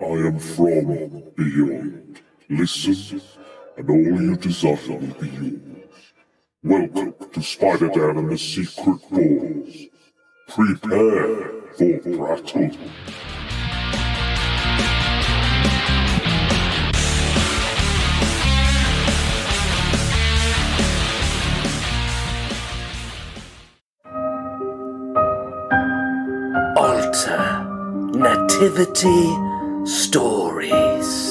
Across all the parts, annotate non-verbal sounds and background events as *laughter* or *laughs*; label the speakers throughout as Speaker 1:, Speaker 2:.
Speaker 1: I am from beyond. Listen, and all you desire will be yours. Welcome to Spider-Dan and the Secret Doors. Prepare for battle.
Speaker 2: Altar Nativity Stories.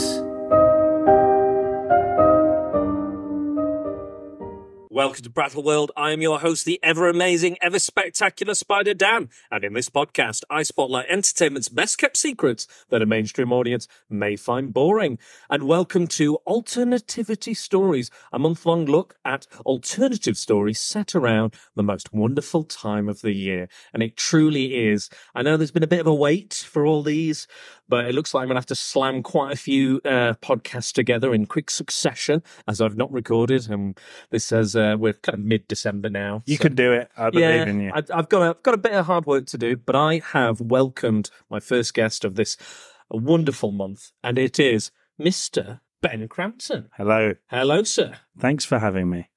Speaker 3: Welcome to Brattle World. I am your host, the ever amazing, ever spectacular Spider Dan. And in this podcast, I spotlight entertainment's best kept secrets that a mainstream audience may find boring. And welcome to Alternativity Stories, a month long look at alternative stories set around the most wonderful time of the year. And it truly is. I know there's been a bit of a wait for all these, but it looks like I'm going to have to slam quite a few uh, podcasts together in quick succession as I've not recorded. And this says uh, we're kind of mid December now.
Speaker 4: You
Speaker 3: so-
Speaker 4: can do it. I believe
Speaker 3: yeah,
Speaker 4: in you.
Speaker 3: I, I've got a, I've got a bit of hard work to do, but I have welcomed my first guest of this wonderful month, and it is Mr. Ben Crampton.
Speaker 4: Hello.
Speaker 3: Hello, sir.
Speaker 4: Thanks for having me.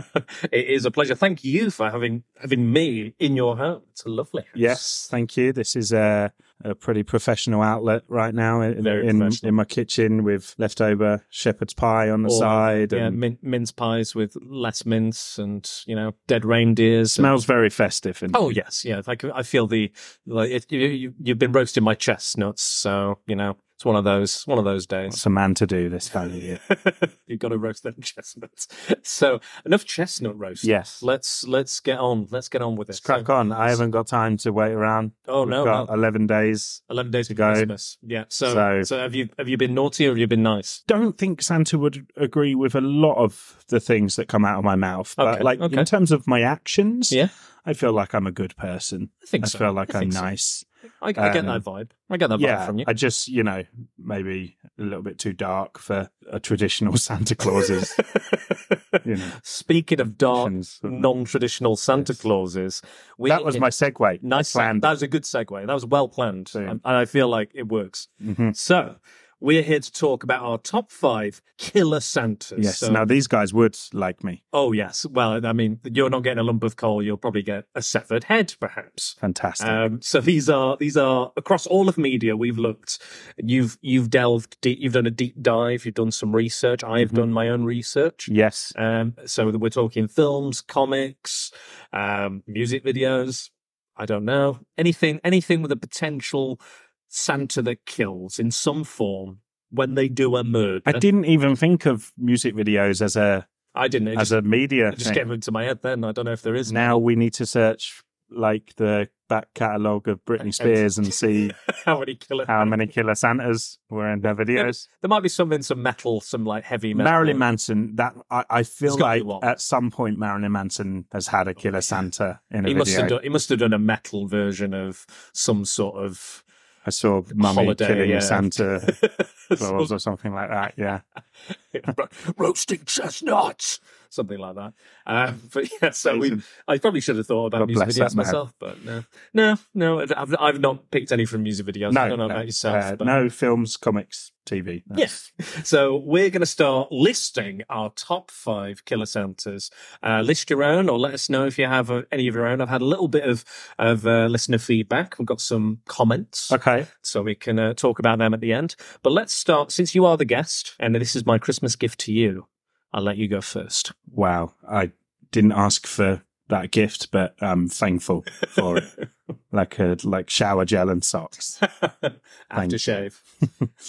Speaker 3: *laughs* it is a pleasure. Thank you for having having me in your home. It's a lovely house.
Speaker 4: Yes, thank you. This is a, a pretty professional outlet right now in,
Speaker 3: Very
Speaker 4: in,
Speaker 3: professional.
Speaker 4: in my kitchen with leftover shepherd's pie on the
Speaker 3: Or-
Speaker 4: side.
Speaker 3: Yeah,
Speaker 4: and
Speaker 3: min- mince pies with less mince, and you know, dead reindeers. and-
Speaker 4: smells very festive. And
Speaker 3: Oh yes, yeah. I, can, I feel the like it, you, you, you've been roasting my chestnuts, so you know it's one of those one of those days.
Speaker 4: What's a man to do this time of year?
Speaker 3: *laughs* You've got to roast them *laughs* chestnuts. So enough chestnut roast.
Speaker 4: Yes.
Speaker 3: Let's let's get on. Let's get on with
Speaker 4: Let's
Speaker 3: this.
Speaker 4: crack on. I haven't got time to wait around.
Speaker 3: Oh,
Speaker 4: We've
Speaker 3: no,
Speaker 4: got
Speaker 3: no.
Speaker 4: 11 days.
Speaker 3: Eleven days to
Speaker 4: go.
Speaker 3: Christmas. Yeah. So, so
Speaker 4: So-
Speaker 3: have you have you been naughty or have you been nice?
Speaker 4: Don't think Santa would agree with a lot of the things that come out of my mouth.
Speaker 3: Okay,
Speaker 4: But like
Speaker 3: okay.
Speaker 4: in terms of my actions,
Speaker 3: Yeah.
Speaker 4: I feel like I'm a good person.
Speaker 3: I think
Speaker 4: I
Speaker 3: so.
Speaker 4: feel like
Speaker 3: I
Speaker 4: I'm
Speaker 3: think so.
Speaker 4: nice.
Speaker 3: I, I get
Speaker 4: Um,
Speaker 3: that vibe. I get that vibe
Speaker 4: yeah,
Speaker 3: from you. *laughs*
Speaker 4: I just, you know, maybe a little bit too dark for a traditional *laughs* Santa Claus's, you know.
Speaker 3: Speaking of dark,
Speaker 4: actions.
Speaker 3: non-traditional Santa Clauses, we,
Speaker 4: that was my
Speaker 3: *laughs*
Speaker 4: segue.
Speaker 3: nice.
Speaker 4: I planned.
Speaker 3: That was a good segue. That was well planned,
Speaker 4: Yeah.
Speaker 3: and and I feel like it works.
Speaker 4: Mhm.
Speaker 3: So we're here to talk about our top five killer Santas.
Speaker 4: Yes.
Speaker 3: So-
Speaker 4: Now these guys would like me.
Speaker 3: Oh yes. Well, I mean, you're not getting a lump of coal. You'll probably get a severed head, perhaps.
Speaker 4: Fantastic.
Speaker 3: Um, so these are these are across all of media. We've looked. You've you've delved deep. You've done a deep dive. You've done some research. I've
Speaker 4: Mm-hmm.
Speaker 3: done my own research.
Speaker 4: yes.
Speaker 3: Um, so we're talking films, comics, um, music videos. I don't know anything anything with a potential Santa that kills in some form when they do a murder.
Speaker 4: I didn't even think of music videos as a
Speaker 3: I didn't. It
Speaker 4: as
Speaker 3: just,
Speaker 4: a media.
Speaker 3: it just
Speaker 4: thing.
Speaker 3: came into my head then. I don't know if there is
Speaker 4: now we need to search like the back catalogue
Speaker 3: *laughs*
Speaker 4: of Britney Spears and see
Speaker 3: *laughs* how many killer.
Speaker 4: how many killer Santas were in
Speaker 3: *laughs*
Speaker 4: their videos.
Speaker 3: There might be some in some metal, some like heavy metal.
Speaker 4: Marilyn Manson. That I, I feel
Speaker 3: It's gotta be
Speaker 4: like
Speaker 3: one. Oh,
Speaker 4: at some point Marilyn Manson has had a killer Santa in a
Speaker 3: He
Speaker 4: video.
Speaker 3: must have done. He must have done a metal version of some sort of *laughs*
Speaker 4: I saw Mummy
Speaker 3: holiday,
Speaker 4: killing
Speaker 3: yeah. *laughs*
Speaker 4: Santa Claus or something like that. Yeah,
Speaker 3: Ro- roasting chestnuts, something like that. Um, *laughs* but yeah, so we, I probably should have thought about
Speaker 4: God
Speaker 3: music
Speaker 4: bless
Speaker 3: videos
Speaker 4: that man.
Speaker 3: myself, but no, no, no. I've, I've not picked any from music videos. I
Speaker 4: no,
Speaker 3: don't know
Speaker 4: no,
Speaker 3: about yourself.
Speaker 4: uh,
Speaker 3: but...
Speaker 4: no films, comics, TV.
Speaker 3: Yes. So we're going to start listing our top five killer Santas. Uh, list your own, or let us know if you have uh, any of your own. I've had a little bit of of uh, listener feedback. We've got some comments *laughs*
Speaker 4: Okay.
Speaker 3: so we can uh, talk about them at the end. But let's start, since you are the guest, and this is my Christmas gift to you, I'll let you go first.
Speaker 4: *laughs* Wow. I didn't ask for that gift, but I'm thankful for it.
Speaker 3: *laughs*
Speaker 4: like a like shower gel and socks. *laughs*
Speaker 3: Aftershave.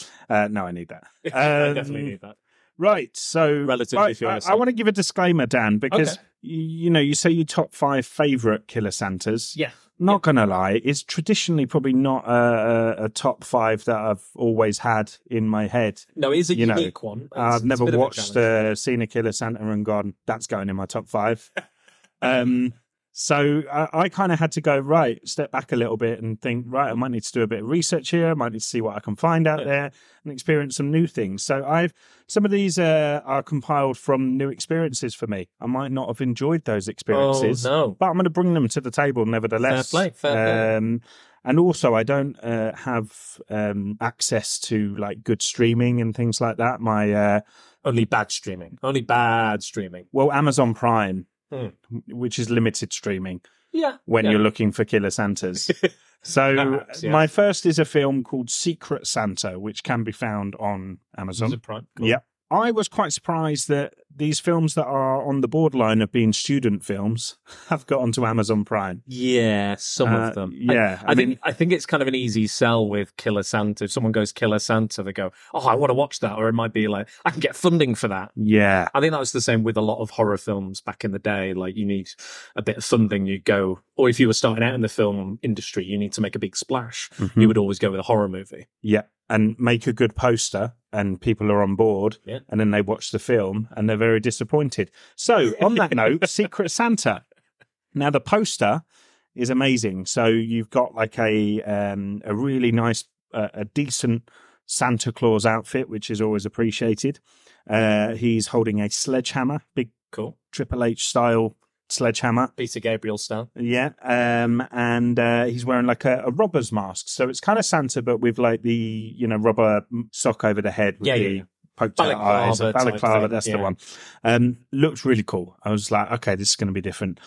Speaker 3: *laughs*
Speaker 4: Uh, no, I need that.
Speaker 3: I
Speaker 4: Um,
Speaker 3: definitely need that.
Speaker 4: Right. So
Speaker 3: Relatively
Speaker 4: right,
Speaker 3: few, I
Speaker 4: I,
Speaker 3: say.
Speaker 4: want to give a disclaimer, Dan, because
Speaker 3: Okay.
Speaker 4: y- you know you say your top five favorite killer Santas.
Speaker 3: Yeah.
Speaker 4: Not gonna lie, it's traditionally probably not a, a, a top five that I've always had in my head.
Speaker 3: No, it is a
Speaker 4: You know,
Speaker 3: unique one. It's- it's
Speaker 4: I've
Speaker 3: a
Speaker 4: never
Speaker 3: bit of a
Speaker 4: watched,
Speaker 3: challenge.
Speaker 4: uh, seen a killer Santa and gone, that's going in my
Speaker 3: *laughs*
Speaker 4: top five. um, so I, I kind of had to go, right, step back a little bit and think, right, I might need to do a bit of research here. I might need to see what I can find out
Speaker 3: Yeah.
Speaker 4: there and experience some new things. So I've, some of these uh, are compiled from new experiences for me. I might not have enjoyed those
Speaker 3: Oh,
Speaker 4: experiences
Speaker 3: no.
Speaker 4: but I'm going to bring them to the table nevertheless.
Speaker 3: Fair play, fair play.
Speaker 4: Um, and also I don't uh, have um, access to like good streaming and things like that. My uh,
Speaker 3: Only bad streaming. Only bad streaming.
Speaker 4: well, Amazon Prime,
Speaker 3: Hmm.
Speaker 4: which is limited streaming
Speaker 3: Yeah.
Speaker 4: when
Speaker 3: yeah.
Speaker 4: you're looking for
Speaker 3: *laughs*
Speaker 4: killer Santas. so
Speaker 3: Perhaps, yeah.
Speaker 4: my first is a film called Secret Santa, which can be found on Amazon.
Speaker 3: Is it Prime? Cool.
Speaker 4: Yeah. I was quite surprised that these films that are on the borderline of being student films *laughs* have got onto Amazon Prime.
Speaker 3: Yeah, some
Speaker 4: Uh,
Speaker 3: of them. I-
Speaker 4: yeah,
Speaker 3: I,
Speaker 4: I
Speaker 3: think
Speaker 4: mean-
Speaker 3: I think it's kind of an easy sell with Killer Santa. If someone goes Killer Santa, they go, "Oh, I want to watch that," or it might be like, "I can get funding for that."
Speaker 4: Yeah.
Speaker 3: I think that was the same with a lot of horror films back in the day. Like you need a bit of funding, you go, or if you were starting out in the film industry, you need to make a big splash.
Speaker 4: Mm-hmm.
Speaker 3: You would always go with a horror movie.
Speaker 4: Yeah. And make a good poster and people are on board
Speaker 3: Yeah.
Speaker 4: and then they watch the film and they're very disappointed. So on that note, Secret Santa. Now the poster is amazing. So you've got like a um, a really nice uh, a decent Santa Claus outfit, which is always appreciated. Uh, he's holding a sledgehammer, big
Speaker 3: Cool,
Speaker 4: Triple H style sledgehammer.
Speaker 3: Peter Gabriel style.
Speaker 4: Yeah, um, and uh, he's wearing like a, a robber's mask, so it's kind of Santa, but with like the you know rubber m- sock over the head with
Speaker 3: Yeah,
Speaker 4: the
Speaker 3: yeah, yeah.
Speaker 4: poked out
Speaker 3: Balaclava
Speaker 4: eyes, a
Speaker 3: type
Speaker 4: balaclava.
Speaker 3: thing,
Speaker 4: That's
Speaker 3: yeah.
Speaker 4: the one. Um, looked really cool. I was like, okay, this is going to be different.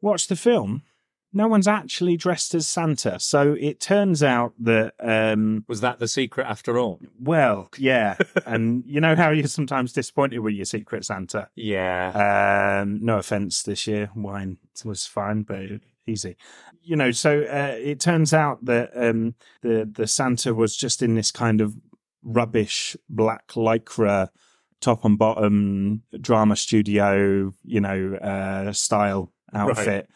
Speaker 4: Watch the film. No one's actually dressed as Santa, so it turns out that um,
Speaker 3: Was that the secret after all?
Speaker 4: well, yeah, and you know how you're sometimes disappointed with your secret Santa.
Speaker 3: Yeah.
Speaker 4: Um, no offense this year, wine was fine, but easy. You know, so uh, it turns out that um, the the Santa was just in this kind of rubbish black lycra top and bottom drama studio, you know, uh, style outfit.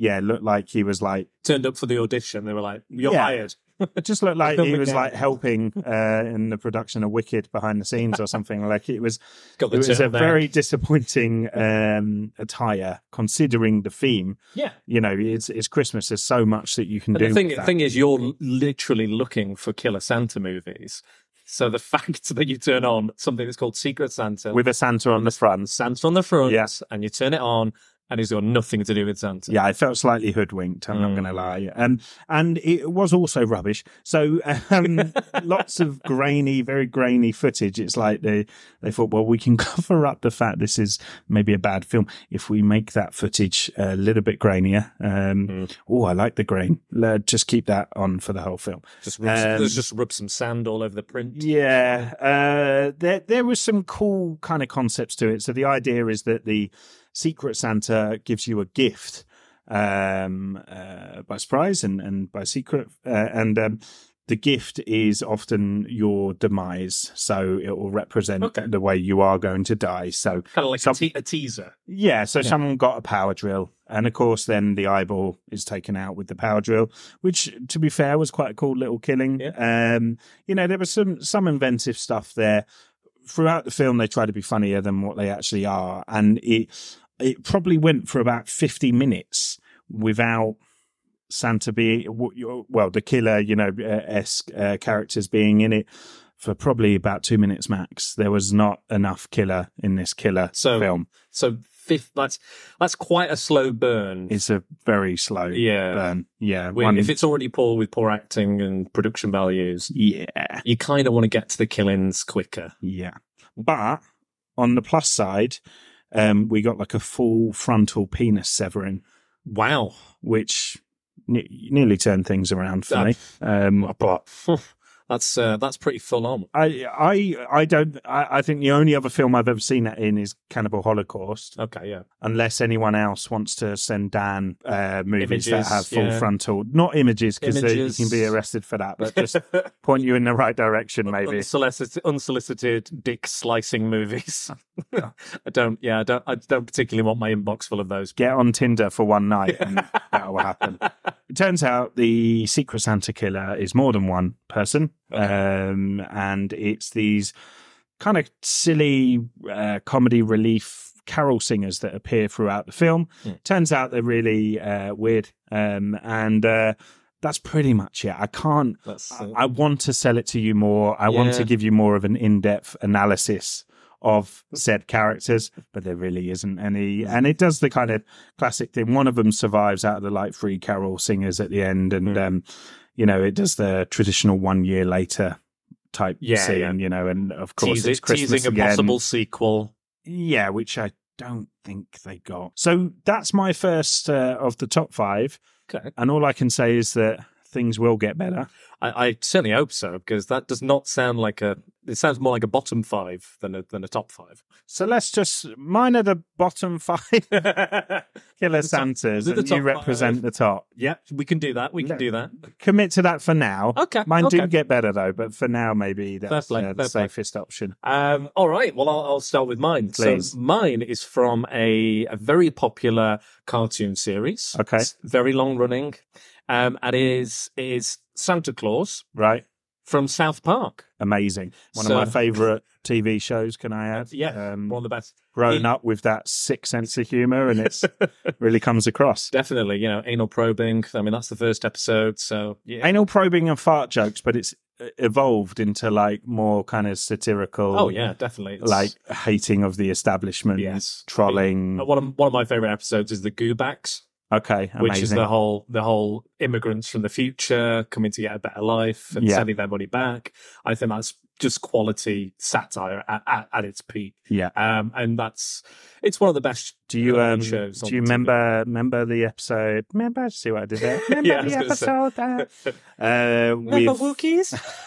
Speaker 4: Yeah, looked like he was like
Speaker 3: Turned up for the audition. They were like, "You're
Speaker 4: Yeah.
Speaker 3: hired."
Speaker 4: it just looked like
Speaker 3: Don't
Speaker 4: he
Speaker 3: we
Speaker 4: was
Speaker 3: care?
Speaker 4: like helping uh, in the production of Wicked behind the scenes or something. Like it was
Speaker 3: Got the
Speaker 4: it was a
Speaker 3: turn back.
Speaker 4: very disappointing um, attire, considering the theme.
Speaker 3: yeah.
Speaker 4: You know, it's it's Christmas. There's so much that you can
Speaker 3: But
Speaker 4: do.
Speaker 3: the thing,
Speaker 4: with
Speaker 3: the
Speaker 4: that.
Speaker 3: thing is, you're l- literally looking for Killer Santa movies. So the *laughs* fact that you turn on something that's called Secret Santa
Speaker 4: with a Santa on the front.
Speaker 3: Santa on the front,
Speaker 4: Yeah.
Speaker 3: and you turn it on, and it's got nothing to do with Santa.
Speaker 4: Yeah, I felt slightly hoodwinked. I'm not
Speaker 3: Mm.
Speaker 4: going to lie. Um, and it was also rubbish. So
Speaker 3: *laughs*
Speaker 4: um, lots of grainy, very grainy footage. It's like they they thought, well, we can *laughs* cover up the fact this is maybe a bad film if we make that footage a little bit grainier. Um,
Speaker 3: Mm.
Speaker 4: Oh, I like the grain. Let- Just keep that on for the whole film.
Speaker 3: Just rub,
Speaker 4: Um,
Speaker 3: there's just rub some sand all over the print.
Speaker 4: Yeah, uh, there there was some cool kind of concepts to it. So the idea is that the Secret Santa gives you a gift um, uh, by surprise and and by secret, uh, and um, the gift is often your demise. So it will represent
Speaker 3: Okay.
Speaker 4: the way you are going to die. So
Speaker 3: Kind of like
Speaker 4: Some-
Speaker 3: a, te- a teaser.
Speaker 4: yeah, so someone got a power drill, and of course, then the eyeball is taken out with the power drill, which, to be fair, was quite a cool little killing. Um, you know, there was some some inventive stuff there. Throughout the film, they try to be funnier than what they actually are, and it it probably went for about fifty minutes without Santa be well, the killer, you know, uh, esque uh, characters being in it. For probably about two minutes max, there was not enough killer in this killer
Speaker 3: So-
Speaker 4: film.
Speaker 3: So fifth, that's that's quite a slow burn.
Speaker 4: It's a very slow
Speaker 3: Yeah.
Speaker 4: burn. Yeah.
Speaker 3: When- if it's already poor with poor acting and production values,
Speaker 4: yeah.
Speaker 3: you kind of want to get to the killings quicker.
Speaker 4: Yeah. But on the plus side, um, we got like a full frontal penis severing,
Speaker 3: Wow.
Speaker 4: which ne- nearly turned things around for
Speaker 3: Uh,
Speaker 4: me. Um, but
Speaker 3: That's uh, that's pretty full on.
Speaker 4: I, I, I don't. I, I think the only other film I've ever seen that in is Cannibal Holocaust.
Speaker 3: Okay, yeah.
Speaker 4: Unless anyone else wants to send Dan uh, movies that
Speaker 3: Images,
Speaker 4: have full
Speaker 3: yeah.
Speaker 4: frontal, not images because you
Speaker 3: Images.
Speaker 4: can be arrested for that, but Uh,
Speaker 3: *laughs*
Speaker 4: just point you in the right direction, maybe.
Speaker 3: Unsolicited, unsolicited dick slicing movies.
Speaker 4: Oh,
Speaker 3: *laughs* I don't. Yeah, I don't. I don't particularly want my inbox full of those.
Speaker 4: get on Tinder for one night and that will happen. It turns out the Secret Santa killer is more than one person. Um, and it's these kind of silly uh, comedy relief carol singers that appear throughout the film.
Speaker 3: Hmm.
Speaker 4: Turns out they're really uh, weird. Um, and uh, that's pretty much it. I can't.
Speaker 3: That's,
Speaker 4: I I want to sell it to you more. I want
Speaker 3: Yeah.
Speaker 4: to give you more of an in-depth analysis of said characters, but there really isn't any.
Speaker 3: Mm.
Speaker 4: And it does the kind of classic thing. One of them survives out of the like three carol singers at the end, and
Speaker 3: Mm.
Speaker 4: um, you know it does the traditional one year later type
Speaker 3: Yeah,
Speaker 4: scene,
Speaker 3: yeah.
Speaker 4: you know, and of course
Speaker 3: Teasing,
Speaker 4: it's Christmas
Speaker 3: teasing a
Speaker 4: again.
Speaker 3: possible sequel.
Speaker 4: Yeah, which I don't think they got. So that's my first uh, of the top five.
Speaker 3: Okay.
Speaker 4: And all I can say is that things will get better.
Speaker 3: I, I certainly hope so because that does not sound like a. It sounds more like a bottom five than a than a top five.
Speaker 4: So let's just, mine are the bottom *laughs* five killer Santas,
Speaker 3: they're the
Speaker 4: and you
Speaker 3: top
Speaker 4: represent
Speaker 3: five.
Speaker 4: the top.
Speaker 3: yeah, we can do that. We can
Speaker 4: No.
Speaker 3: do that.
Speaker 4: Commit to that for now.
Speaker 3: Okay,
Speaker 4: Mine do
Speaker 3: okay.
Speaker 4: get better though, but for now, maybe that's
Speaker 3: play, fair
Speaker 4: uh, the
Speaker 3: play.
Speaker 4: safest option.
Speaker 3: Um, all right. Well, I'll, I'll start with mine.
Speaker 4: Please.
Speaker 3: So mine is from a, a very popular cartoon series.
Speaker 4: Okay.
Speaker 3: It's very long running. Um, and it is, it is Santa Claus
Speaker 4: Right.
Speaker 3: from South Park.
Speaker 4: Amazing. One
Speaker 3: So-
Speaker 4: of my favorite TV shows, can I add?
Speaker 3: Yeah.
Speaker 4: Um,
Speaker 3: one of the best.
Speaker 4: grown
Speaker 3: It-
Speaker 4: up with that sick sense of humor,
Speaker 3: *laughs*
Speaker 4: and it's really comes across.
Speaker 3: Definitely. You know, anal probing. I mean, that's the first episode. So yeah.
Speaker 4: anal probing and fart jokes, but it's uh, evolved into like more kind of satirical.
Speaker 3: oh, yeah, definitely. It's-
Speaker 4: Like hating of the establishment,
Speaker 3: Yes.
Speaker 4: trolling.
Speaker 3: Uh, one of, one of my favorite episodes is the Goobacks,
Speaker 4: Okay, amazing.
Speaker 3: which is the whole the whole immigrants from the future coming to get a better life and
Speaker 4: Yeah.
Speaker 3: sending their money back. I think that's just quality satire at, at, at its peak,
Speaker 4: yeah.
Speaker 3: um, and that's it's one of the best.
Speaker 4: Do you
Speaker 3: comedy
Speaker 4: um?
Speaker 3: shows on
Speaker 4: Do you
Speaker 3: TV.
Speaker 4: remember remember the episode? Remember? See what I did there? Remember
Speaker 3: *laughs* Yeah, I
Speaker 4: the
Speaker 3: was
Speaker 4: episode? that-
Speaker 3: *laughs*
Speaker 4: Uh,
Speaker 3: Remember
Speaker 4: with-
Speaker 3: Wookiees?
Speaker 4: *laughs*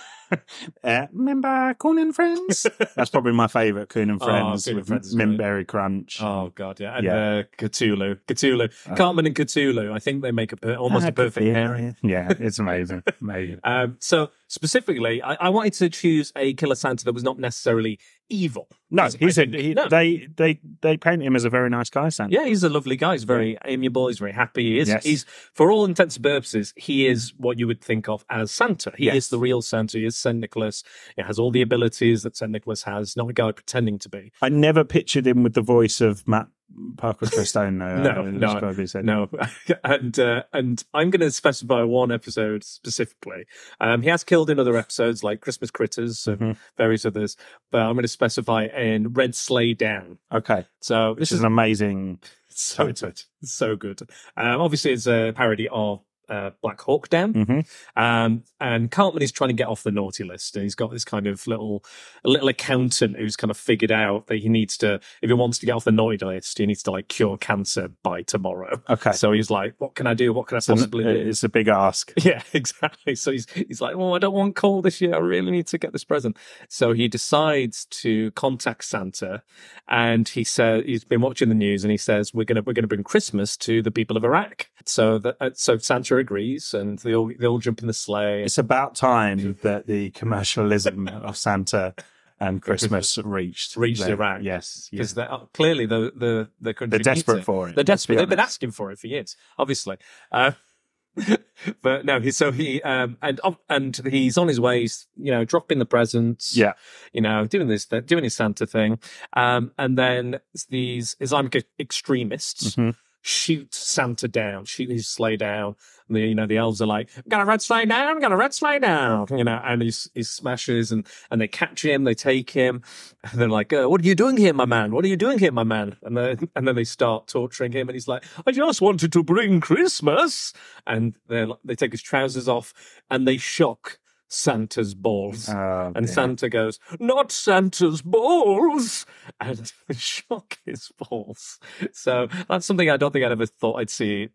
Speaker 4: Uh, remember Coon
Speaker 3: *laughs*
Speaker 4: and Friends? That's probably my favourite Coon and
Speaker 3: Oh,
Speaker 4: Friends
Speaker 3: Coon and
Speaker 4: with
Speaker 3: Friends is
Speaker 4: Mint
Speaker 3: great.
Speaker 4: Berry Crunch.
Speaker 3: oh god, yeah, and
Speaker 4: Yeah. Uh,
Speaker 3: Uh, Cthulhu, Cthulhu, Cartman and Cthulhu. I think they make a per- almost a
Speaker 4: That could
Speaker 3: perfect
Speaker 4: be-
Speaker 3: pairing.
Speaker 4: Ah, Yeah,
Speaker 3: *laughs*
Speaker 4: it's amazing. amazing.
Speaker 3: Um, so specifically, I, I wanted to choose a killer Santa that was not necessarily evil.
Speaker 4: No,
Speaker 3: Because
Speaker 4: he's
Speaker 3: I
Speaker 4: a,
Speaker 3: think-
Speaker 4: he,
Speaker 3: no.
Speaker 4: they they they paint him as a very nice guy, Sam.
Speaker 3: Yeah, he's a lovely guy. He's very amiable. He's very happy. He is,
Speaker 4: Yes.
Speaker 3: He's, for all intents and purposes, he is what you would think of as Santa. He
Speaker 4: Yes.
Speaker 3: is the real Santa. He is Saint Nicholas. He has all the abilities that Saint Nicholas has, not a guy pretending to be.
Speaker 4: I never pictured him with the voice of Matt
Speaker 3: *laughs*
Speaker 4: Parker Trestone. though.
Speaker 3: No,
Speaker 4: Uh, it's
Speaker 3: no,
Speaker 4: gotta be said.
Speaker 3: No, *laughs* and uh, and I'm going to specify one episode specifically. Um, he has killed in other episodes like Christmas Critters and
Speaker 4: Mhm.
Speaker 3: various others, but I'm going to specify in Red Sleigh Down.
Speaker 4: Okay,
Speaker 3: So
Speaker 4: this
Speaker 3: this is
Speaker 4: is an amazing.
Speaker 3: *laughs* so good, so good. Um, obviously, it's a parody of uh, Black Hawk Down.
Speaker 4: Mhm.
Speaker 3: Um, and Cartman is trying to get off the naughty list, and he's got this kind of little, a little accountant who's kind of figured out that he needs to, if he wants to get off the naughty list, he needs to like cure cancer by tomorrow.
Speaker 4: Okay,
Speaker 3: So he's like, "What can I do? What can I
Speaker 4: So
Speaker 3: possibly do?"
Speaker 4: it's a big ask.
Speaker 3: *laughs* Yeah, exactly. So he's he's like, "Well, I don't want coal this year. I really need to get this present." So he decides to contact Santa, and he says he's been watching the news, and he says, "We're gonna we're gonna bring Christmas to the people of Iraq." So that uh, so Santa agrees, and they all they all jump in the sleigh.
Speaker 4: It's about time that the
Speaker 3: *laughs*
Speaker 4: commercialism of Santa and Christmas reached
Speaker 3: Reached
Speaker 4: their-
Speaker 3: Iraq.
Speaker 4: Yes, yes.
Speaker 3: because they're clearly the the the country
Speaker 4: they're desperate
Speaker 3: needs it.
Speaker 4: for it.
Speaker 3: They're
Speaker 4: let's be
Speaker 3: desperate. They've been
Speaker 4: honest.
Speaker 3: asking for it for years, obviously. Uh, *laughs* but no, he, so he um, and and he's on his way. He's you know dropping the presents.
Speaker 4: Yeah.
Speaker 3: you know doing this doing his Santa thing. Um, and then these Islamic extremists
Speaker 4: Mhm.
Speaker 3: shoot Santa down, shoot his sleigh down. And the, you know the elves are like, "I'm gonna red sleigh down, I'm gonna red sleigh down," you know, and he he smashes and and they catch him, they take him, and they're like, uh, "What are you doing here, my man? What are you doing here, my man?" And then and then they start torturing him, and he's like, "I just wanted to bring Christmas," and they they take his trousers off and they shock Santa's balls.
Speaker 4: Oh,
Speaker 3: And
Speaker 4: dear.
Speaker 3: Santa goes, not Santa's balls, and *laughs* shock his balls. So that's something I don't think I'd ever thought I'd see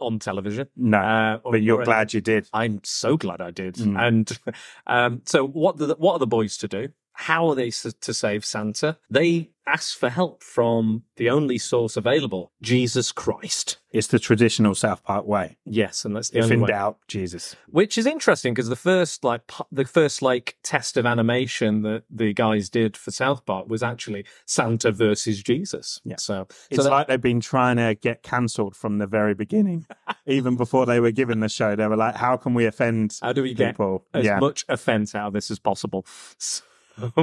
Speaker 3: on television.
Speaker 4: no,
Speaker 3: Uh, or-
Speaker 4: but
Speaker 3: or
Speaker 4: you're
Speaker 3: any-
Speaker 4: glad you did.
Speaker 3: I'm so glad I did.
Speaker 4: Mm.
Speaker 3: And um, so, what the, what are the boys to do? How are they s- to save Santa? They ask for help from the only source available, Jesus Christ.
Speaker 4: It's the traditional South Park way.
Speaker 3: Yes, and that's the
Speaker 4: If
Speaker 3: only
Speaker 4: in
Speaker 3: way.
Speaker 4: doubt, Jesus.
Speaker 3: Which is interesting because the first like pu- the first like test of animation that the guys did for South Park was actually Santa versus Jesus.
Speaker 4: Yeah.
Speaker 3: So,
Speaker 4: It's
Speaker 3: so that-
Speaker 4: like they've been trying to get cancelled from the
Speaker 3: *laughs*
Speaker 4: very beginning. Even before they were given the show, they were like, how can we offend
Speaker 3: how do we get
Speaker 4: people?
Speaker 3: as
Speaker 4: yeah.
Speaker 3: much offense out of this as possible. So,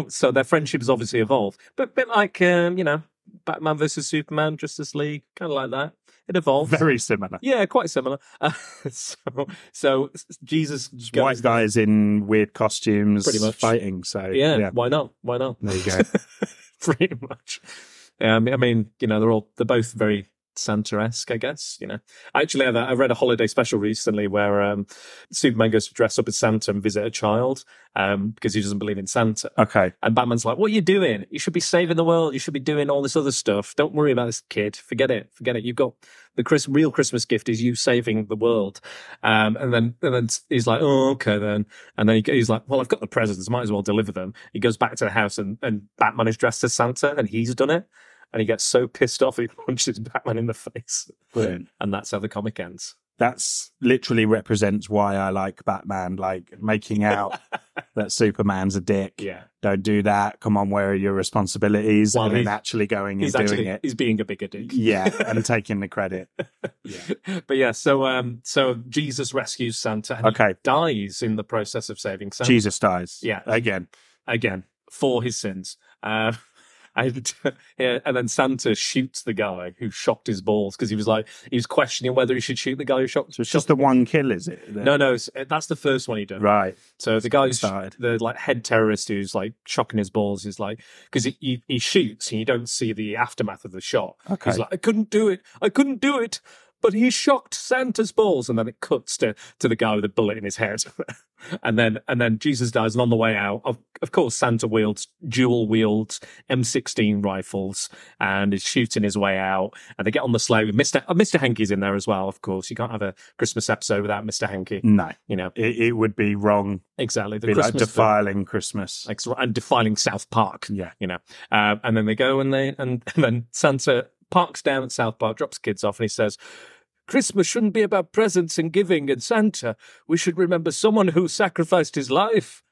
Speaker 3: so their friendship has obviously evolved, but a bit like um, you know Batman versus Superman, Justice League, kind of like that. It evolved. *laughs*
Speaker 4: Very similar.
Speaker 3: yeah, quite similar. Uh, so, so Jesus goes,
Speaker 4: White guys in weird costumes
Speaker 3: Pretty much.
Speaker 4: fighting. So,
Speaker 3: Yeah, why not? Why not? *laughs*
Speaker 4: There you go.
Speaker 3: pretty much. Um, I mean, you know, they're all they're both very Santa-esque, I guess. You know, I actually had a, I read a holiday special recently where um, Superman goes to dress up as Santa and visit a child um, because he doesn't believe in Santa.
Speaker 4: Okay.
Speaker 3: And Batman's like, "What are you doing? You should be saving the world. You should be doing all this other stuff. Don't worry about this kid. Forget it. Forget it. You've got the Chris, real Christmas gift is you saving the world." Um, and then and then he's like, "Oh, okay then." And then he, he's like, "Well, I've got the presents. Might as well deliver them." He goes back to the house, and, and Batman is dressed as Santa, and he's done it. And he gets so pissed off, he *laughs* punches Batman in the face,
Speaker 4: Brilliant.
Speaker 3: and that's how the comic ends.
Speaker 4: That's literally represents why I like Batman, like making out
Speaker 3: *laughs*
Speaker 4: that Superman's a dick.
Speaker 3: Yeah,
Speaker 4: Don't do that. Come on, where are your responsibilities?
Speaker 3: Well,
Speaker 4: and then
Speaker 3: he's-
Speaker 4: actually going and
Speaker 3: he's
Speaker 4: doing
Speaker 3: actually
Speaker 4: it.
Speaker 3: he's being a bigger dick.
Speaker 4: Yeah, and taking
Speaker 3: *laughs*
Speaker 4: the credit.
Speaker 3: but yeah, so um, so Jesus rescues Santa and he
Speaker 4: Okay.
Speaker 3: dies in the process of saving Santa
Speaker 4: Jesus dies.
Speaker 3: Yeah.
Speaker 4: Again.
Speaker 3: again for his sins. Uh, *laughs* and yeah, and then Santa shoots the guy who shocked his balls because he was like he was questioning whether he should shoot the guy who shocked.
Speaker 4: So it's just the one kill, is it?
Speaker 3: No, no, it's- that's the first one he done.
Speaker 4: Right.
Speaker 3: So the guy who's
Speaker 4: Started.
Speaker 3: the like head terrorist who's like shocking his balls is like because he, he he shoots and you don't see the aftermath of the shot.
Speaker 4: Okay.
Speaker 3: He's like, I couldn't do it, I couldn't do it, but he shocked Santa's balls, and then it cuts to to the guy with a bullet in his head, *laughs* and then and then Jesus dies, and on the way out, of of course, Santa wields dual wields M16 rifles and is shooting his way out, and they get on the sleigh with Mister uh, Mister Hankey's in there as well. Of course, you can't have a Christmas episode without Mister Hankey.
Speaker 4: No.
Speaker 3: You know
Speaker 4: It, it would be wrong.
Speaker 3: exactly the
Speaker 4: Mm. Be like
Speaker 3: Christmas film
Speaker 4: defiling Christmas.
Speaker 3: like sort of- and defiling South Park.
Speaker 4: Yeah.
Speaker 3: you know. Um, and then they go and they and, *laughs* and then Santa parks down at South Park, drops kids off, and he says. Christmas shouldn't be about presents and giving and Santa. We should remember someone who sacrificed his life.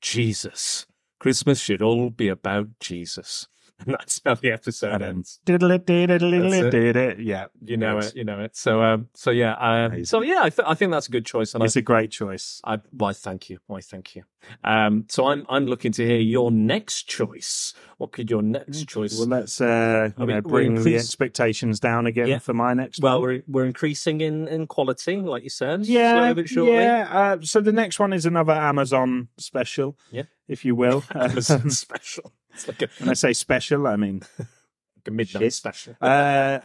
Speaker 3: Jesus. Christmas should all be about Jesus. *laughs* And that's how the episode
Speaker 4: and then
Speaker 3: ends.
Speaker 4: diddle it, diddle it, diddle
Speaker 3: That's
Speaker 4: it,
Speaker 3: it.
Speaker 4: diddle it. Yeah.
Speaker 3: You know
Speaker 4: It's-
Speaker 3: it. You know it. So, um, so yeah. Um,
Speaker 4: Amazing.
Speaker 3: so yeah. I, th- I think that's a good choice. And I
Speaker 4: It's a great choice.
Speaker 3: I why thank you. Why thank you. Um so I'm I'm looking to hear your next choice. What could your next choice
Speaker 4: Well, let's uh,
Speaker 3: I
Speaker 4: you
Speaker 3: mean, we're
Speaker 4: know, bring the
Speaker 3: increase-
Speaker 4: expectations down again
Speaker 3: Yeah.
Speaker 4: for my next.
Speaker 3: Well,
Speaker 4: one.
Speaker 3: we're we're increasing in, in quality, like you said.
Speaker 4: yeah,
Speaker 3: slowly but surely. *laughs*
Speaker 4: yeah. Uh, so the next one is another Amazon special,
Speaker 3: Yeah.
Speaker 4: if you will. *laughs*
Speaker 3: Amazon
Speaker 4: when
Speaker 3: special. It's like a,
Speaker 4: I say special, I mean
Speaker 3: like a midnight
Speaker 4: Shit.
Speaker 3: special.
Speaker 4: uh,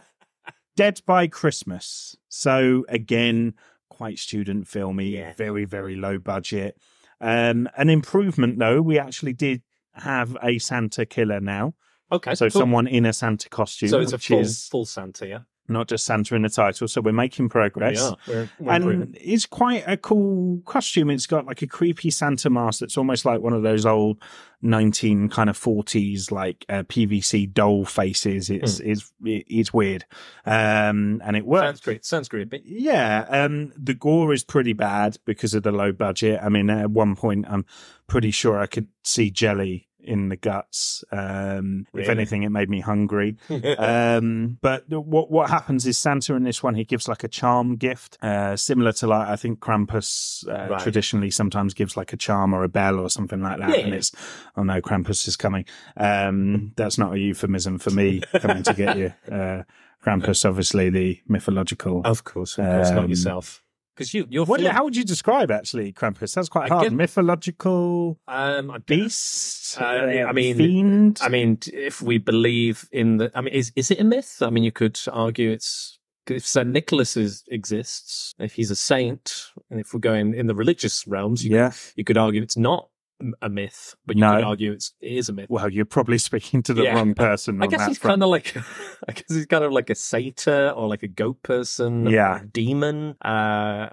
Speaker 4: Dead by Christmas. So again, quite student filmy,
Speaker 3: Yeah.
Speaker 4: very very low budget. Um, an improvement though, we actually did have a Santa killer now.
Speaker 3: Okay.
Speaker 4: so
Speaker 3: cool.
Speaker 4: someone in a Santa costume,
Speaker 3: so it's a
Speaker 4: which
Speaker 3: full
Speaker 4: is
Speaker 3: full Santa, yeah.
Speaker 4: not just Santa in the title. So we're making progress.
Speaker 3: Yeah. We're, we're improving.
Speaker 4: and it's quite a cool costume. It's got like a creepy Santa mask that's almost like one of those old nineteen kind of forties like uh, PVC doll faces. It's it's it's weird, um, and it works.
Speaker 3: sounds great. Sounds great. But
Speaker 4: Yeah, um, the gore is pretty bad because of the low budget. I mean, at one point, I'm pretty sure I could see jelly in the guts. Um, If
Speaker 3: Really?
Speaker 4: anything, it made me
Speaker 3: *laughs*
Speaker 4: hungry. um, but the- what what happens is Santa in this one he gives like a charm gift, uh, similar to like I think Krampus uh,
Speaker 3: Right.
Speaker 4: traditionally sometimes gives like a charm or a bell or something like that.
Speaker 3: Yeah.
Speaker 4: And it's oh no, Krampus is coming. Um, that's not a euphemism for me coming to get
Speaker 3: *laughs*
Speaker 4: you. Uh, Krampus, obviously the mythological
Speaker 3: of course, of course, not
Speaker 4: Um,
Speaker 3: yourself. Because you you're
Speaker 4: what,
Speaker 3: full-
Speaker 4: how would you describe actually Krampus? That's quite
Speaker 3: I
Speaker 4: hard.
Speaker 3: guess-
Speaker 4: Mythological
Speaker 3: um I don't-
Speaker 4: beast.
Speaker 3: Uh, I mean-
Speaker 4: fiend.
Speaker 3: I mean, t- if we believe in the, I mean, is is it a myth? I mean, you could argue it's if Saint Nicholas is, exists, if he's a saint, and if we're going in the religious realms, you,
Speaker 4: yeah.
Speaker 3: you could argue it's not m- a myth, but you
Speaker 4: No.
Speaker 3: could argue it's it is a myth.
Speaker 4: Well, you're probably *laughs* speaking to the
Speaker 3: Yeah.
Speaker 4: wrong person.
Speaker 3: I
Speaker 4: on
Speaker 3: guess
Speaker 4: that
Speaker 3: he's
Speaker 4: front.
Speaker 3: kind of like, *laughs* I guess he's kind of like a satyr or like a goat person, or
Speaker 4: Yeah.
Speaker 3: a demon, uh,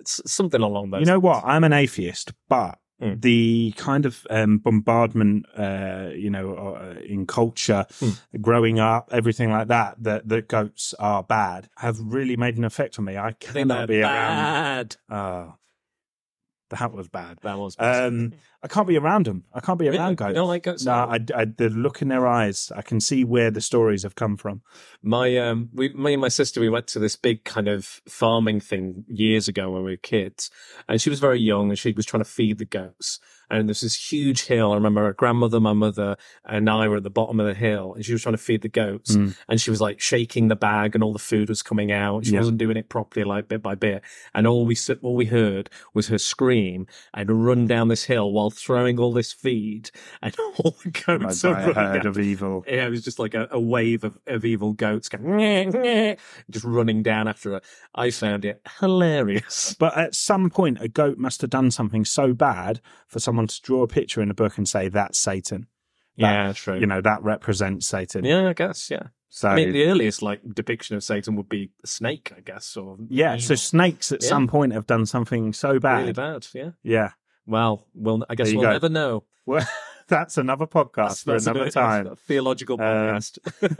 Speaker 3: s- something along those.
Speaker 4: You know what?
Speaker 3: lines.
Speaker 4: I'm an atheist, but
Speaker 3: Mm.
Speaker 4: the kind of um, bombardment, uh, you know, uh, in culture,
Speaker 3: Mm.
Speaker 4: growing up, everything like that, that that goats are bad, have really made an effect on me. I
Speaker 3: I think
Speaker 4: cannot
Speaker 3: that
Speaker 4: be
Speaker 3: bad.
Speaker 4: around. Oh, that was bad.
Speaker 3: That was
Speaker 4: Um, I can't be around them. I can't be
Speaker 3: Really?
Speaker 4: around goats.
Speaker 3: You don't like goats.
Speaker 4: No, I, I, the look in their eyes, I can see where the stories have come *laughs* from.
Speaker 3: My um, we, me and my sister, we went to this big kind of farming thing years ago when we were kids, and she was very young, and she was trying to feed the goats. And there's this huge hill. I remember her grandmother, my mother, and I were at the bottom of the hill, and she was trying to feed the goats,
Speaker 4: Mm.
Speaker 3: and she was like shaking the bag, and all the food was coming out. She
Speaker 4: Yeah.
Speaker 3: wasn't doing it properly, like bit by bit. And all we s- all we heard was her scream and run down this hill while mouth throwing all this feed and *laughs* all the goats
Speaker 4: by
Speaker 3: are
Speaker 4: a
Speaker 3: running
Speaker 4: herd
Speaker 3: out.
Speaker 4: of evil.
Speaker 3: Yeah, it was just like a, a wave of, of evil goats going, "Nyeh, nyeh," just running down after her. I found it hilarious. *laughs*
Speaker 4: But at some point, a goat must have done something so bad for someone to draw a picture in a book and say that's Satan.
Speaker 3: yeah, true.
Speaker 4: You know that represents Satan.
Speaker 3: yeah, I guess, yeah.
Speaker 4: So
Speaker 3: I mean, the earliest like depiction of Satan would be a snake, I guess, or
Speaker 4: yeah, so
Speaker 3: evil.
Speaker 4: snakes at
Speaker 3: Yeah.
Speaker 4: some point have done something so bad.
Speaker 3: really bad. Yeah.
Speaker 4: Yeah. *laughs*
Speaker 3: Well, well, I guess
Speaker 4: There you
Speaker 3: we'll
Speaker 4: go.
Speaker 3: never know.
Speaker 4: Well, that's another podcast for
Speaker 3: That's
Speaker 4: another
Speaker 3: a-
Speaker 4: time.
Speaker 3: a theological
Speaker 4: Uh, mm.
Speaker 3: podcast. *laughs*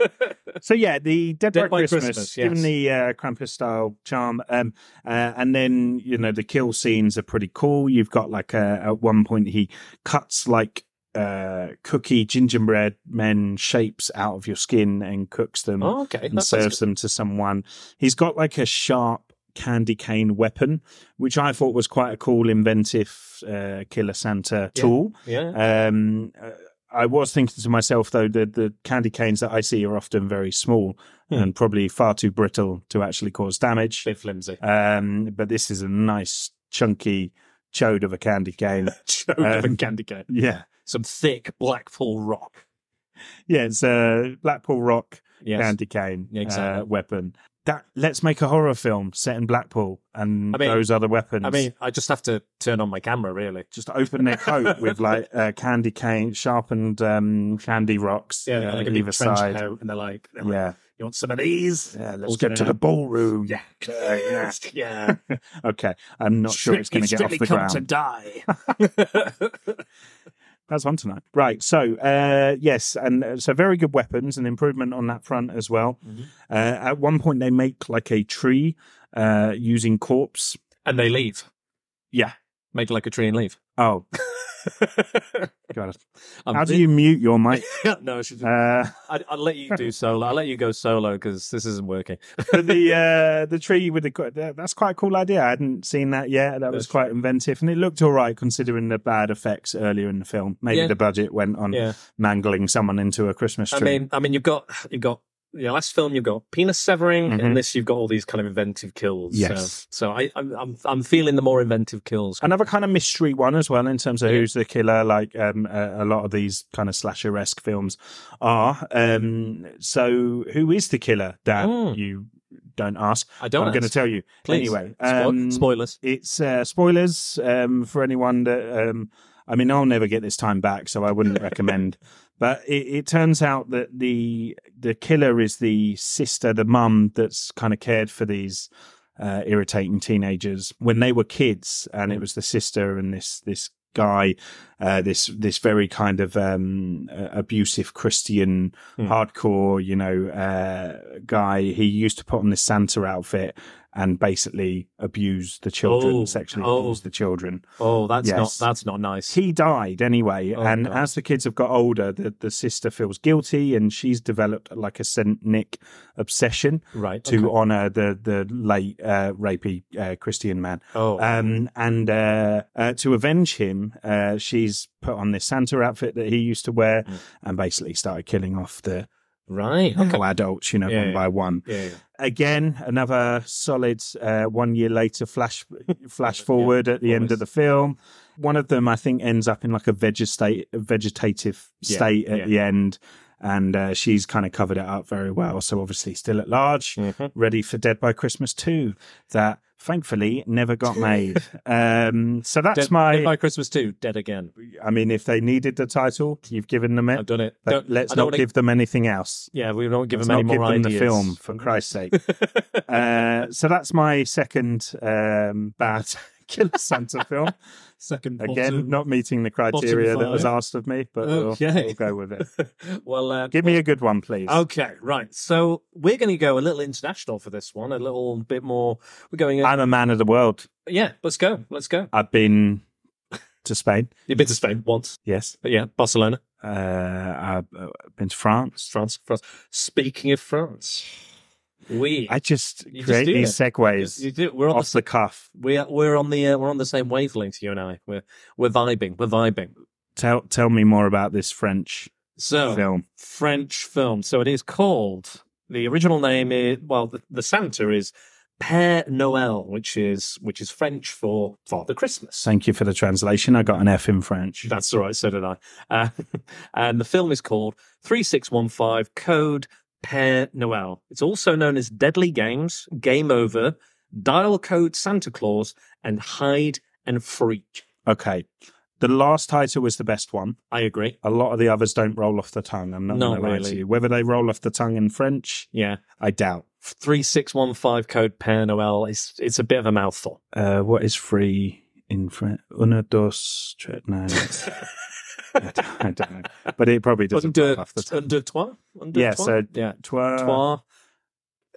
Speaker 4: So yeah, the Dead, by, Christmas,
Speaker 3: yes.
Speaker 4: given the uh, Krampus style charm, um, uh, and then you know the kill scenes are pretty cool. You've got like uh, at one point he cuts like uh, cookie gingerbread men shapes out of your skin and cooks them
Speaker 3: oh, okay.
Speaker 4: and
Speaker 3: that sounds
Speaker 4: serves them to someone. He's got like a sharp candy cane weapon, which I thought was quite a cool inventive uh, killer Santa
Speaker 3: Yeah.
Speaker 4: tool.
Speaker 3: good. Yeah.
Speaker 4: Um, uh, I was thinking to myself though that the candy canes that I see are often very small
Speaker 3: Hmm.
Speaker 4: and probably far too brittle to actually cause damage.
Speaker 3: bit flimsy.
Speaker 4: Um, but this is a nice chunky chode of a
Speaker 3: *laughs*
Speaker 4: candy cane.
Speaker 3: Chode of a
Speaker 4: um,
Speaker 3: candy cane.
Speaker 4: yeah,
Speaker 3: Some thick Blackpool rock.
Speaker 4: yeah, it's a Blackpool Rock
Speaker 3: Yes.
Speaker 4: candy cane
Speaker 3: Yeah, exactly.
Speaker 4: uh, weapon. That let's make a horror film set in Blackpool and
Speaker 3: I mean-
Speaker 4: those other weapons.
Speaker 3: I mean, I just have to turn on my camera, really.
Speaker 4: just open
Speaker 3: *laughs*
Speaker 4: their coat with like uh, candy cane, sharpened um, candy rocks
Speaker 3: Yeah,
Speaker 4: uh,
Speaker 3: like a big
Speaker 4: either
Speaker 3: trench
Speaker 4: side.
Speaker 3: coat, and they're like, they're like,
Speaker 4: Yeah.
Speaker 3: "You want some of these?"
Speaker 4: Yeah, let's
Speaker 3: All
Speaker 4: get
Speaker 3: gonna
Speaker 4: to the
Speaker 3: have-
Speaker 4: *laughs* ballroom.
Speaker 3: Yeah,
Speaker 4: yeah.
Speaker 3: *laughs* yeah.
Speaker 4: Okay, I'm not sure it's going to get off
Speaker 3: Strictly
Speaker 4: the
Speaker 3: come
Speaker 4: ground.
Speaker 3: to die.
Speaker 4: *laughs* That's one tonight, right? So, uh, yes, and uh, so very good weapons, an improvement on that front as well.
Speaker 3: Mhm.
Speaker 4: Uh, at one point, they make like a tree uh, using corpse.
Speaker 3: *laughs* and they leave.
Speaker 4: Yeah.
Speaker 3: Make like a tree and
Speaker 4: *laughs*
Speaker 3: leave.
Speaker 4: Oh, *laughs* God. how do you mute your *laughs* mic?
Speaker 3: *laughs* no, I should.
Speaker 4: Uh,
Speaker 3: I'd, I'd let you do solo. I'll let you go solo because this isn't working.
Speaker 4: but the uh, the tree with the co- that- that's quite a cool idea. I hadn't seen that yet. That was
Speaker 3: That's
Speaker 4: quite inventive, and it looked all right considering the bad effects earlier in the film. Maybe
Speaker 3: Yeah.
Speaker 4: the budget went on
Speaker 3: Yeah.
Speaker 4: mangling someone into a Christmas tree.
Speaker 3: I mean, I mean, you've got you've got your last film, you've got penis severing,
Speaker 4: Mhm.
Speaker 3: and this you've got all these kind of inventive kills.
Speaker 4: Yes.
Speaker 3: So, so I, I'm I'm I'm feeling the more inventive kills.
Speaker 4: Another kind of mystery one as well in terms of
Speaker 3: Yeah.
Speaker 4: who's the killer, like um, a, a lot of these kind of slasher esque films are. Um, so, who is the killer, Dan?
Speaker 3: Mm.
Speaker 4: You don't ask.
Speaker 3: I don't.
Speaker 4: I'm going to
Speaker 3: ask.
Speaker 4: tell you.
Speaker 3: Please.
Speaker 4: Anyway,
Speaker 3: Spoil-
Speaker 4: um,
Speaker 3: spoilers.
Speaker 4: it's uh, spoilers um, for anyone that. Um, I mean, I'll never get this time back, so I wouldn't recommend. But it, it turns out that the the killer is the sister, the mum that's kind of cared for these uh, irritating teenagers when they were kids, and it was the sister and this this guy, uh, this this very kind of um, uh, abusive Christian
Speaker 3: Hmm.
Speaker 4: hardcore, you know, uh, guy. He used to put on this Santa outfit and basically abuse the children,
Speaker 3: Oh,
Speaker 4: sexually
Speaker 3: oh.
Speaker 4: abuse the children.
Speaker 3: Oh, that's
Speaker 4: Yes.
Speaker 3: not that's not nice.
Speaker 4: He died anyway,
Speaker 3: Oh,
Speaker 4: and
Speaker 3: God.
Speaker 4: as the kids have got older, the, the sister feels guilty, and she's developed like a Saint Nick obsession
Speaker 3: right.
Speaker 4: to
Speaker 3: okay.
Speaker 4: honor the the late uh, rapey uh, Christian man.
Speaker 3: oh.
Speaker 4: Um, and uh, uh, to avenge him, uh, she's put on this Santa outfit that he used to wear
Speaker 3: Mm.
Speaker 4: and basically started killing off the
Speaker 3: right.
Speaker 4: *laughs*
Speaker 3: Okay.
Speaker 4: adults, you know,
Speaker 3: Yeah,
Speaker 4: one
Speaker 3: yeah.
Speaker 4: by one.
Speaker 3: Yeah, yeah.
Speaker 4: Again, another solid uh, one year
Speaker 3: *laughs*
Speaker 4: later flash flash forward at the end
Speaker 3: always.
Speaker 4: of the film. One of them, I think, ends up in like a vegetate, vegetative
Speaker 3: Yeah,
Speaker 4: state at
Speaker 3: yeah.
Speaker 4: the end. And uh, she's kind of covered it up very well. So obviously, still at large
Speaker 3: Mhm.
Speaker 4: ready for Dead by Christmas 2 that thankfully never got
Speaker 3: *laughs*
Speaker 4: made. um, so that's
Speaker 3: Dead,
Speaker 4: my.
Speaker 3: Dead by Christmas too. Dead again.
Speaker 4: I mean, if they needed the title, you've given them
Speaker 3: I've
Speaker 4: it.
Speaker 3: done it.
Speaker 4: But
Speaker 3: Don't-
Speaker 4: let's
Speaker 3: I don't
Speaker 4: not
Speaker 3: wanna-
Speaker 4: give them anything else.
Speaker 3: Yeah, we don't give
Speaker 4: Let's
Speaker 3: them any
Speaker 4: not give
Speaker 3: more
Speaker 4: them
Speaker 3: ideas.
Speaker 4: the film, for Christ's sake. uh, so that's my second um, bad *laughs* Killer Santa film.
Speaker 3: *laughs* Second
Speaker 4: Again, not meeting the criteria that was
Speaker 3: five.
Speaker 4: asked of me, but
Speaker 3: Okay.
Speaker 4: we'll, we'll go with it.
Speaker 3: *laughs* well, uh,
Speaker 4: Give me a good one, please.
Speaker 3: Okay, right. So we're going to go a little international for this one, a little bit more. We're going. uh,
Speaker 4: I'm a man of the world.
Speaker 3: yeah, let's go. Let's go.
Speaker 4: I've been to Spain.
Speaker 3: You've been to Spain once,
Speaker 4: Yes.
Speaker 3: but yeah, Barcelona,
Speaker 4: Uh, I've uh, been to France.
Speaker 3: France, France. Speaking of France, we
Speaker 4: I just
Speaker 3: You just
Speaker 4: create
Speaker 3: do
Speaker 4: these segues
Speaker 3: you do, we're on
Speaker 4: off
Speaker 3: the,
Speaker 4: the cuff.
Speaker 3: we're we're on the uh, we're on the same wavelength, you and I. We're we're vibing. We're vibing.
Speaker 4: Tell tell me more about this French
Speaker 3: So
Speaker 4: film.
Speaker 3: French film. So it is called the original name is well, the, the Santa is Père Noël, which is which is French for Father Christmas.
Speaker 4: Thank you for the translation. I got an F in French.
Speaker 3: That's all right. So did I. Uh, *laughs* and the film is called 3615 Code Père Noël. It's also known as Deadly Games, Game Over, Dial Code Santa Claus, and Hide and Freak.
Speaker 4: Okay. The last title was the best one.
Speaker 3: I agree.
Speaker 4: A lot of the others don't roll off the tongue. I'm not
Speaker 3: Not
Speaker 4: going to lie
Speaker 3: really.
Speaker 4: to you. Whether they roll off the tongue in French,
Speaker 3: Yeah.
Speaker 4: I doubt.
Speaker 3: 3615 Code Père Noël is it's a bit of a mouthful.
Speaker 4: Uh, what is free in French? Una dos tres.
Speaker 3: *laughs*
Speaker 4: No, it's- I, don't, I don't know. But it probably doesn't
Speaker 3: Under,
Speaker 4: roll off the tongue.
Speaker 3: under toi? Under
Speaker 4: Yeah,
Speaker 3: toi?
Speaker 4: so-
Speaker 3: yeah.
Speaker 4: Twa-
Speaker 3: Toi. Uh,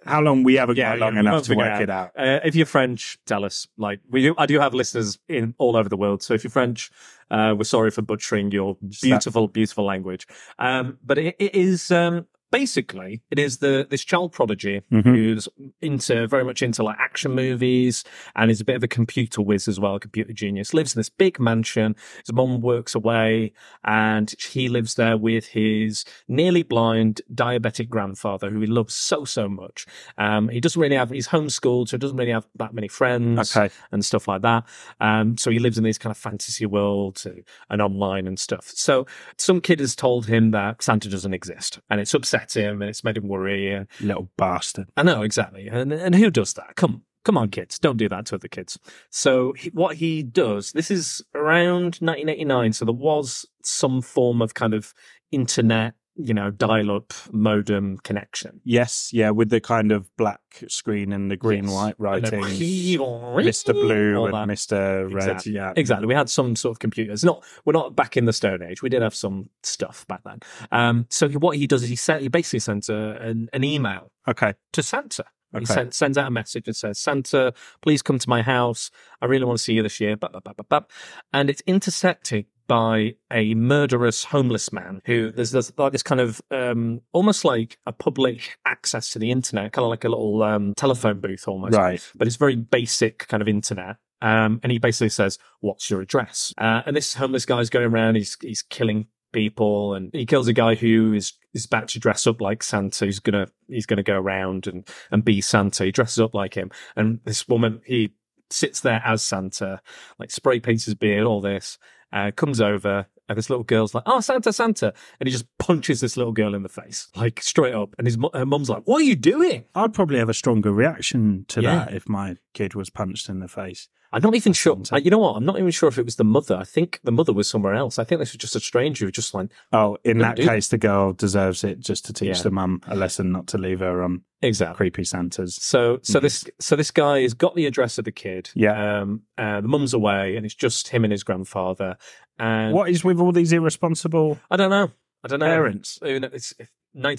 Speaker 4: How long we haven't
Speaker 3: Yeah,
Speaker 4: got long
Speaker 3: yeah, we'll
Speaker 4: enough to
Speaker 3: figure
Speaker 4: work it out.
Speaker 3: Uh, if you're French, tell us. Like we, do, I do have listeners in all over the world. So if you're French, uh, we're sorry for butchering your beautiful, beautiful language. Um, but it, it is um, basically it is the this child prodigy
Speaker 4: Mhm.
Speaker 3: who's into very much into like action movies and is a bit of a computer whiz as well, a computer genius. Lives in this big mansion. His mom works away, and he lives there with his nearly blind diabetic grandfather, who he loves so so much. Um, he doesn't really have he's homeschooled, so he doesn't really have that many friends
Speaker 4: Okay.
Speaker 3: and stuff like that. Um, so he lives in these kind of fantasy worlds and, and online and stuff. So some kid has told him that Santa doesn't exist, and it's upset him and it's made him worry. And
Speaker 4: Little bastard.
Speaker 3: I know exactly, and and who does that? Come. Come on, kids! Don't do that to other kids. So he, what he does, this is around 1989, so there was some form of kind of internet, you know, dial-up modem connection.
Speaker 4: Yes, yeah, with the kind of black screen and the green
Speaker 3: Yes.
Speaker 4: white
Speaker 3: And
Speaker 4: writing.
Speaker 3: then-
Speaker 4: Mr. Blue
Speaker 3: All
Speaker 4: and
Speaker 3: that.
Speaker 4: Mr. Red.
Speaker 3: Exactly.
Speaker 4: Yeah.
Speaker 3: Exactly. We had some sort of computers. Not we're not back in the Stone Age. We did have some stuff back then. Um, so he- what he does is he sent, he basically sends a, an, an email
Speaker 4: Okay.
Speaker 3: to Santa. He
Speaker 4: Okay.
Speaker 3: sent, sends out a message and says, "Santa, please come to my house. I really want to see you this year." Bap, bap, bap, bap, bap. And it's intercepted by a murderous homeless man who there's, there's like this kind of um, almost like a public access to the internet, kind of like a little um, telephone booth almost
Speaker 4: Right.
Speaker 3: but it's very basic kind of internet. Um, and he basically says, "What's your address?" Uh, and this homeless guy's going around. He's he's killing people, and he kills a guy who is is about to dress up like Santa. He's gonna he's gonna go around and and be Santa. He dresses up like him, and this woman he sits there as Santa, like spray paints his beard, all this. Uh, comes over, and this little girl's like, "Oh, Santa, Santa!" And he just punches this little girl in the face, like straight up. And his mu- her mum's like, "What are you doing?"
Speaker 4: I'd probably have a stronger reaction to
Speaker 3: Yeah.
Speaker 4: that if my kid was punched in the face.
Speaker 3: I'm not even sure.
Speaker 4: Something.
Speaker 3: I, you know what? I'm not even sure if it was the mother. I think the mother was somewhere else. I think this was just a stranger who just like
Speaker 4: Oh, in
Speaker 3: No,
Speaker 4: that
Speaker 3: dude.
Speaker 4: case, the girl deserves it just to teach
Speaker 3: Yeah.
Speaker 4: the mum a lesson not to leave her on
Speaker 3: exactly.
Speaker 4: creepy Santas.
Speaker 3: So, so this, so this guy has got the address of the kid.
Speaker 4: Mm-hmm. Yeah.
Speaker 3: Um, uh, the mum's away, and it's just him and his grandfather. And
Speaker 4: What is with all these irresponsible
Speaker 3: I don't know. I don't know.
Speaker 4: parents?
Speaker 3: Who kn- It's if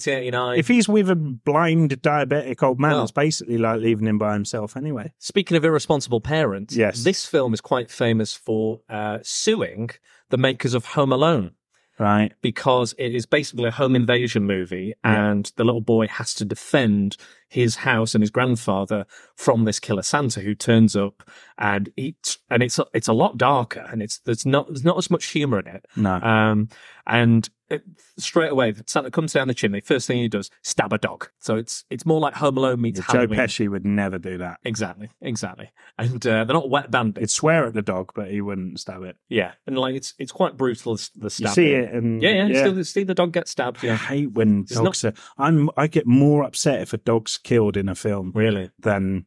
Speaker 3: 1989.
Speaker 4: If he's with a blind diabetic old man,
Speaker 3: Well-
Speaker 4: it's basically like leaving him by himself anyway.
Speaker 3: Speaking of irresponsible parents,
Speaker 4: Yes.
Speaker 3: this film is quite famous for uh, suing the makers of Home Alone.
Speaker 4: Right.
Speaker 3: because it is basically a home invasion movie and the little boy has to defend his house and his grandfather from this killer Santa who turns up and eats and it's it's a lot darker and it's there's not there's not as much humor in it
Speaker 4: No.
Speaker 3: um and it, straight away Santa comes down the chimney first thing he does stab a dog so it's it's more like Home Alone meets
Speaker 4: Joe
Speaker 3: Halloween
Speaker 4: Pesci would never do that.
Speaker 3: exactly exactly and uh, they're not wet bandits
Speaker 4: He'd swear at the dog, but he wouldn't stab it.
Speaker 3: yeah and like it's it's quite brutal the
Speaker 4: You
Speaker 3: stabbing
Speaker 4: see it, and
Speaker 3: yeah yeah, Still, see the dog get stabbed
Speaker 4: I
Speaker 3: yeah
Speaker 4: *sighs* hate when
Speaker 3: It's
Speaker 4: dogs are. I'm. I get more upset if a dog's killed in a film
Speaker 3: really
Speaker 4: than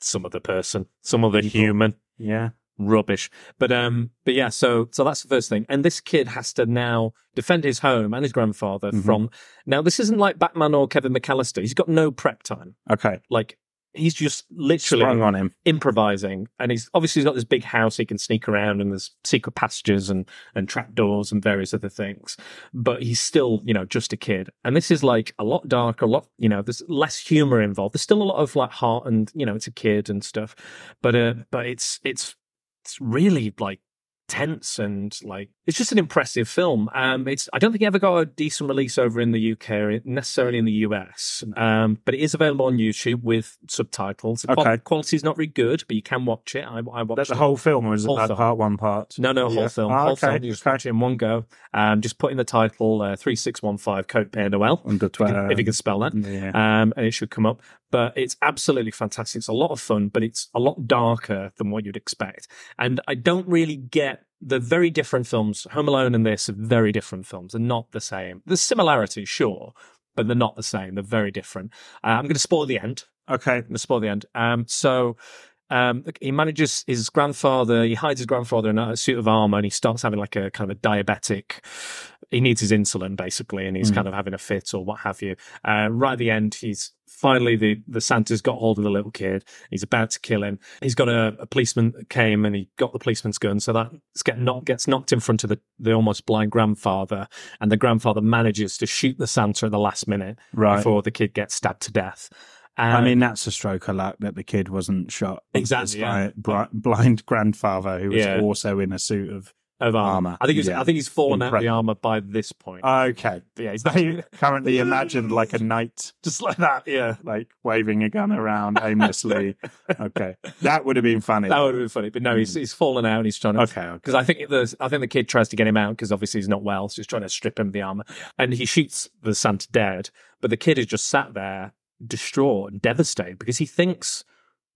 Speaker 3: some other person, some other
Speaker 4: People.
Speaker 3: human.
Speaker 4: yeah.
Speaker 3: Rubbish. But um but yeah, so so that's the first thing. And this kid has to now defend his home and his grandfather
Speaker 4: Mhm.
Speaker 3: from now this isn't like Batman or Kevin McAllister. He's got no prep time.
Speaker 4: Okay,
Speaker 3: Like he's just literally
Speaker 4: sprung on him.
Speaker 3: improvising and he's obviously he's got this big house he can sneak around and there's secret passages and and trapdoors and various other things but he's still you know just a kid and this is like a lot darker a lot you know there's less humor involved there's still a lot of like heart and you know it's a kid and stuff but uh but it's it's it's really like tense and like it's just an impressive film. Um, it's I don't think it ever got a decent release over in the UK, or necessarily in the US, um, but it is available on YouTube with subtitles. The
Speaker 4: Okay.
Speaker 3: quality's not very good, but you can watch it. I, I watched
Speaker 4: That's the
Speaker 3: it.
Speaker 4: whole film, or is it
Speaker 3: Whole
Speaker 4: like
Speaker 3: film.
Speaker 4: part one, part?
Speaker 3: No, no, whole
Speaker 4: Yeah.
Speaker 3: film.
Speaker 4: Ah,
Speaker 3: whole
Speaker 4: okay,
Speaker 3: film. You just
Speaker 4: okay.
Speaker 3: watch it in one go. Um, just put in the title uh, 3615 Code Pair Noel.
Speaker 4: Under
Speaker 3: If you can- if you
Speaker 4: 12.
Speaker 3: can spell that.
Speaker 4: Yeah.
Speaker 3: Um, and it should come up. But it's absolutely fantastic. It's a lot of fun, but it's a lot darker than what you'd expect. And I don't really get the very different films. Home Alone and this are very different films. They're not the same. There's similarities, sure, but they're not the same. They're very different. Uh, I'm going to spoil the end
Speaker 4: Okay.
Speaker 3: the spoil the end. Um, so um, he manages his grandfather. He hides his grandfather in a suit of armor, and he starts having like a kind of a diabetic. He needs his insulin basically, and
Speaker 4: Hmm.
Speaker 3: he's kind of having a fit or what have you. Uh, right at the end, he's finally the the Santa's got hold of the little kid. He's about to kill him. He's got a, a policeman that came and he got the policeman's gun, so that get knocked, gets knocked in front of the the almost blind grandfather, and the grandfather manages to shoot the Santa at the last minute
Speaker 4: Right.
Speaker 3: before the kid gets stabbed to death.
Speaker 4: I
Speaker 3: Um,
Speaker 4: mean, that's a stroke of luck that the kid wasn't shot.
Speaker 3: Exactly, yeah.
Speaker 4: By bri- blind grandfather who was
Speaker 3: Yeah.
Speaker 4: also in a suit of.
Speaker 3: of armor.
Speaker 4: Armor,
Speaker 3: I think he's,
Speaker 4: yeah.
Speaker 3: I think he's fallen out
Speaker 4: Incredible. Uh,
Speaker 3: the armor by this point.
Speaker 4: Okay.
Speaker 3: But yeah, he's not
Speaker 4: They *laughs* currently imagined like a
Speaker 3: *laughs*
Speaker 4: knight
Speaker 3: just like that. Yeah,
Speaker 4: like waving a gun around aimlessly. okay, that would have been funny.
Speaker 3: that would have been funny. But no, he's he's fallen out and he's trying to.
Speaker 4: Hmm. okay, okay.
Speaker 3: Because I think the I think the kid tries to get him out because obviously he's not well, so he's trying to strip him of the armor, and he shoots the Santa dead. But the kid is just sat there, distraught and devastated because he thinks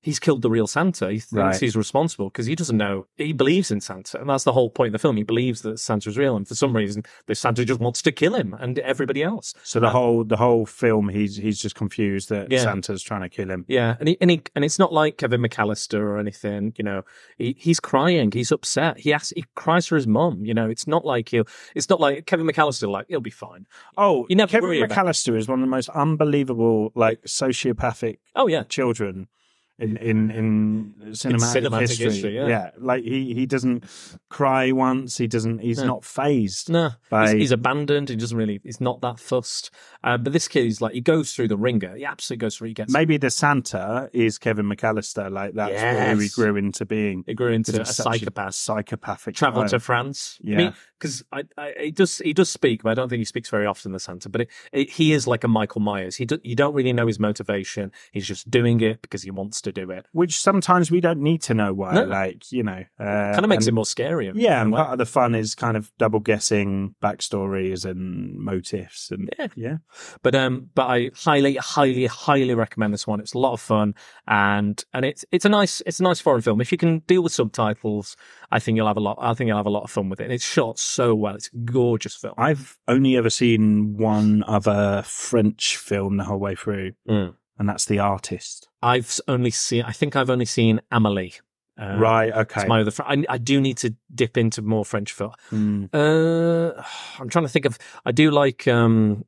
Speaker 3: he's killed the real Santa. He thinks
Speaker 4: Right.
Speaker 3: he's responsible because he doesn't know he believes in Santa, and that's the whole point of the film. He believes that Santa's real, and for some reason, this Santa just wants to kill him and everybody else.
Speaker 4: So the whole the whole film, he's he's just confused that
Speaker 3: Yeah.
Speaker 4: Santa's trying to kill him.
Speaker 3: Yeah, and he, and he, and it's not like Kevin McAllister or anything. You know, he, he's crying, he's upset. He asks, he cries for his mum. You know, it's not like he'll, it's not like Kevin McAllister. Like he'll be fine.
Speaker 4: Oh,
Speaker 3: You never
Speaker 4: Kevin
Speaker 3: worry about-
Speaker 4: McAllister is one of the most unbelievable, like sociopathic
Speaker 3: Oh yeah,
Speaker 4: children in in in cinematic,
Speaker 3: Mm. cinematic
Speaker 4: history.
Speaker 3: history, yeah.
Speaker 4: like he he doesn't cry once. He doesn't. He's
Speaker 3: No.
Speaker 4: not phased.
Speaker 3: no,
Speaker 4: By-
Speaker 3: he's, he's abandoned. He doesn't really. He's not that fussed. Uh, but this kid, he's like he goes through the ringer. He absolutely goes through. He gets.
Speaker 4: Maybe the Santa is Kevin McAllister. Like that's who he
Speaker 3: Yes.
Speaker 4: grew into being.
Speaker 3: he grew into a
Speaker 4: It's such
Speaker 3: psychopath.
Speaker 4: psychopathic
Speaker 3: traveling
Speaker 4: child.
Speaker 3: to France.
Speaker 4: Yeah.
Speaker 3: because I, I, he does he does speak, but I don't think he speaks very often. The Santa, but it, it, he is like a Michael Myers. He do, you don't really know his motivation. He's just doing it because he wants to do it.
Speaker 4: which sometimes we don't need to know why.
Speaker 3: No.
Speaker 4: Like you know, uh,
Speaker 3: Kind of makes it more scary. in
Speaker 4: Yeah,
Speaker 3: a
Speaker 4: and
Speaker 3: way.
Speaker 4: part of the fun is kind of double guessing backstories and motifs and
Speaker 3: Yeah.
Speaker 4: yeah.
Speaker 3: But um, but I highly, highly, highly recommend this one. It's a lot of fun, and and it's it's a nice it's a nice foreign film. If you can deal with subtitles, I think you'll have a lot. I think you'll have a lot of fun with it. And it's shot so well. It's a gorgeous film.
Speaker 4: I've only ever seen one other French film the whole way through,
Speaker 3: Mm.
Speaker 4: and that's The Artist.
Speaker 3: I've only seen. I think I've only seen Amelie. Um,
Speaker 4: right? Okay.
Speaker 3: It's my other. Fr- I, I do need to dip into more French film.
Speaker 4: Mm.
Speaker 3: Uh, I'm trying to think of. I do like um,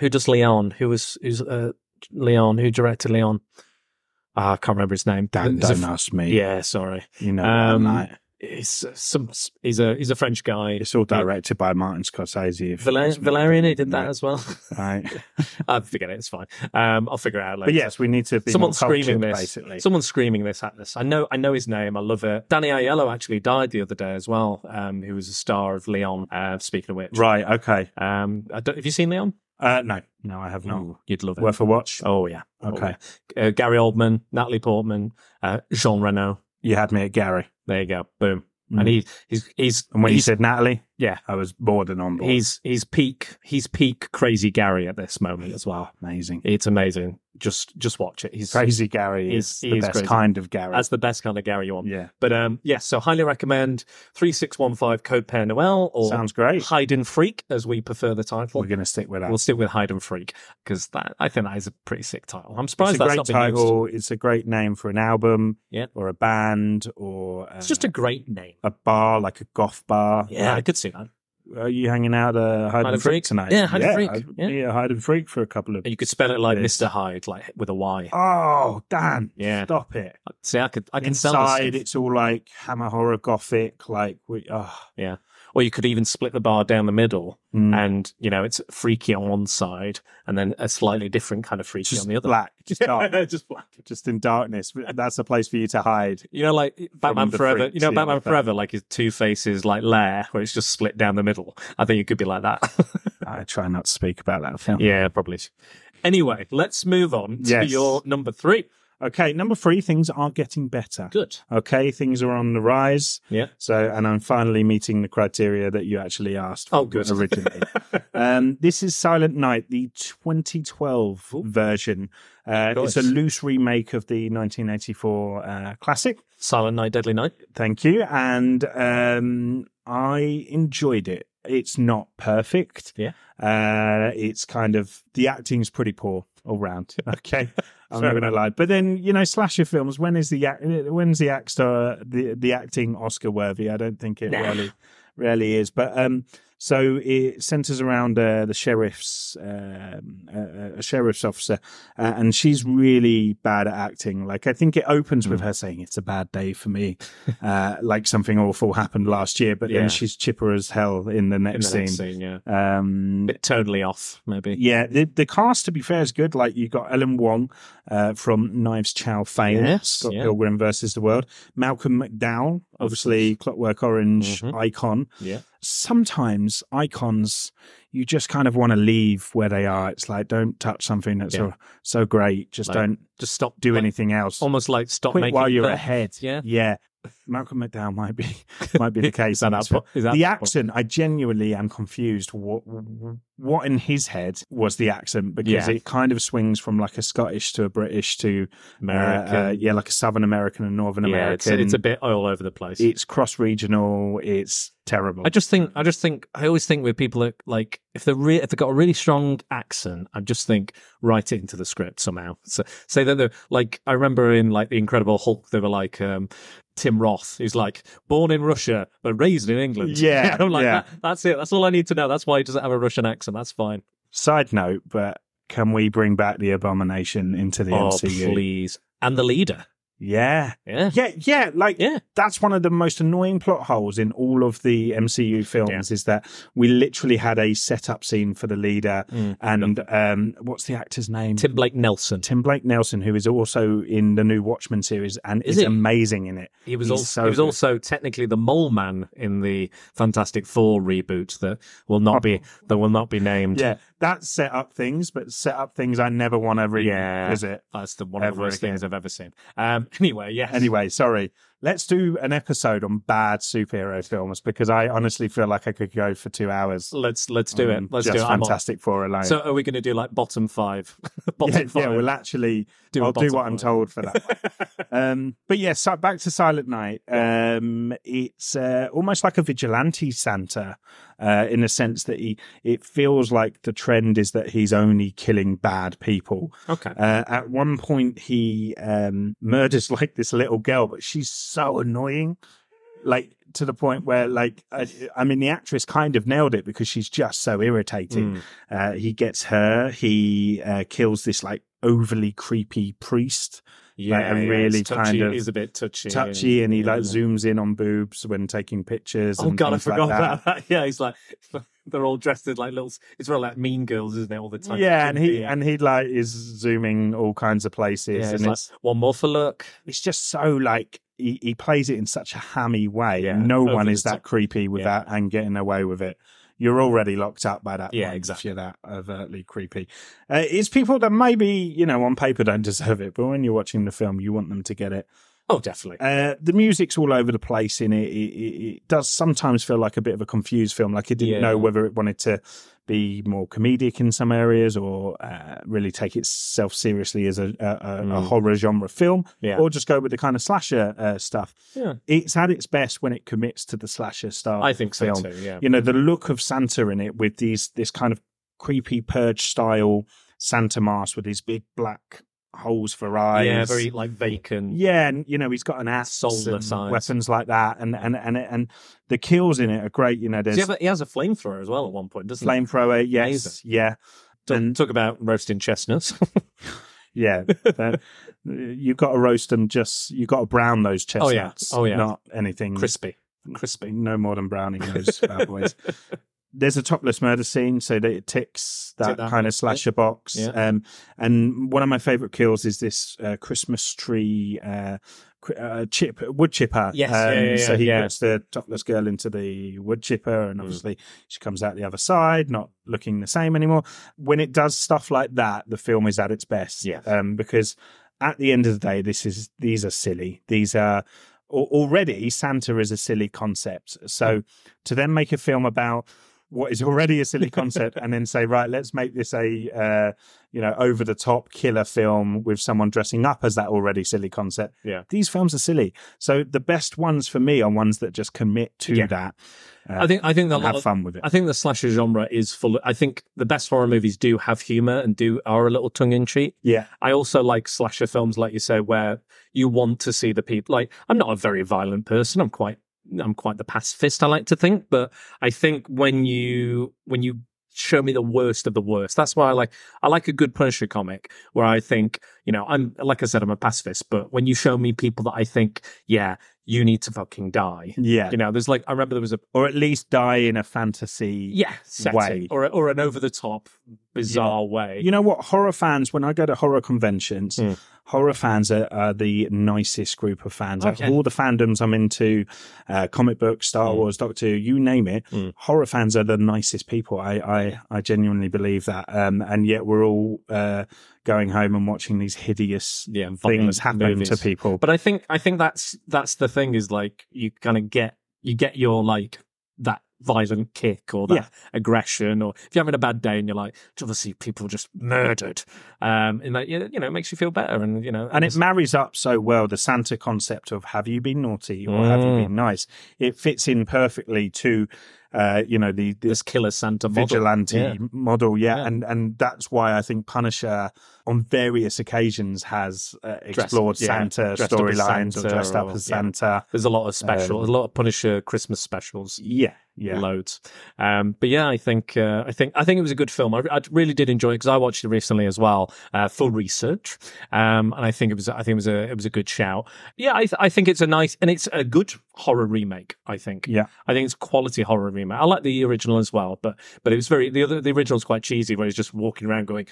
Speaker 3: who does Leon? Who was who's uh, Leon? Who directed Leon? Ah, I can't remember his name.
Speaker 4: Dan,
Speaker 3: There's a
Speaker 4: don't
Speaker 3: fr-
Speaker 4: ask me.
Speaker 3: yeah, sorry.
Speaker 4: you know,
Speaker 3: Um,
Speaker 4: like,
Speaker 3: He's uh, some. He's a he's a French guy.
Speaker 4: it's all directed by Martin Scorsese. if
Speaker 3: Valer-
Speaker 4: it's not-
Speaker 3: Valerian, he did that
Speaker 4: Right.
Speaker 3: as well.
Speaker 4: *laughs*
Speaker 3: *laughs*
Speaker 4: Right.
Speaker 3: I forget it. It's fine. Um, I'll figure it out later.
Speaker 4: But yes, we need to be
Speaker 3: Someone
Speaker 4: more cultured,
Speaker 3: screaming this.
Speaker 4: basically.
Speaker 3: Someone screaming this at us. I know. I know his name. I love it. Danny Aiello actually died the other day as well. Um, who was a star of Leon. Uh, speaking of which,
Speaker 4: Right. Okay.
Speaker 3: Um, I don't, have you seen Leon?
Speaker 4: Uh, no, no, I have not.
Speaker 3: You'd love it.
Speaker 4: Worth a watch.
Speaker 3: oh yeah.
Speaker 4: Okay.
Speaker 3: Oh, yeah. Uh, Gary Oldman, Natalie Portman, uh, Jean Reno.
Speaker 4: You had me at Gary.
Speaker 3: There you go. Boom.
Speaker 4: Mm.
Speaker 3: And he, he's he's
Speaker 4: And when you
Speaker 3: he's,
Speaker 4: said Natalie,
Speaker 3: Yeah.
Speaker 4: I was bored and on board.
Speaker 3: he's he's peak he's peak crazy Gary at this moment as well.
Speaker 4: amazing.
Speaker 3: It's amazing. Just just watch it. He's
Speaker 4: Crazy Gary
Speaker 3: He's-
Speaker 4: is
Speaker 3: he
Speaker 4: the
Speaker 3: is
Speaker 4: best
Speaker 3: crazy.
Speaker 4: kind of Gary.
Speaker 3: that's the best kind of Gary you want.
Speaker 4: yeah,
Speaker 3: But um yes, so highly recommend three six one five code pair Noel or
Speaker 4: sounds great.
Speaker 3: Hide and Freak as we prefer the title.
Speaker 4: We're going to stick with that.
Speaker 3: We'll stick with Hide and Freak because that I think that is a pretty sick title. I'm surprised
Speaker 4: it's a
Speaker 3: that's
Speaker 4: great
Speaker 3: not been used.
Speaker 4: title. It's a great name for an album,
Speaker 3: Yeah.
Speaker 4: or a band, or uh,
Speaker 3: It's just a great name.
Speaker 4: a bar like a goth bar.
Speaker 3: Yeah, I could see that.
Speaker 4: Like, are you hanging out at uh, Hide and Freak tonight?
Speaker 3: Yeah, Hide and Freak.
Speaker 4: I'd
Speaker 3: Yeah.
Speaker 4: be at Hide and Freak for a couple of.
Speaker 3: And you could spell it like
Speaker 4: Yes.
Speaker 3: Mr. Hyde, like with a Y.
Speaker 4: Oh, Dan!
Speaker 3: Yeah.
Speaker 4: stop it.
Speaker 3: See, I could, I can sell
Speaker 4: Inside,
Speaker 3: this.
Speaker 4: it's all like hammer horror gothic, like we. Oh,
Speaker 3: Yeah. Or you could even split the bar down the middle,
Speaker 4: Mm.
Speaker 3: and you know it's freaky on one side, and then a slightly different kind of freaky
Speaker 4: Just
Speaker 3: on the other.
Speaker 4: black,
Speaker 3: *laughs*
Speaker 4: just dark,
Speaker 3: just black.
Speaker 4: just in darkness. That's a place for you to hide.
Speaker 3: You know, like Batman
Speaker 4: the
Speaker 3: Forever.
Speaker 4: freaks,
Speaker 3: you know,
Speaker 4: yeah,
Speaker 3: Batman
Speaker 4: like that.
Speaker 3: Forever, like his two faces, like Lair, where it's just split down the middle. I think it could be like that. *laughs*
Speaker 4: I try not to speak about that film.
Speaker 3: yeah, probably. Anyway, let's move on to
Speaker 4: Yes.
Speaker 3: your number three.
Speaker 4: Okay, number three, things are getting better.
Speaker 3: Good.
Speaker 4: Okay, things are on the rise.
Speaker 3: Yeah.
Speaker 4: So, and I'm finally meeting the criteria that you actually asked for
Speaker 3: Oh, good. *laughs*
Speaker 4: originally. um, this is Silent Night, the 2012 version. Uh, it's a
Speaker 3: Nice.
Speaker 4: loose remake of the 1984 uh, classic.
Speaker 3: Silent Night, Deadly Night.
Speaker 4: Thank you. And um, I enjoyed it. It's not perfect.
Speaker 3: Yeah.
Speaker 4: Uh, it's kind of the acting's pretty poor
Speaker 3: *laughs*
Speaker 4: all round. Okay. I'm
Speaker 3: Fair
Speaker 4: not going to lie. But then, you know, slasher films, when is the act, when's the actor the, the acting Oscar worthy? I don't think it
Speaker 3: Nah.
Speaker 4: really really is. But um so it centers around uh, the sheriff's um, uh, a sheriff's officer uh, and she's really bad at acting. Like I think it opens
Speaker 3: Hmm.
Speaker 4: with her saying it's a bad day for me, uh, like something awful happened last year. But
Speaker 3: Yeah.
Speaker 4: then she's chipper as hell in the
Speaker 3: In
Speaker 4: next
Speaker 3: the
Speaker 4: scene.
Speaker 3: next scene, yeah.
Speaker 4: Um,
Speaker 3: bit totally off, maybe.
Speaker 4: yeah, the, the cast to be fair is good. Like you got Ellen Wong uh, from Knives Chow fame,
Speaker 3: Yes,
Speaker 4: Scott
Speaker 3: yeah.
Speaker 4: Pilgrim versus the World, Malcolm McDowell, obviously Clockwork Orange
Speaker 3: Mhm.
Speaker 4: icon.
Speaker 3: Yeah.
Speaker 4: Sometimes icons you just kind of want to leave where they are. It's like don't touch something that's
Speaker 3: Yeah.
Speaker 4: so, so great. Just
Speaker 3: Like,
Speaker 4: don't
Speaker 3: Just stop
Speaker 4: do
Speaker 3: like,
Speaker 4: anything else.
Speaker 3: Almost like stop
Speaker 4: Quit
Speaker 3: making
Speaker 4: while
Speaker 3: *laughs*
Speaker 4: you're
Speaker 3: films.
Speaker 4: ahead.
Speaker 3: Yeah.
Speaker 4: yeah. Malcolm McDowell might be *laughs*
Speaker 3: *laughs*
Speaker 4: might be the case.
Speaker 3: Is that
Speaker 4: in
Speaker 3: that
Speaker 4: this film
Speaker 3: po- is that
Speaker 4: the
Speaker 3: po-
Speaker 4: accent, I genuinely am confused. What what in his head was the accent because
Speaker 3: Yeah.
Speaker 4: it kind of swings from like a Scottish to a British to uh,
Speaker 3: American.
Speaker 4: uh, yeah, like a Southern American and Northern
Speaker 3: yeah, it's,
Speaker 4: American.
Speaker 3: it's a bit all over the place.
Speaker 4: cross regional. It's terrible.
Speaker 3: I just think I just think I always think with people that like if they're re- if they've got a really strong accent, I just think write it into the script somehow. So say that they're like I remember in like the Incredible Hulk, they were like um, Tim Roth, who's like born in Russia but raised in England. *laughs*
Speaker 4: Yeah,
Speaker 3: You know, like
Speaker 4: yeah.
Speaker 3: that, that's it. That's all I need to know. That's why he doesn't have a Russian accent. That's fine.
Speaker 4: Side note, but can we bring back the abomination into the
Speaker 3: oh
Speaker 4: MCU?
Speaker 3: please, and the leader.
Speaker 4: Yeah,
Speaker 3: Yeah,
Speaker 4: yeah, yeah. Like
Speaker 3: yeah.
Speaker 4: that's one of the most annoying plot holes in all of the MCU films is that we literally had a setup scene for the leader
Speaker 3: Mm.
Speaker 4: and um, what's the actor's name?
Speaker 3: Tim Blake Nelson.
Speaker 4: Tim Blake Nelson, who is also in the new Watchmen series and
Speaker 3: Is
Speaker 4: is,
Speaker 3: he?
Speaker 4: amazing in it.
Speaker 3: He was
Speaker 4: He's
Speaker 3: also
Speaker 4: so
Speaker 3: he was
Speaker 4: good.
Speaker 3: also technically the mole man in the Fantastic Four reboot that will not
Speaker 4: *laughs*
Speaker 3: be that will not be named.
Speaker 4: Yeah, that set up things, but set up things I never want to read.
Speaker 3: Yeah.
Speaker 4: Is it?
Speaker 3: That's the one of the
Speaker 4: Ever
Speaker 3: worst
Speaker 4: again.
Speaker 3: things I've ever seen. Um, *laughs* anyway, yes.
Speaker 4: Anyway, sorry. Let's do an episode on bad superhero films because I honestly feel like I could go for two hours.
Speaker 3: let's let's do
Speaker 4: on
Speaker 3: it. Let's
Speaker 4: Um, just
Speaker 3: do it. I'm on.
Speaker 4: Fantastic Four alone.
Speaker 3: So are we going to do like bottom five? *laughs* bottom
Speaker 4: *laughs* yeah,
Speaker 3: five.
Speaker 4: yeah, we'll actually
Speaker 3: Do a
Speaker 4: I'll do
Speaker 3: bottom
Speaker 4: what
Speaker 3: line.
Speaker 4: I'm told for that.
Speaker 3: *laughs*
Speaker 4: um, but yeah, so back to Silent Night. Um, it's uh, almost like a vigilante Santa uh, in the sense that he it feels like the trend is that he's only killing bad people.
Speaker 3: okay.
Speaker 4: Uh, at one point, he um, murders *laughs* like this little girl, but she's so annoying, like to the point where, like, I, I mean, the actress kind of nailed it because she's just so
Speaker 3: Hmm.
Speaker 4: irritating. Uh, he gets her. He uh, kills this like overly creepy priest,
Speaker 3: yeah,
Speaker 4: like, I'm
Speaker 3: yeah,
Speaker 4: really
Speaker 3: it's touchy.
Speaker 4: kind of
Speaker 3: It is a bit touchy.
Speaker 4: touchy, and he
Speaker 3: yeah.
Speaker 4: like zooms in on boobs when taking pictures.
Speaker 3: Oh
Speaker 4: and
Speaker 3: god, I
Speaker 4: things like
Speaker 3: forgot about that. *laughs* Yeah, he's like they're all dressed as like little. It's really like Mean Girls, isn't it? All the time.
Speaker 4: Yeah, and he and he like is zooming all kinds of places,
Speaker 3: yeah,
Speaker 4: and
Speaker 3: it's like,
Speaker 4: it's-
Speaker 3: one more for luck.
Speaker 4: it's just so like he, he plays it in such a hammy way.
Speaker 3: Yeah,
Speaker 4: no
Speaker 3: over
Speaker 4: one
Speaker 3: the
Speaker 4: is that
Speaker 3: top.
Speaker 4: creepy with that and getting away with it. You're already locked up by that.
Speaker 3: Yeah,
Speaker 4: point
Speaker 3: exactly.
Speaker 4: If you're that overtly creepy. Uh, it's people that maybe you know on paper don't *laughs* deserve it, but when you're watching the film, you want them to get it.
Speaker 3: Oh, definitely.
Speaker 4: Uh, the music's all over the place in it. It, it. it does sometimes feel like a bit of a confused film. Like it didn't
Speaker 3: Yeah.
Speaker 4: know whether it wanted to be more comedic in some areas or uh, really take itself seriously as a, a, a, a
Speaker 3: Mm.
Speaker 4: horror genre film
Speaker 3: yeah.
Speaker 4: or just go with the kind of slasher uh, stuff.
Speaker 3: Yeah.
Speaker 4: It's at its best when it commits to the slasher style.
Speaker 3: I think so
Speaker 4: film.
Speaker 3: too. Yeah.
Speaker 4: You know, the look of Santa in it with these this kind of creepy purge style Santa mask with these big black holes for eyes.
Speaker 3: Yeah, very like vacant.
Speaker 4: Yeah, and you know he's got an ass,
Speaker 3: Soulless
Speaker 4: and
Speaker 3: eyes.
Speaker 4: weapons like that, and and and and the kills in it are great. You know,
Speaker 3: Does
Speaker 4: there's
Speaker 3: He, have a- he has a flamethrower as well at one point, doesn't
Speaker 4: flamethrower. Yes,
Speaker 3: Amazing.
Speaker 4: yeah,
Speaker 3: he? Talk,
Speaker 4: and-
Speaker 3: talk about roasting chestnuts. *laughs*
Speaker 4: yeah. that- you got to roast them. Just you got to brown those
Speaker 3: Oh, yeah.
Speaker 4: chestnuts.
Speaker 3: Oh, yeah.
Speaker 4: Not anything
Speaker 3: Crispy. Crispy.
Speaker 4: No more than Browning knows
Speaker 3: *laughs*
Speaker 4: bad boys. There's a topless murder scene, so that it ticks that,
Speaker 3: Tick that
Speaker 4: kind of
Speaker 3: box,
Speaker 4: slasher box.
Speaker 3: Yeah.
Speaker 4: Um, and one of my favorite kills is this uh, Christmas tree uh, cri- uh, chip wood chipper. Um,
Speaker 3: Yes, yeah, yeah,
Speaker 4: So
Speaker 3: yeah,
Speaker 4: he
Speaker 3: yeah. Mm.
Speaker 4: puts the topless girl into the wood chipper, and obviously she comes out the other side, not looking the same anymore. When it does stuff like that, the film is at its best.
Speaker 3: Yes.
Speaker 4: Um, because at the end of the day, this is these are silly. These are al- already Santa is a silly concept.
Speaker 3: Hmm.
Speaker 4: So to then make a film about what is already a silly concept and then say right let's make this a uh, you know over the top killer film with someone dressing up as that already silly concept
Speaker 3: Yeah.
Speaker 4: these films are silly so the best ones for me are ones that just commit to
Speaker 3: Yeah.
Speaker 4: that
Speaker 3: I think I think that
Speaker 4: and have fun with it
Speaker 3: I think the slasher genre is full. I think the best horror movies do have humor and do are a little tongue in cheek.
Speaker 4: yeah
Speaker 3: I also like slasher films, like you say, where you want to see the people. Like I'm not a very violent person. I'm quite I'm quite the pacifist. I like to think, but I think when you when you show me the worst of the worst, that's why I like I like a good Punisher comic where I think you know I'm like I said I'm a pacifist, but when you show me people that I think yeah you need to fucking die.
Speaker 4: yeah
Speaker 3: You know, there's like I remember there was a
Speaker 4: or at least die in a fantasy
Speaker 3: yeah setting
Speaker 4: way.
Speaker 3: or or an over the top bizarre way.
Speaker 4: You know what? Horror fans, when I go to horror conventions,
Speaker 3: Mm.
Speaker 4: horror fans are, are the nicest group of fans. Out
Speaker 3: Okay.
Speaker 4: of all the fandoms I'm into, uh, comic books, Star
Speaker 3: Mm.
Speaker 4: Wars, Doctor Who, you name it,
Speaker 3: Mm.
Speaker 4: horror fans are the nicest people. I, I, I genuinely believe that. Um, and yet we're all uh, going home and watching these hideous
Speaker 3: yeah,
Speaker 4: things
Speaker 3: violent
Speaker 4: happen to
Speaker 3: movies.
Speaker 4: people.
Speaker 3: But I think I think that's that's the thing is like you kind of get you get your like that violent kick or that
Speaker 4: Yeah.
Speaker 3: aggression or if you're having a bad day and you're like do you ever see people just murdered um and that you you know it makes you feel better and you know
Speaker 4: and it marries up so well the Santa concept of have you been naughty or have you
Speaker 3: Mm.
Speaker 4: been nice? It fits in perfectly to, uh, you know, the, the
Speaker 3: this killer Santa model.
Speaker 4: vigilante
Speaker 3: Yeah.
Speaker 4: model, yeah.
Speaker 3: Yeah.
Speaker 4: and and that's why I think Punisher on various occasions has uh, explored
Speaker 3: yeah,
Speaker 4: Santa
Speaker 3: dressed up as
Speaker 4: storylines or
Speaker 3: Santa
Speaker 4: dressed up
Speaker 3: or-
Speaker 4: as
Speaker 3: yeah.
Speaker 4: Santa.
Speaker 3: There's a lot of special, a lot of Punisher Christmas specials.
Speaker 4: Yeah, yeah,
Speaker 3: loads. Um, but yeah, I think uh, I think I think it was a good film. I, I really did enjoy it because I watched it recently as well uh, for research, um, and I think it was I think it was a it was a good shout. Yeah, I, th- I think it's a nice and it's a good horror remake. I think.
Speaker 4: Yeah.
Speaker 3: I think it's quality horror remake. I like the original as well, but but it was very the other the original's quite cheesy where he's just walking around going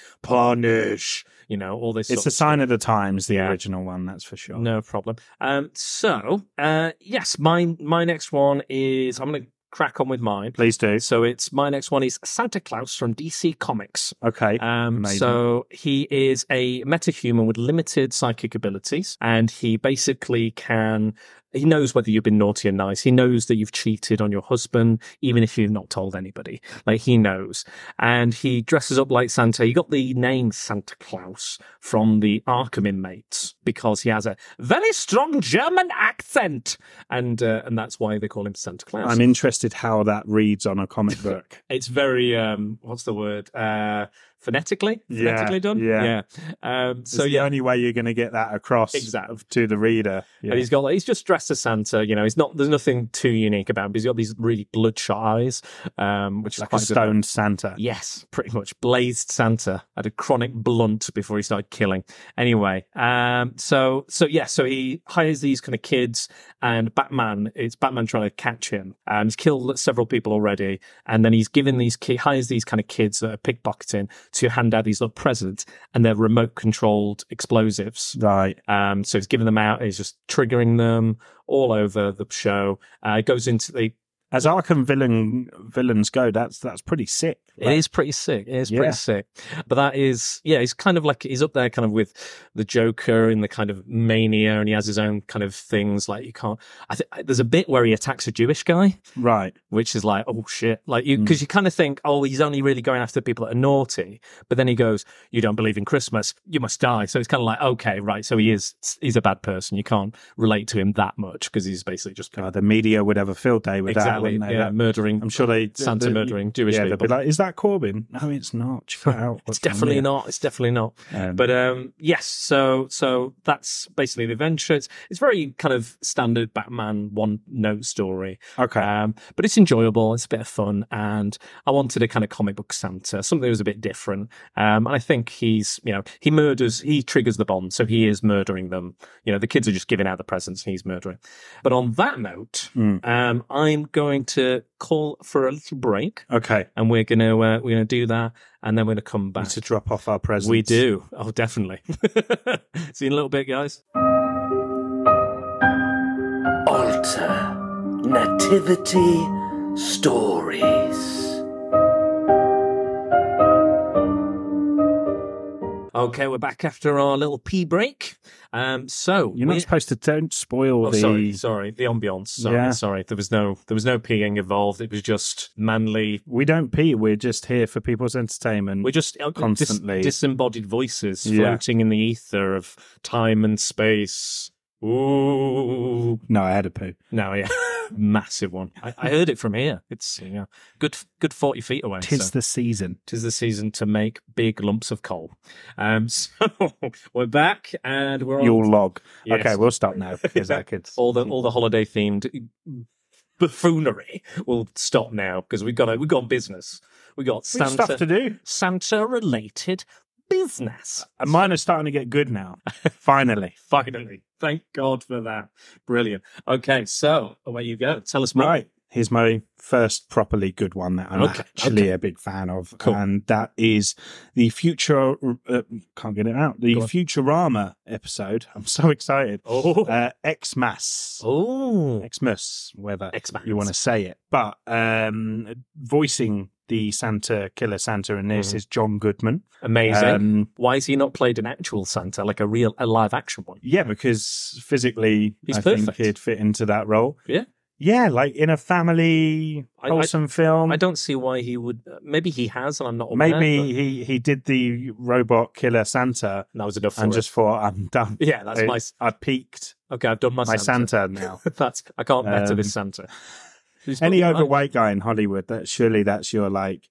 Speaker 3: punish, you know, all this.
Speaker 4: It's
Speaker 3: sort
Speaker 4: a
Speaker 3: of
Speaker 4: sign of the times, the
Speaker 3: Yeah.
Speaker 4: original one, that's for sure.
Speaker 3: no problem. Um, so uh, yes, my my next one is I'm going to crack on with mine.
Speaker 4: Please do.
Speaker 3: So it's my next one is Santa Claus from DC Comics.
Speaker 4: Okay.
Speaker 3: Um,
Speaker 4: Amazing.
Speaker 3: so he is a metahuman with limited psychic abilities, and he basically can. He knows whether you've been naughty or nice. He knows that you've cheated on your husband, even if you've not told anybody. Like he knows, and he dresses up like Santa. He got the name Santa Claus from the Arkham inmates because he has a very strong German accent, and uh, and that's why they call him Santa Claus.
Speaker 4: I'm interested how that reads on
Speaker 3: *laughs*
Speaker 4: a comic book.
Speaker 3: It's very um what's the word? Uh phonetically?
Speaker 4: Yeah,
Speaker 3: Phonetically done?
Speaker 4: yeah.
Speaker 3: Yeah. Um
Speaker 4: so
Speaker 3: so
Speaker 4: it's
Speaker 3: yeah.
Speaker 4: the only way you're going to get that across
Speaker 3: Exactly.
Speaker 4: to the reader. Yeah.
Speaker 3: And he's got like he's just dressed as Santa, you know, he's not there's nothing too unique about him, but he's got these really bloodshot eyes, um, which
Speaker 4: like a
Speaker 3: is quite good.
Speaker 4: stoned Santa.
Speaker 3: Yes, pretty much. Blazed Santa had a chronic blunt before he started killing. Anyway, um, so so yeah, so he hires these kind of kids, and Batman. It's Batman trying to catch him. Um, he's killed several people already, and then he's given these ki- hires these kind of kids that are pickpocketing to hand out these little presents, and they're remote controlled explosives.
Speaker 4: Right.
Speaker 3: Um, so he's giving them out. He's just triggering them all over the show. Uh, it goes into the
Speaker 4: As Arkham villain villains go, that's that's
Speaker 3: *laughs*
Speaker 4: pretty sick.
Speaker 3: It is pretty sick. It is
Speaker 4: Yeah.
Speaker 3: pretty sick. But that is, yeah, he's kind of like he's up there, kind of with the Joker in the kind of mania, and he has his own kind of things. Like you can't. I think there's a bit where he attacks a Jewish guy,
Speaker 4: Right.
Speaker 3: which is like, oh shit, like
Speaker 4: Hmm.
Speaker 3: you because you kind of think, oh, he's only really going after people that are naughty. But then he goes, you don't believe in Christmas, you must die. So it's kind of like, okay, right. So he is he's a bad person. You can't relate to him that much because he's basically just kind of
Speaker 4: uh, God, the media would have a field day with
Speaker 3: exactly.
Speaker 4: wouldn't they?
Speaker 3: yeah,
Speaker 4: That-
Speaker 3: murdering.
Speaker 4: I'm sure they
Speaker 3: Santa
Speaker 4: they-
Speaker 3: murdering Jewish
Speaker 4: yeah, they'd
Speaker 3: people.
Speaker 4: be like, "Is that Corbyn?" No, it's not. Check it out.
Speaker 3: it's
Speaker 4: What's on
Speaker 3: definitely
Speaker 4: there?
Speaker 3: not. It's definitely not.
Speaker 4: Um,
Speaker 3: But um, yes, so so that's basically the adventure. It's, it's very kind of standard Batman one note story.
Speaker 4: okay,
Speaker 3: Um, but it's enjoyable. It's a bit of fun, and I wanted a kind of comic book Santa, something that was a bit different. Um, and I think he's, you know, he murders, he triggers the bond, so he is murdering them. You know, the kids are just giving out the presents, and he's murdering. But on that note,
Speaker 4: Hmm.
Speaker 3: um, I'm going to call for a little break,
Speaker 4: okay.
Speaker 3: and we're gonna uh, we're gonna do that, and then we're gonna come back.
Speaker 4: To drop off our presents,
Speaker 3: We do. Oh, definitely. *laughs* See you in a little bit, guys.
Speaker 2: Altar Nativity Stories.
Speaker 3: Okay, we're back after our little pee break. Um, so
Speaker 4: You're not
Speaker 3: we-
Speaker 4: supposed to. Don't spoil
Speaker 3: Oh,
Speaker 4: the.
Speaker 3: sorry, sorry. The ambience. Sorry,
Speaker 4: Yeah.
Speaker 3: sorry. There was no, there was no peeing involved. It was just manly.
Speaker 4: We don't pee. We're just here for people's entertainment.
Speaker 3: We're just uh, dis-
Speaker 4: Constantly.
Speaker 3: disembodied voices
Speaker 4: Yeah.
Speaker 3: floating in the ether of time and space. Ooh,
Speaker 4: no, I had a poo.
Speaker 3: no, yeah, *laughs* massive one. I, I heard it from here. It's you know, good, good forty feet away.
Speaker 4: Tis
Speaker 3: so.
Speaker 4: the season.
Speaker 3: tis the season to make big lumps of coal. Um, *laughs* so we're back and we're on
Speaker 4: You'll log.
Speaker 3: Yes.
Speaker 4: Okay, we'll
Speaker 3: *laughs*
Speaker 4: stop now because I could.
Speaker 3: all the all the holiday themed buffoonery. We'll stop now because we've got a, we've got business. We got
Speaker 4: We've stuff to
Speaker 3: Santa *laughs*
Speaker 4: do.
Speaker 3: Santa related business.
Speaker 4: And mine are starting to get good now. Finally.
Speaker 3: Finally, thank God for that. Brilliant. Okay, so away you go. Tell us more.
Speaker 4: Right. Here's my first properly good one that I'm
Speaker 3: Okay,
Speaker 4: actually
Speaker 3: okay.
Speaker 4: a big fan of.
Speaker 3: Cool.
Speaker 4: And that is the Future. Uh, can't get it out. The
Speaker 3: Go on.
Speaker 4: Futurama episode. *laughs* I'm so excited.
Speaker 3: Oh,
Speaker 4: Uh, Xmas.
Speaker 3: oh,
Speaker 4: Xmas, whether
Speaker 3: Xmas.
Speaker 4: you want to say it. But um, voicing the Santa, Killer Santa in this
Speaker 3: Mhm.
Speaker 4: is John Goodman.
Speaker 3: amazing.
Speaker 4: Um,
Speaker 3: Why has he not played an actual Santa, like a real, a live action one?
Speaker 4: Yeah, because physically,
Speaker 3: He's
Speaker 4: I think
Speaker 3: perfect.
Speaker 4: he'd fit into that role.
Speaker 3: Yeah.
Speaker 4: Yeah, like in a family
Speaker 3: I- I-
Speaker 4: wholesome film.
Speaker 3: I don't see why he would. uh, Maybe he has, and I'm not. aware,
Speaker 4: Maybe
Speaker 3: but-
Speaker 4: he, he did the robot killer Santa
Speaker 3: And that was enough. For
Speaker 4: and
Speaker 3: it.
Speaker 4: just thought, I'm done.
Speaker 3: *laughs* yeah, that's
Speaker 4: I,
Speaker 3: my
Speaker 4: I peaked
Speaker 3: okay. I've done my,
Speaker 4: my Santa,
Speaker 3: *laughs*
Speaker 4: now.
Speaker 3: that's I can't better
Speaker 4: Um,
Speaker 3: this Santa. He's
Speaker 4: *laughs* Any
Speaker 3: not-
Speaker 4: overweight guy in Hollywood, that surely that's your like,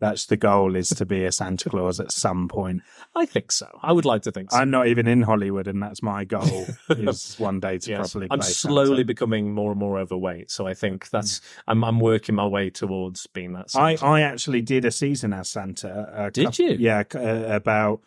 Speaker 4: that's the goal is to be a Santa Claus at some point.
Speaker 3: I, I think so. I would like to think so.
Speaker 4: I'm not even in Hollywood, and that's
Speaker 3: *laughs*
Speaker 4: my goal is one day to
Speaker 3: Yes.
Speaker 4: properly.
Speaker 3: I'm
Speaker 4: play
Speaker 3: slowly
Speaker 4: Santa.
Speaker 3: becoming more and more overweight, so I think that's I'm I'm working my way towards being that.
Speaker 4: I,
Speaker 3: Santa.
Speaker 4: I actually did a season as Santa. a
Speaker 3: Did
Speaker 4: couple-
Speaker 3: you?
Speaker 4: Yeah, c- uh, about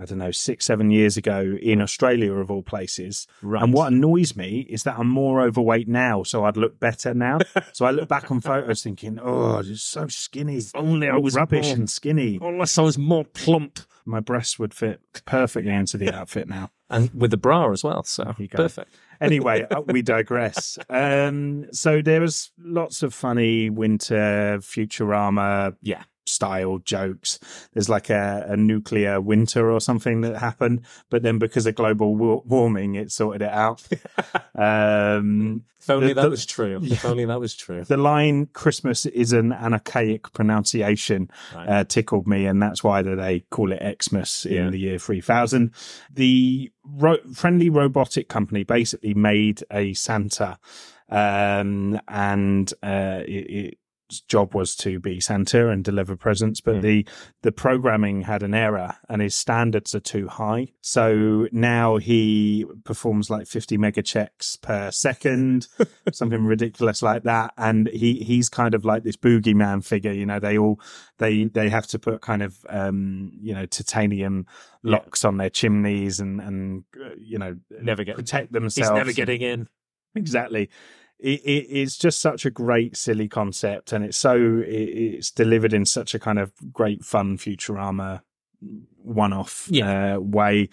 Speaker 4: I don't know six seven years ago in Australia of all places.
Speaker 3: right.
Speaker 4: And what annoys me is that I'm more overweight now, so I'd look better now. so I
Speaker 3: *laughs*
Speaker 4: look back on photos thinking, oh, just so skinny,
Speaker 3: only
Speaker 4: rubbish
Speaker 3: more-
Speaker 4: and skinny.
Speaker 3: unless I was more plump
Speaker 4: My breasts would fit perfectly into the outfit now.
Speaker 3: and with a bra as well. So
Speaker 4: you go.
Speaker 3: perfect.
Speaker 4: anyway, uh, we digress. Um, so there was lots of funny winter Futurama
Speaker 3: Yeah.
Speaker 4: style jokes. There's like a, a nuclear winter or something that happened, but then because of global wa- warming, it sorted it out. um,
Speaker 3: If only
Speaker 4: The-
Speaker 3: that
Speaker 4: the-
Speaker 3: was true. If
Speaker 4: *laughs* Yeah.
Speaker 3: only that was true.
Speaker 4: the line "Christmas is an anarchaic pronunciation"
Speaker 3: Right.
Speaker 4: uh, tickled me, and that's why that they call it Xmas in
Speaker 3: Yeah.
Speaker 4: the year 3000. The ro- friendly robotic company basically made a Santa, um, and uh, it, its job was to be Santa and deliver presents, but
Speaker 3: Hmm.
Speaker 4: the the programming had an error, and his standards are too high. So now he performs like 50 mega checks per second
Speaker 3: *laughs*
Speaker 4: something ridiculous like that. And he he's kind of like this boogeyman figure. You know, they all they they have to put kind of um you know titanium
Speaker 3: Yeah.
Speaker 4: locks on their chimneys and and uh, you know
Speaker 3: never get.
Speaker 4: protect
Speaker 3: He's
Speaker 4: themselves.
Speaker 3: never getting in.
Speaker 4: exactly. It, it, it's just such a great silly concept, and it's so it, it's delivered in such a kind of great fun Futurama mm, one-off uh, way.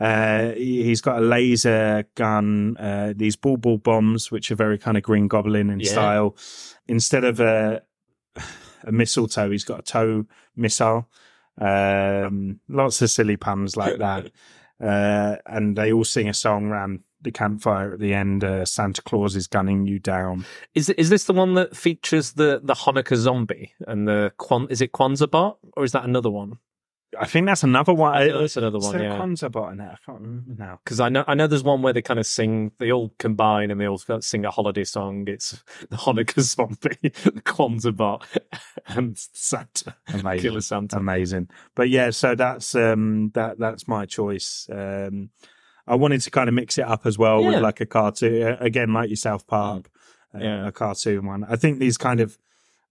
Speaker 4: Uh, he- he's got a laser gun, uh, these ball ball bombs, which are very kind of Green Goblin in
Speaker 3: Yeah.
Speaker 4: style. Instead of a *sighs* a mistletoe, he's got a tow missile. Um, lots of silly puns like that. Uh, and they all sing a song round the campfire at the end. Uh, Santa Claus is gunning you down.
Speaker 3: Is is this the one that features the the Hanukkah zombie and the Kwan, is it Kwanzaa bot or is that another one?
Speaker 4: I think that's another one. Uh,
Speaker 3: I uh, think that's another
Speaker 4: Is
Speaker 3: one,
Speaker 4: there a
Speaker 3: yeah.
Speaker 4: Kwanzaa bot in that? I can't remember
Speaker 3: *laughs*
Speaker 4: now.
Speaker 3: Because I know, I know there's one where they kind of sing, they all combine and they all sing a holiday song. It's the Hanukkah *laughs* zombie, the Kwanzaa bot, and Santa,
Speaker 4: Amazing.
Speaker 3: Killer Santa.
Speaker 4: amazing but yeah so that's um that that's my choice um i wanted to kind of mix it up as well
Speaker 3: Yeah. Mm.
Speaker 4: with like a cartoon uh, again like your south park uh,
Speaker 3: Yeah.
Speaker 4: a cartoon one i think these kind of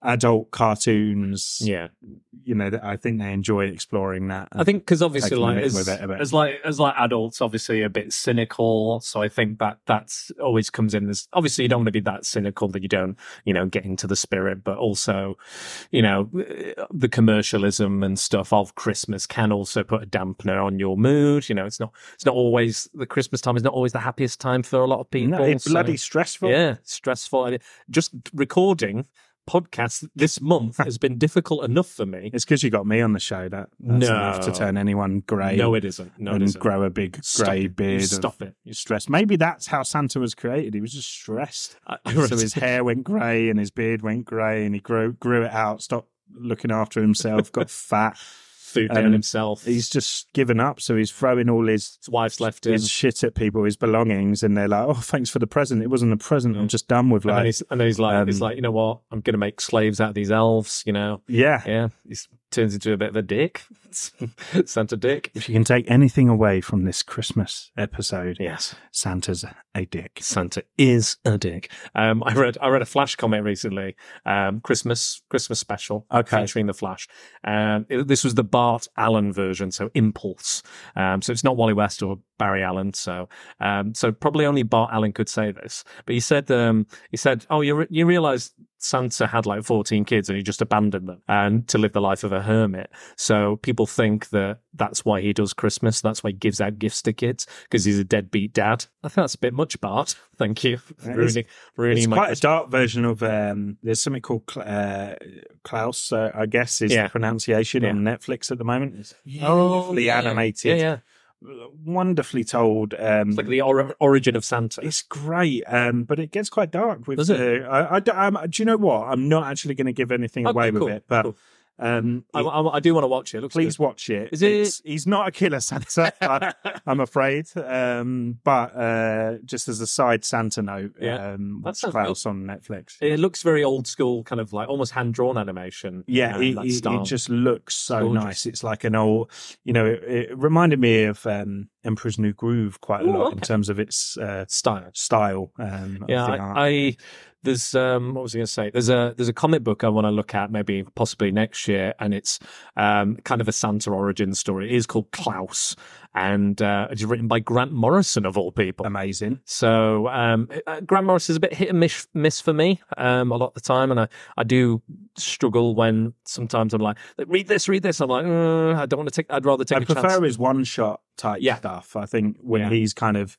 Speaker 4: adult cartoons
Speaker 3: yeah,
Speaker 4: you know that i think they enjoy exploring that
Speaker 3: I think because obviously,
Speaker 4: Taking a
Speaker 3: like
Speaker 4: bit
Speaker 3: as,
Speaker 4: with it a bit.
Speaker 3: as like as like adults, obviously a bit cynical. So I think that that's always comes in. There's obviously you don't want to be that cynical that you don't you know get into the spirit, but also you know the commercialism and stuff of Christmas can also put a dampener on your mood. You know, it's not it's not always the Christmas time is not always the happiest time for a lot of people.
Speaker 4: No, it's
Speaker 3: so-
Speaker 4: bloody stressful
Speaker 3: yeah, stressful. I mean, just recording podcasts this
Speaker 4: *laughs*
Speaker 3: month has been difficult enough for me.
Speaker 4: it's because you got me on the show that that's
Speaker 3: No.
Speaker 4: enough to turn anyone grey
Speaker 3: No, it isn't. No, it
Speaker 4: and
Speaker 3: isn't.
Speaker 4: grow a big
Speaker 3: Stop
Speaker 4: grey
Speaker 3: it.
Speaker 4: beard
Speaker 3: You
Speaker 4: of
Speaker 3: stop it. *laughs* You
Speaker 4: stress maybe that's how santa was created he was just
Speaker 3: *laughs*
Speaker 4: stressed
Speaker 3: stop.
Speaker 4: so his hair went grey and his beard went grey and he grew grew it out, stopped looking after
Speaker 3: *laughs*
Speaker 4: himself, got fat.
Speaker 3: food
Speaker 4: um,
Speaker 3: down himself.
Speaker 4: He's just given up, so he's throwing all his
Speaker 3: his wife's left him.
Speaker 4: his shit at people, his belongings, and they're like, "Oh, thanks for the present. It wasn't a present. I'm just done with
Speaker 3: and, then
Speaker 4: life."
Speaker 3: he's, and then he's like, he's
Speaker 4: um,
Speaker 3: like, you know what? I'm going to make slaves out of these elves. You know,
Speaker 4: Yeah.
Speaker 3: yeah. He turns into a bit of a dick, *laughs* Santa dick.
Speaker 4: If you can take anything away from this Christmas episode,
Speaker 3: Yes,
Speaker 4: Santa's a dick.
Speaker 3: Santa is a dick. Um, I read I read a Flash comment recently, um, Christmas Christmas special
Speaker 4: Okay.
Speaker 3: featuring the Flash. Um, it- this was the Bart Allen version, so Impulse. Um, so it's not Wally West or Barry Allen. So um, so probably only Bart Allen could say this. But he said um, he said, "Oh, you re- you realize." Santa had like 14 kids and he just abandoned them and to live the life of a hermit. So people think that that's why he does Christmas. That's why he gives out gifts to kids because he's a deadbeat dad. I think that's a bit much, Bart. Thank you.
Speaker 4: That
Speaker 3: Ruining, ruining
Speaker 4: It's
Speaker 3: my
Speaker 4: quite a dark version of um, there's something called Cl- uh, Klaus, uh, I guess is
Speaker 3: Yeah.
Speaker 4: the pronunciation on Netflix at the moment. It's beautifully
Speaker 3: yeah.
Speaker 4: animated.
Speaker 3: Yeah, yeah.
Speaker 4: wonderfully told. Um,
Speaker 3: It's like the or- origin of Santa.
Speaker 4: it's great, um, but it gets quite dark. With
Speaker 3: Does it?
Speaker 4: the- I, I, am do you know what? I'm not actually going to give anything
Speaker 3: Okay,
Speaker 4: away
Speaker 3: cool,
Speaker 4: with it, but
Speaker 3: cool.
Speaker 4: um,
Speaker 3: I,
Speaker 4: it-
Speaker 3: I, I do want to watch it. it looks
Speaker 4: please
Speaker 3: good.
Speaker 4: watch it.
Speaker 3: Is it-
Speaker 4: It's- he's not a killer
Speaker 3: *laughs*
Speaker 4: Santa, I, I'm afraid. Um, but uh, just as a side Santa note,
Speaker 3: Yeah.
Speaker 4: um,
Speaker 3: That
Speaker 4: watch
Speaker 3: sounds
Speaker 4: Klaus on Netflix.
Speaker 3: It looks very old school, kind of like almost hand drawn animation.
Speaker 4: Yeah,
Speaker 3: um,
Speaker 4: it,
Speaker 3: that
Speaker 4: it- it
Speaker 3: style.
Speaker 4: just looks so
Speaker 3: Gorgeous.
Speaker 4: nice. It's like an old, you know, it, it reminded me of um, Emperor's New Groove quite a
Speaker 3: Ooh,
Speaker 4: lot in
Speaker 3: okay.
Speaker 4: terms of its uh,
Speaker 3: style.
Speaker 4: style. Um,
Speaker 3: Yeah,
Speaker 4: of the art.
Speaker 3: I, I there's um what was I going to say? There's a there's a comic book I want to look at maybe possibly next year, and it's um kind of a Santa origin story. It is called Klaus, and uh, it's written by Grant Morrison of all people.
Speaker 4: amazing.
Speaker 3: So um, uh, Grant Morris is a bit hit and miss, miss for me um, a lot of the time, and I, I do struggle when sometimes I'm like, read this, read this. I'm like, "Uh, I don't want to take. I'd rather take
Speaker 4: I
Speaker 3: a
Speaker 4: prefer
Speaker 3: chance.
Speaker 4: his one shot type
Speaker 3: Yeah.
Speaker 4: stuff. I think when
Speaker 3: Yeah.
Speaker 4: he's kind of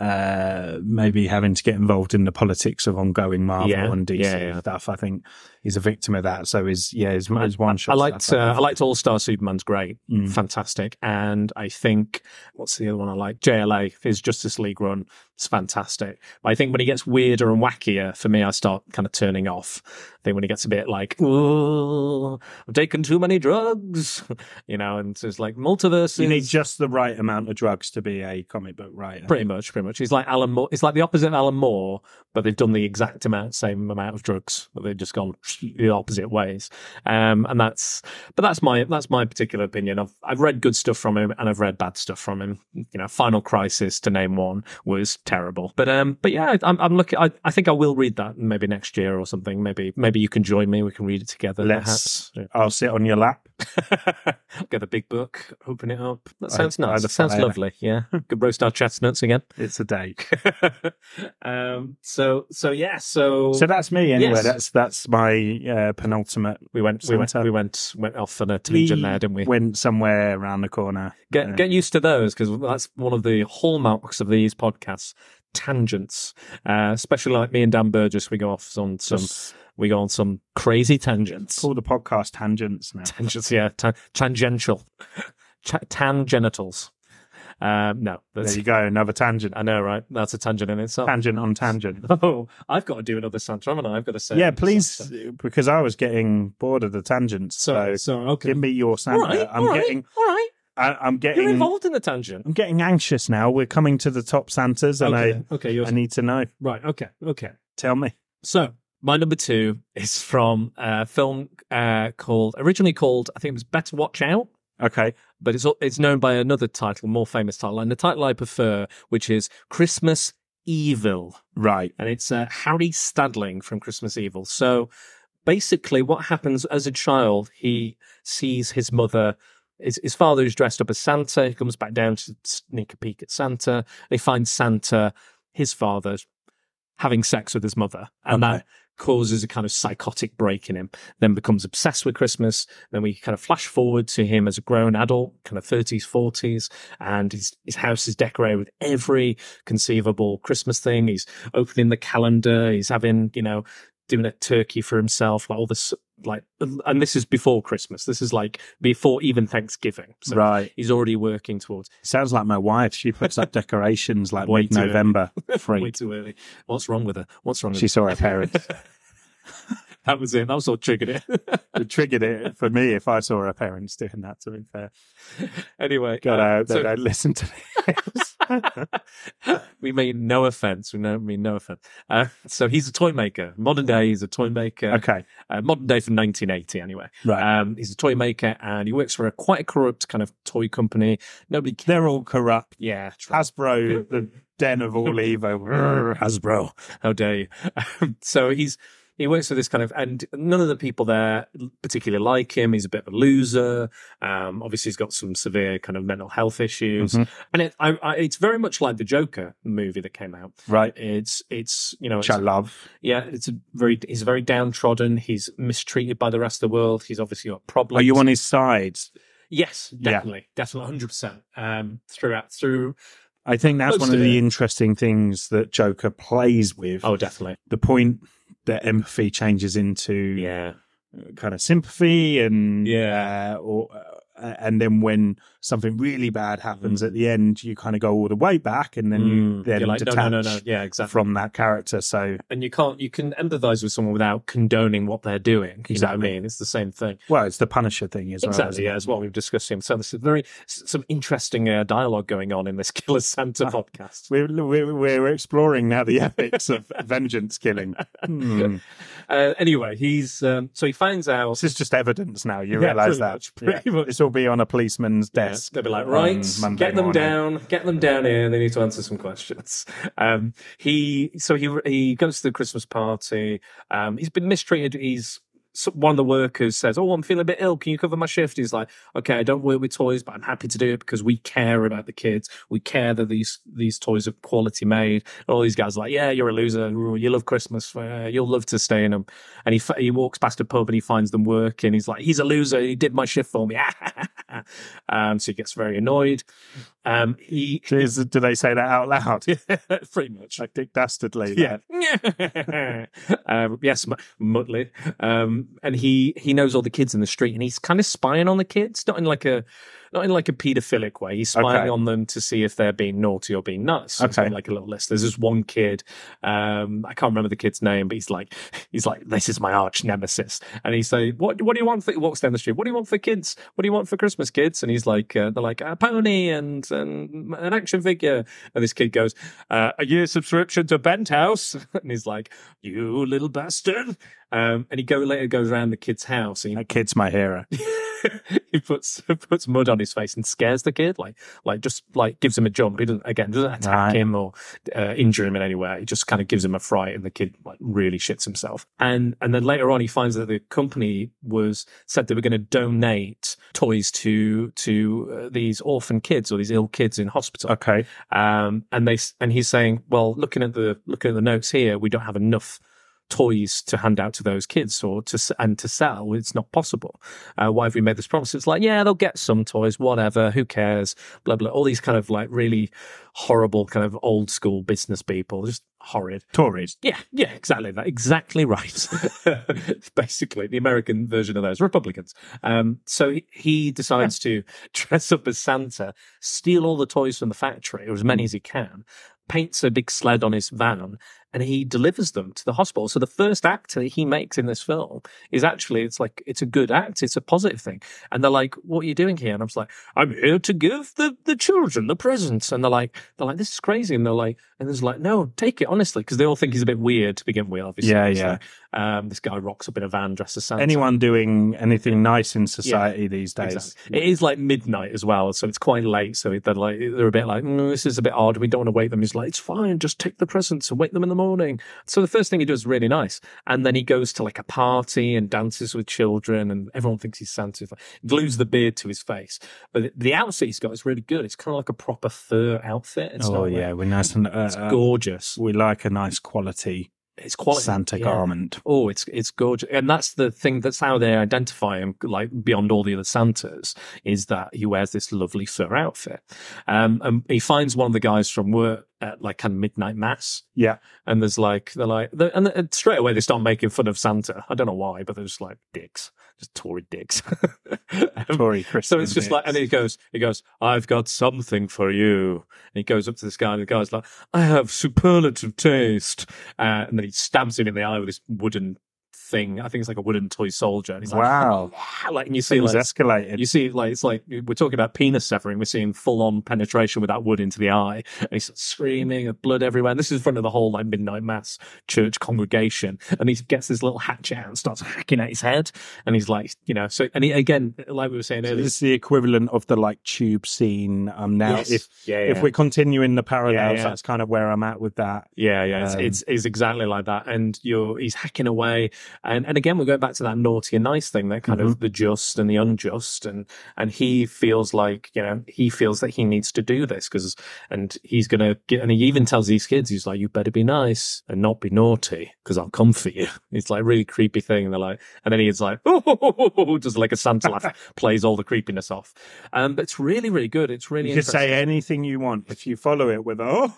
Speaker 4: uh, maybe having to get involved in the politics of ongoing Marvel
Speaker 3: Yeah,
Speaker 4: and DC
Speaker 3: yeah, yeah.
Speaker 4: stuff, I think he's a victim of that. So his yeah, his, his one shot.
Speaker 3: I liked uh, I liked All Star Superman's great,
Speaker 4: Mm.
Speaker 3: fantastic, and I think what's the other one I like? JLA his Justice League run is fantastic. But I think when he gets weirder and wackier, for me, I start kind of turning off. I think when he gets a bit like, oh, I've taken too many drugs, *laughs* you know, and it's like multiverses.
Speaker 4: you need just the right amount of drugs to be a comic book writer.
Speaker 3: Pretty much, pretty much. He's like Alan Moore. It's like the opposite of Alan Moore, but they've done the exact amount, same amount of drugs, but they've just gone the opposite ways. Um, and that's, but that's my that's my particular opinion. I've I've read good stuff from him, and I've read bad stuff from him. You know, Final Crisis, to name one, was terrible. But um, but yeah, I'm I'm looking. I, I think I will read that maybe next year or something. Maybe maybe you can join me. We can read it together.
Speaker 4: *laughs* Let's-
Speaker 3: perhaps.
Speaker 4: I'll sit on your lap.
Speaker 3: Get the big book, open it up. That
Speaker 4: By-
Speaker 3: sounds
Speaker 4: by
Speaker 3: nice.
Speaker 4: the
Speaker 3: Sounds
Speaker 4: fire.
Speaker 3: lovely. Yeah, could roast our chestnuts again.
Speaker 4: It's
Speaker 3: *laughs*
Speaker 4: a date.
Speaker 3: um. So so yeah. So,
Speaker 4: So that's me anyway.
Speaker 3: Yes.
Speaker 4: That's that's my uh, penultimate.
Speaker 3: we went we went
Speaker 4: Santa.
Speaker 3: we went went off on a tangent there, didn't we?
Speaker 4: Went somewhere around the corner.
Speaker 3: Get
Speaker 4: uh,
Speaker 3: get used to those because that's one of the hallmarks of these podcasts. Tangents, uh, especially like me and Dan Burgess, we go off on some
Speaker 4: Just
Speaker 3: we go on some crazy tangents.
Speaker 4: call the podcast tangents
Speaker 3: *laughs*
Speaker 4: now.
Speaker 3: Tangents, yeah, ta- tangential, Cha- tangenitals. Um, no,
Speaker 4: *laughs* There
Speaker 3: that's,
Speaker 4: you go, another tangent.
Speaker 3: *laughs* I know, right? That's a tangent in itself.
Speaker 4: Tangent on tangent.
Speaker 3: *laughs* Oh, I've got to do another Santa, haven't I? I've got to say.
Speaker 4: Yeah,
Speaker 3: another
Speaker 4: please,
Speaker 3: Santa.
Speaker 4: because I was getting bored of the tangents. So,
Speaker 3: Sorry, sorry. Okay.
Speaker 4: give me your Santa.
Speaker 3: all right,
Speaker 4: I'm
Speaker 3: all right,
Speaker 4: getting,
Speaker 3: all right.
Speaker 4: I, I'm
Speaker 3: You're
Speaker 4: getting,
Speaker 3: involved in the tangent.
Speaker 4: I'm getting anxious now. We're coming to the top Santas, and
Speaker 3: okay, okay,
Speaker 4: I,
Speaker 3: you're
Speaker 4: I need to know.
Speaker 3: right. Okay, okay.
Speaker 4: Tell me.
Speaker 3: So my number two is from a film uh, called originally called I think it was Better Watch Out,
Speaker 4: Okay.
Speaker 3: but it's it's known by another title, more famous title, and the title I prefer, which is Christmas Evil,
Speaker 4: Right.
Speaker 3: and it's uh, Harry Stadling from Christmas Evil. So basically, what happens as a child, he sees his mother. His, his father is dressed up as Santa. He comes back down to sneak a peek at Santa. And he finds Santa, his father, having sex with his mother, and
Speaker 4: Okay.
Speaker 3: that causes a kind of psychotic break in him. Then becomes obsessed with Christmas. Then we kind of flash forward to him as a grown adult, kind of thirties, forties, and his his house is decorated with every conceivable Christmas thing. He's opening the calendar. He's having you know doing a turkey for himself, like all this. Like, and this is before Christmas. This is like before even Thanksgiving. So
Speaker 4: right.
Speaker 3: he's already working towards
Speaker 4: Sounds like my wife. She puts *laughs* up decorations like
Speaker 3: Way
Speaker 4: mid
Speaker 3: too early.
Speaker 4: *laughs* November.
Speaker 3: way
Speaker 4: Freak.
Speaker 3: too early. What's wrong with her? What's wrong with
Speaker 4: She saw her parents.
Speaker 3: That was it. That was what triggered it. *laughs*
Speaker 4: *laughs* It triggered it for me if I saw her parents doing that, to be fair.
Speaker 3: anyway, uh,
Speaker 4: God, I hope
Speaker 3: so-
Speaker 4: they don't listen to *laughs* this.
Speaker 3: *laughs* we mean no offense. We no, mean no offense. Uh, so he's a toy maker. Modern day, he's a toy maker.
Speaker 4: okay.
Speaker 3: Uh, modern day from 1980, anyway.
Speaker 4: Right.
Speaker 3: Um, he's a toy maker and he works for a quite a corrupt kind of toy company. Nobody. Cares.
Speaker 4: They're all corrupt.
Speaker 3: Yeah. that's right.
Speaker 4: Hasbro, the den of all evil. Grr, Hasbro.
Speaker 3: How dare you? *laughs* Um, so he's he works for this kind of, and none of the people there particularly like him. He's a bit of a loser. Um, obviously, he's got some severe kind of mental health issues,
Speaker 4: Mhm.
Speaker 3: and it, I, I, it's very much like the Joker movie that came out.
Speaker 4: *laughs* Right.
Speaker 3: It's it's you know
Speaker 4: Which I
Speaker 3: it's,
Speaker 4: love.
Speaker 3: yeah it's a very he's very downtrodden. He's mistreated by the rest of the world. He's obviously got problems.
Speaker 4: Are you on his side?
Speaker 3: Yes,
Speaker 4: Yeah.
Speaker 3: definitely, definitely, hundred percent. Um, throughout through.
Speaker 4: I think that's one of
Speaker 3: Posted it.
Speaker 4: the interesting things that Joker plays with.
Speaker 3: Oh, definitely.
Speaker 4: The point that empathy changes into
Speaker 3: Yeah.
Speaker 4: kind of sympathy and
Speaker 3: Yeah.
Speaker 4: uh, or uh, and then when something really bad happens at the end you kind of go all the way back and then you
Speaker 3: Mm.
Speaker 4: then
Speaker 3: You're like, no,
Speaker 4: detach
Speaker 3: no, no, no. Yeah, exactly.
Speaker 4: from that character so
Speaker 3: and you can't you can empathize with someone without condoning what they're doing. You know
Speaker 4: Exactly.
Speaker 3: what I mean? It's the same thing.
Speaker 4: well it's the punisher thing as well
Speaker 3: Exactly, yeah,
Speaker 4: isn't it?
Speaker 3: is what we've discussed. Here. So there's a very s- some interesting uh, dialogue going on in this *laughs* Killer
Speaker 4: Ah.
Speaker 3: Santa podcast.
Speaker 4: we're, we're, we're exploring now the *laughs*
Speaker 3: *laughs*
Speaker 4: ethics of vengeance killing Hmm.
Speaker 3: Uh, anyway, he's um, so he finds out.
Speaker 4: this is just evidence now you
Speaker 3: Yeah,
Speaker 4: realize
Speaker 3: pretty
Speaker 4: that
Speaker 3: much, pretty much.
Speaker 4: this will be on a policeman's
Speaker 3: Yeah,
Speaker 4: desk
Speaker 3: They'll be like,
Speaker 4: on
Speaker 3: right,
Speaker 4: Monday
Speaker 3: get them
Speaker 4: morning.
Speaker 3: down, get them down here. They need to answer some questions. Um, he so he he goes to the Christmas party. Um, he's been mistreated. He's so one of the workers says, "Oh, I'm feeling a bit ill. Can you cover my shift?" He's like, "Okay, I don't work with toys, but I'm happy to do it because we care about the kids. We care that these these toys are quality made." And all these guys are like, "Yeah, you're a loser. You love Christmas. Uh, you'll love to stay in them." And he f- he walks past a pub and he finds them working. He's like, "He's a loser. He did my shift for me." *laughs* um, so he gets very annoyed. Um, he
Speaker 4: Is- do they say that out loud *laughs*
Speaker 3: *laughs* pretty much.
Speaker 4: like dick dastardly
Speaker 3: Yeah. *laughs* um, yes, M- Muttley. Um, and he he knows all the kids in the street, and he's kind of spying on the kids, not in like a not in like a paedophilic way. He's spying
Speaker 4: Okay.
Speaker 3: on them to see if they're being naughty or being nuts. So it's
Speaker 4: Okay.
Speaker 3: got, like a little list. There's this one kid. Um, I can't remember the kid's name, but he's like *laughs* he's like this is my arch nemesis, and he's like, what what do you want? For, he walks down the street. What do you want for kids? What do you want for Christmas, kids? And he's like uh, they're like a pony and and an action figure, and this kid goes uh, a year subscription to Penthouse. *laughs* and he's like, you little bastard. Um, and he go later goes around the kid's house and
Speaker 4: that kid's my
Speaker 3: *laughs*
Speaker 4: hero
Speaker 3: he, he puts *laughs* puts mud on his face and scares the kid, like like just like gives him a jump. He doesn't again doesn't attack
Speaker 4: Right.
Speaker 3: him or uh, injure him in any way. He just kind of gives him a fright, and the kid like really shits himself. And and then later on, he finds that the company was said they were going to donate toys to to uh, these orphan kids or these ill kids in hospital
Speaker 4: okay
Speaker 3: um, and they and he's saying, well, looking at the looking at the notes here, we don't have enough toys to hand out to those kids or to s- and to sell. It's not possible. Uh, why have we made this promise? It's like, yeah, they'll get some toys, whatever. Who cares? Blah blah. All these kind of like really horrible kind of old school business people, just horrid.
Speaker 4: Tories.
Speaker 3: Yeah, yeah, exactly that. Exactly right. *laughs* Basically, the American version of those Republicans. Um, so he, he decides to *laughs* dress up as Santa, steal all the toys from the factory, or as many as he can, paints a big sled on his van, and he delivers them to the hospital. So the first act that he makes in this film is actually it's like it's a good act, it's a positive thing. And they're like, "What are you doing here?" And I'm just like, "I'm here to give the the children the presents." And they're like, "They're like, this is crazy." And they're like, and there's like, "No, take it honestly," because they all think he's a bit weird to begin with. Obviously,
Speaker 4: Yeah,
Speaker 3: It's
Speaker 4: yeah.
Speaker 3: like, um, this guy rocks up in a van dressed as Santa.
Speaker 4: Anyone doing anything nice in society these days?
Speaker 3: Exactly. It is like midnight as well, so it's quite late. So they're like, they're a bit like, mm, this is a bit odd. We don't want to wake them. He's like, it's fine, just take the presents and wake them in the morning. So the first thing he does is really nice, and then he goes to like a party and dances with children, and everyone thinks he's Santa. He's like, glues the beard to his face, but the outfit he's got is really good. It's kind of like a proper fur outfit. It's
Speaker 4: Oh
Speaker 3: not
Speaker 4: yeah,
Speaker 3: like,
Speaker 4: we're nice and uh,
Speaker 3: it's
Speaker 4: uh,
Speaker 3: gorgeous.
Speaker 4: we like a nice quality,
Speaker 3: It's quality
Speaker 4: Santa
Speaker 3: yeah.
Speaker 4: garment.
Speaker 3: Oh, it's it's gorgeous, and that's the thing. That's how they identify him, like beyond all the other Santas, is that he wears this lovely fur outfit. Um, and he finds one of the guys from work at like kind of midnight mass,
Speaker 4: Yeah,
Speaker 3: and there's like they're like, they and, and straight away they start making fun of Santa. I don't know why, but they're just like dicks, just Tory dicks. *laughs* Um,
Speaker 4: Tory Christmas.
Speaker 3: so it's just like, and he goes, he goes, I've got something for you. And he goes up to this guy, and the guy's like, I have superlative taste. Uh, and then he stabs him in the eye with this wooden thing. I think it's like a wooden toy soldier. And he's like, *laughs*
Speaker 4: wow,
Speaker 3: "Wow," like, and you see,
Speaker 4: things
Speaker 3: like,
Speaker 4: escalated.
Speaker 3: you see, like, it's like we're talking about penis severing. We're seeing full on penetration with that wood into the eye. And he's screaming and blood everywhere. And this is in front of the whole like midnight mass church congregation. And he gets his little hatchet out and starts hacking at his head. And he's like, you know, so, and he, again, like we were saying earlier,
Speaker 4: It's the equivalent of the like tube scene. Um, now
Speaker 3: Yes.
Speaker 4: if
Speaker 3: yeah,
Speaker 4: if we're continuing the parallels,
Speaker 3: Yeah, yeah.
Speaker 4: that's kind of where I'm at with that.
Speaker 3: Yeah, yeah, it's,
Speaker 4: Um,
Speaker 3: it's it's exactly like that. And you're he's hacking away, and and again we're going back to that naughty and nice thing, that kind
Speaker 4: Mm-hmm.
Speaker 3: of the just and the unjust, and and he feels like you know he feels that he needs to do this because and he's gonna get and he even tells these kids he's like you better be nice and not be naughty because I'll come for you. *laughs* It's like a really creepy thing. And they're like, and then he's like, *laughs* oh, does like a Santa
Speaker 4: *laughs*
Speaker 3: laugh, plays all the creepiness off. Um, but it's really really good. It's really
Speaker 4: You can say
Speaker 3: interesting.
Speaker 4: anything you want if you follow it with
Speaker 3: *laughs*
Speaker 4: oh,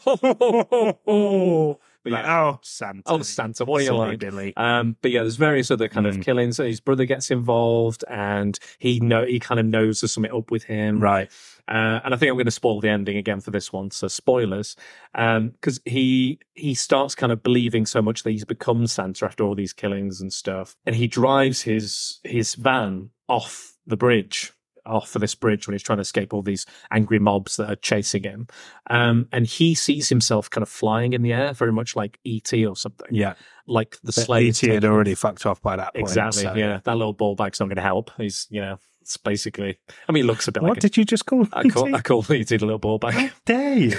Speaker 3: But
Speaker 4: like,
Speaker 3: yeah.
Speaker 4: oh Santa,
Speaker 3: Oh, Santa, what are you
Speaker 4: Silly
Speaker 3: like?
Speaker 4: Billy.
Speaker 3: Um, but yeah, there's various other kind
Speaker 4: Hmm.
Speaker 3: of killings. So His brother gets involved, and he know he kind of knows there's something up with him.
Speaker 4: Right,
Speaker 3: Uh, and I think I'm going to spoil the ending again for this one, so spoilers. Because he he starts kind of believing so much that he's become Santa after all these killings and stuff, and he drives his his van off the bridge, off of this bridge when he's trying to escape all these angry mobs that are chasing him. Um, and he sees himself kind of flying in the air, very much like ET or something,
Speaker 4: yeah. E
Speaker 3: like the
Speaker 4: But
Speaker 3: slave.
Speaker 4: ET had already fucked off by that point.
Speaker 3: Exactly.
Speaker 4: so-
Speaker 3: yeah, that little ball bag's not going to help. He's, you know, it's basically. I mean, he looks a bit
Speaker 4: What
Speaker 3: like.
Speaker 4: did you just call? E
Speaker 3: a, I call, I
Speaker 4: ET?
Speaker 3: call it a little ball bag.
Speaker 4: How dare
Speaker 3: *laughs*
Speaker 4: you?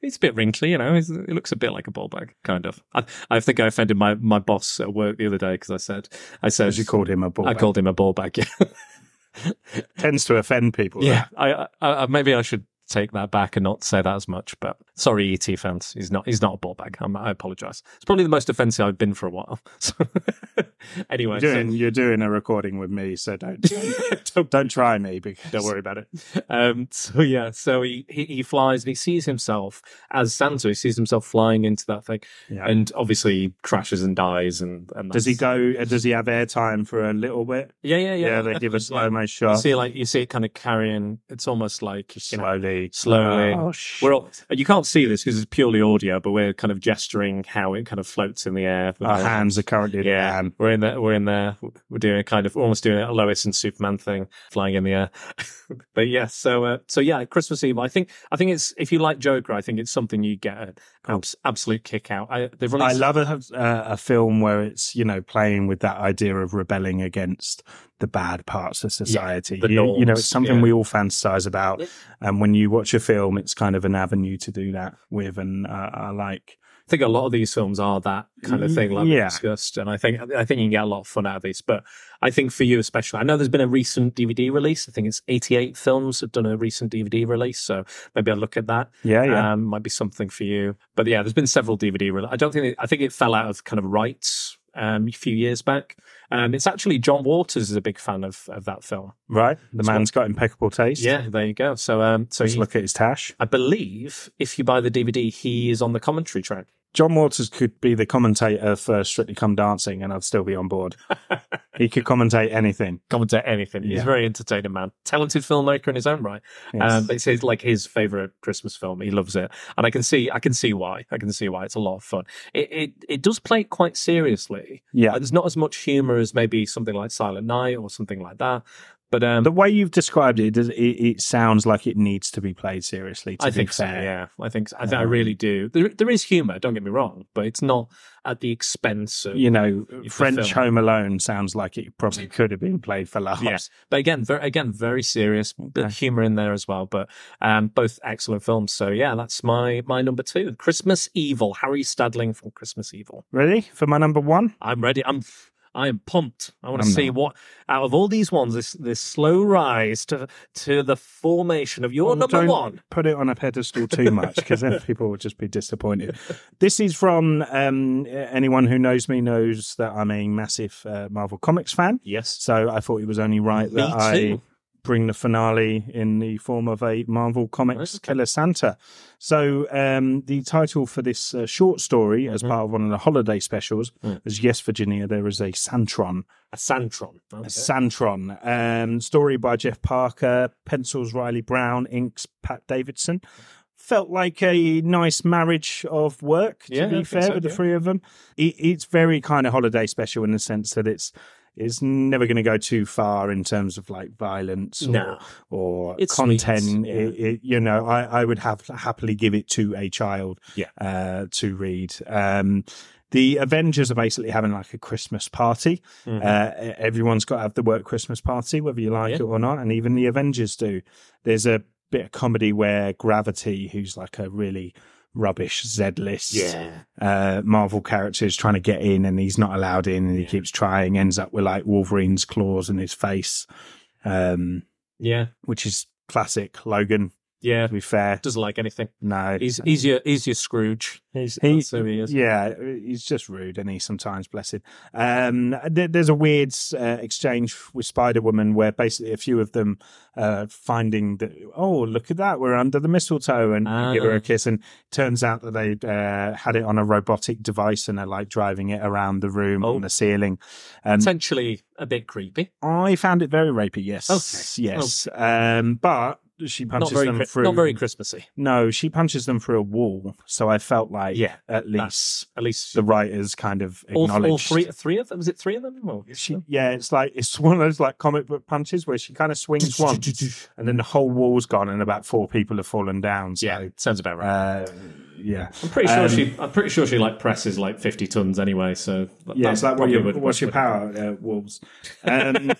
Speaker 3: It's a bit wrinkly, you know. It's, it looks a bit like a ball bag, kind of. I, I think I offended my, my boss at work the other day because I said, I said,
Speaker 4: As you called him a ball.
Speaker 3: I
Speaker 4: bag.
Speaker 3: called him a ball bag. Yeah, *laughs*
Speaker 4: tends to offend people.
Speaker 3: yeah. I, I, I maybe I should take that back and not say that as much. But sorry, ET fans, he's not he's not a ball bag. I'm, I apologize. It's probably the most offensive I've been for a while. *laughs* So anyway,
Speaker 4: You're
Speaker 3: so-
Speaker 4: doing, you're doing a recording with me, so don't
Speaker 3: *laughs*
Speaker 4: don't, don't try me. Because
Speaker 3: Don't worry about it. Um, *laughs* so yeah, so he, he he flies and he sees himself as Santa. He sees himself flying into that thing,
Speaker 4: Yeah.
Speaker 3: and obviously he crashes and dies. And, and
Speaker 4: Does he
Speaker 3: that's-
Speaker 4: go? uh, Does he have airtime for a little bit?
Speaker 3: Yeah, yeah, *laughs* yeah.
Speaker 4: Yeah, they give a slow mo
Speaker 3: You
Speaker 4: shot.
Speaker 3: see, like you see it kind of carrying. It's almost like you know,
Speaker 4: slowly,
Speaker 3: slowly.
Speaker 4: Oh, sh-
Speaker 3: We're all, you can't see this because it's purely audio, but we're kind of gesturing how it kind of floats in the air.
Speaker 4: our hands are currently in
Speaker 3: Yeah,
Speaker 4: hand.
Speaker 3: we're in there. We're in there. We're doing a kind of almost doing a Lois and Superman thing, flying in the air. *laughs* but yeah, so uh, so yeah, Christmas Eve. I think I think it's if you like Joker, I think it's something you get an abs- absolute kick out. I, they've
Speaker 4: I
Speaker 3: released.
Speaker 4: love a, uh, a film where it's you know playing with that idea of rebelling against the bad parts of society.
Speaker 3: the
Speaker 4: you, you know,
Speaker 3: norms,
Speaker 4: it's something
Speaker 3: yeah.
Speaker 4: we all fantasize about, and when you watch a film, it's kind of an avenue to do that with. And uh, I like
Speaker 3: I think a lot of these films are that kind of thing, like we
Speaker 4: Yeah.
Speaker 3: discussed. And I think I think you can get a lot of fun out of these. But I think for you especially, I know there's been a recent DVD release. I think it's 88 films have done a recent DVD release, so maybe I'll look at that.
Speaker 4: Yeah, yeah.
Speaker 3: Um, might be something for you. But yeah, there's been several DVD. Re- I don't think it, I think it fell out of kind of rights um, a few years back. Um, it's actually John Waters is a big fan of of that film.
Speaker 4: right? The
Speaker 3: That's
Speaker 4: man's got impeccable taste.
Speaker 3: Yeah, there you go. So um, so
Speaker 4: Just
Speaker 3: he-
Speaker 4: look at his tash.
Speaker 3: I believe if you buy the DVD, he is on the commentary track.
Speaker 4: John Waters could be the commentator for Strictly Come Dancing, and I'd still be
Speaker 3: *laughs*
Speaker 4: on board. he could commentate anything.
Speaker 3: Commentate anything. He's
Speaker 4: Yeah.
Speaker 3: a very entertaining man, talented filmmaker in his own right.
Speaker 4: Yes.
Speaker 3: Um, but it's his, like his favorite Christmas film. He loves it, and I can see, I can see why. I can see why. It's a lot of fun. It it, it does play it quite seriously.
Speaker 4: yeah,
Speaker 3: Like, there's not as much humor as maybe something like Silent Night or something like that. But um,
Speaker 4: the way you've described it, it, does- it, it sounds like it needs to be played seriously. To
Speaker 3: I
Speaker 4: be
Speaker 3: think so.
Speaker 4: fair.
Speaker 3: Yeah, I think so. I, think I
Speaker 4: Um,
Speaker 3: really do. There there is humor. Don't get me wrong, but it's not at the expense of
Speaker 4: You know,
Speaker 3: the
Speaker 4: French
Speaker 3: film.
Speaker 4: Home Alone sounds like it probably could have been played for laughs.
Speaker 3: Yeah. But again, very, again, very serious. Bit of humor in there as well. But um, both excellent films. So yeah, that's my my number two. Christmas Evil. Harry Stadling from Christmas Evil.
Speaker 4: Ready for my number one?
Speaker 3: I'm ready. I'm I am pumped. I want to
Speaker 4: I'm
Speaker 3: see
Speaker 4: not.
Speaker 3: what out of all these ones, this this slow rise to to the formation of your number
Speaker 4: Don't
Speaker 3: one.
Speaker 4: Put it on a pedestal too much
Speaker 3: *laughs*
Speaker 4: because then people will just be disappointed. This is from um, anyone who knows me knows that I'm a massive uh, Marvel Comics fan.
Speaker 3: Yes.
Speaker 4: So I thought it was only right
Speaker 3: Me
Speaker 4: that I
Speaker 3: too.
Speaker 4: bring the finale in the form of a Marvel Comics
Speaker 3: Okay.
Speaker 4: Killer Santa. So um, the title for this uh, short story, as part of one of the holiday specials,
Speaker 3: Mm-hmm. Mm.
Speaker 4: was Yes, Virginia, there is a Santron.
Speaker 3: A Santron. Okay.
Speaker 4: A Santron. Um, story by Jeff Parker, pencils Riley Brown, inks Pat Davidson. Felt like a nice marriage of work, to
Speaker 3: Yeah, I
Speaker 4: be
Speaker 3: think
Speaker 4: fair,
Speaker 3: so,
Speaker 4: with the
Speaker 3: yeah.
Speaker 4: three of them. It, it's very kind of holiday special in the sense that it's it's never going to go too far in terms of like violence or,
Speaker 3: No.
Speaker 4: or
Speaker 3: It's
Speaker 4: content.
Speaker 3: sweet, yeah.
Speaker 4: It, it, you know, I, I would have happily give it to a child
Speaker 3: Yeah.
Speaker 4: uh, to read. Um, the Avengers are basically having like a Christmas party. Uh, everyone's got to have the work Christmas party, whether you like
Speaker 3: Mm-hmm. Yeah.
Speaker 4: it or not, and even the Avengers do. There's a bit of comedy where Gravity, who's like a really rubbish Z list
Speaker 2: Yeah.
Speaker 4: uh, Marvel character is trying to get in, and he's not allowed in, and he keeps trying, ends up with like Wolverine's claws in his face, um,
Speaker 3: Yeah.
Speaker 4: which is classic Logan.
Speaker 3: Yeah.
Speaker 4: To be fair,
Speaker 3: Doesn't like anything.
Speaker 4: no,
Speaker 3: He's he's your he's your Scrooge. He's,
Speaker 4: He-
Speaker 3: that's who he is.
Speaker 4: Yeah, he's just rude, and he sometimes blessed. Um, there, there's a weird uh, exchange with Spider Woman where basically a few of them uh, finding that oh look at that we're under the mistletoe and
Speaker 3: Ah.
Speaker 4: give her a kiss, and turns out that they uh, had it on a robotic device and are like driving it around the room
Speaker 3: Oh.
Speaker 4: on the ceiling. And
Speaker 3: Potentially a bit creepy.
Speaker 4: I found it very rapey. Yes,
Speaker 3: Okay. Oh.
Speaker 4: yes, um, but. She punches
Speaker 3: Not very,
Speaker 4: them
Speaker 3: Chri-
Speaker 4: through.
Speaker 3: not very Christmassy.
Speaker 4: no, she punches them through a wall. So I felt like,
Speaker 3: Yeah,
Speaker 4: at least
Speaker 3: That's at least
Speaker 4: the writers kind of
Speaker 3: all,
Speaker 4: acknowledged.
Speaker 3: all three three of them. Is it three of them? Well,
Speaker 4: She, yeah, it's like it's *laughs* one of those like comic book punches where she kind of swings once, and then the whole wall's gone, and about four people have fallen down. So,
Speaker 3: yeah, sounds about right.
Speaker 4: uh, yeah,
Speaker 3: I'm pretty sure
Speaker 4: um,
Speaker 3: she. I'm pretty sure she like presses like 50 tons anyway. So that-
Speaker 4: yeah.
Speaker 3: that
Speaker 4: It's like what
Speaker 3: probably
Speaker 4: your,
Speaker 3: would-
Speaker 4: what's your power? Uh,
Speaker 3: *laughs*
Speaker 4: wolves, *laughs* um,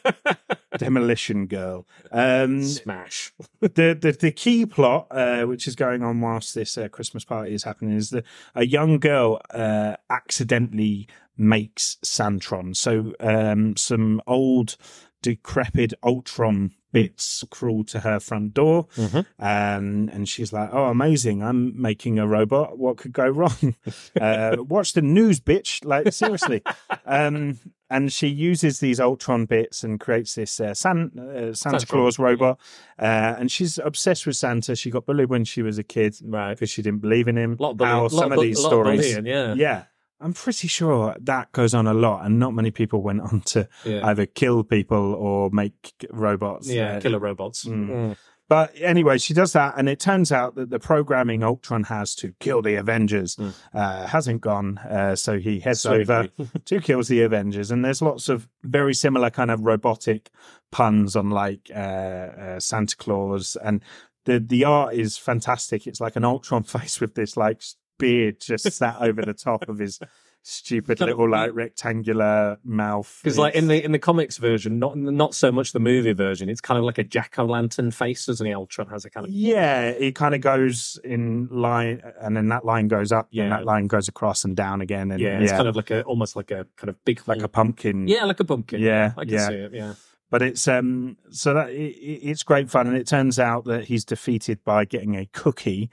Speaker 4: demolition girl. Um,
Speaker 3: Smash.
Speaker 4: the, the the key plot, uh, which is going on whilst this uh, Christmas party is happening, is that a young girl uh, accidentally makes Santron. So um, some old, decrepit Ultron bits crawl to her front door,
Speaker 3: Mhm.
Speaker 4: um, and she's like, "Oh, amazing! I'm making a robot. What could go wrong? uh, watch the news, bitch! Like seriously." um, and she uses these Ultron bits and creates this uh, San, uh, Santa
Speaker 3: Santron.
Speaker 4: Claus robot. Uh, and she's obsessed with Santa. She got bullied when she was a kid
Speaker 3: Right.
Speaker 4: because she didn't believe in him.
Speaker 3: A lot of
Speaker 4: How
Speaker 3: bullying. lot of,
Speaker 4: some of
Speaker 3: bu-
Speaker 4: these
Speaker 3: lot
Speaker 4: stories.
Speaker 3: bullying, yeah.
Speaker 4: Yeah. I'm pretty sure that goes on a lot, and not many people went on to
Speaker 3: Yeah.
Speaker 4: either kill people or make robots.
Speaker 3: yeah.
Speaker 4: uh,
Speaker 3: Killer robots.
Speaker 4: Mm.
Speaker 3: Mm.
Speaker 4: but anyway, she does that, and it turns out that the programming Ultron has to kill the Avengers
Speaker 3: Mm.
Speaker 4: uh, hasn't gone. Uh, so he heads
Speaker 3: So
Speaker 4: over
Speaker 3: *laughs*
Speaker 4: to kills the Avengers, and there's lots of very similar kind of robotic puns on like uh, uh, Santa Claus, and the the art is *laughs* fantastic. It's like an Ultron face with this like beard just sat over the top of his stupid little like rectangular mouth.
Speaker 3: Because like in the in the comics version, not not so much the movie version, it's kind of like a jack o' lantern face, doesn't he? Ultron has a kind of
Speaker 4: yeah, it kind of goes in line, and then that line goes up,
Speaker 3: Yeah.
Speaker 4: and that line goes across and down again, and
Speaker 3: yeah,
Speaker 4: yeah,
Speaker 3: it's kind of like a almost like a kind of big
Speaker 4: like a
Speaker 3: hole.
Speaker 4: pumpkin.
Speaker 3: yeah, like a pumpkin.
Speaker 4: Yeah,
Speaker 3: I can
Speaker 4: yeah.
Speaker 3: see it. Yeah,
Speaker 4: But it's um so that it, it- it's great fun, and it turns out that he's defeated by getting a cookie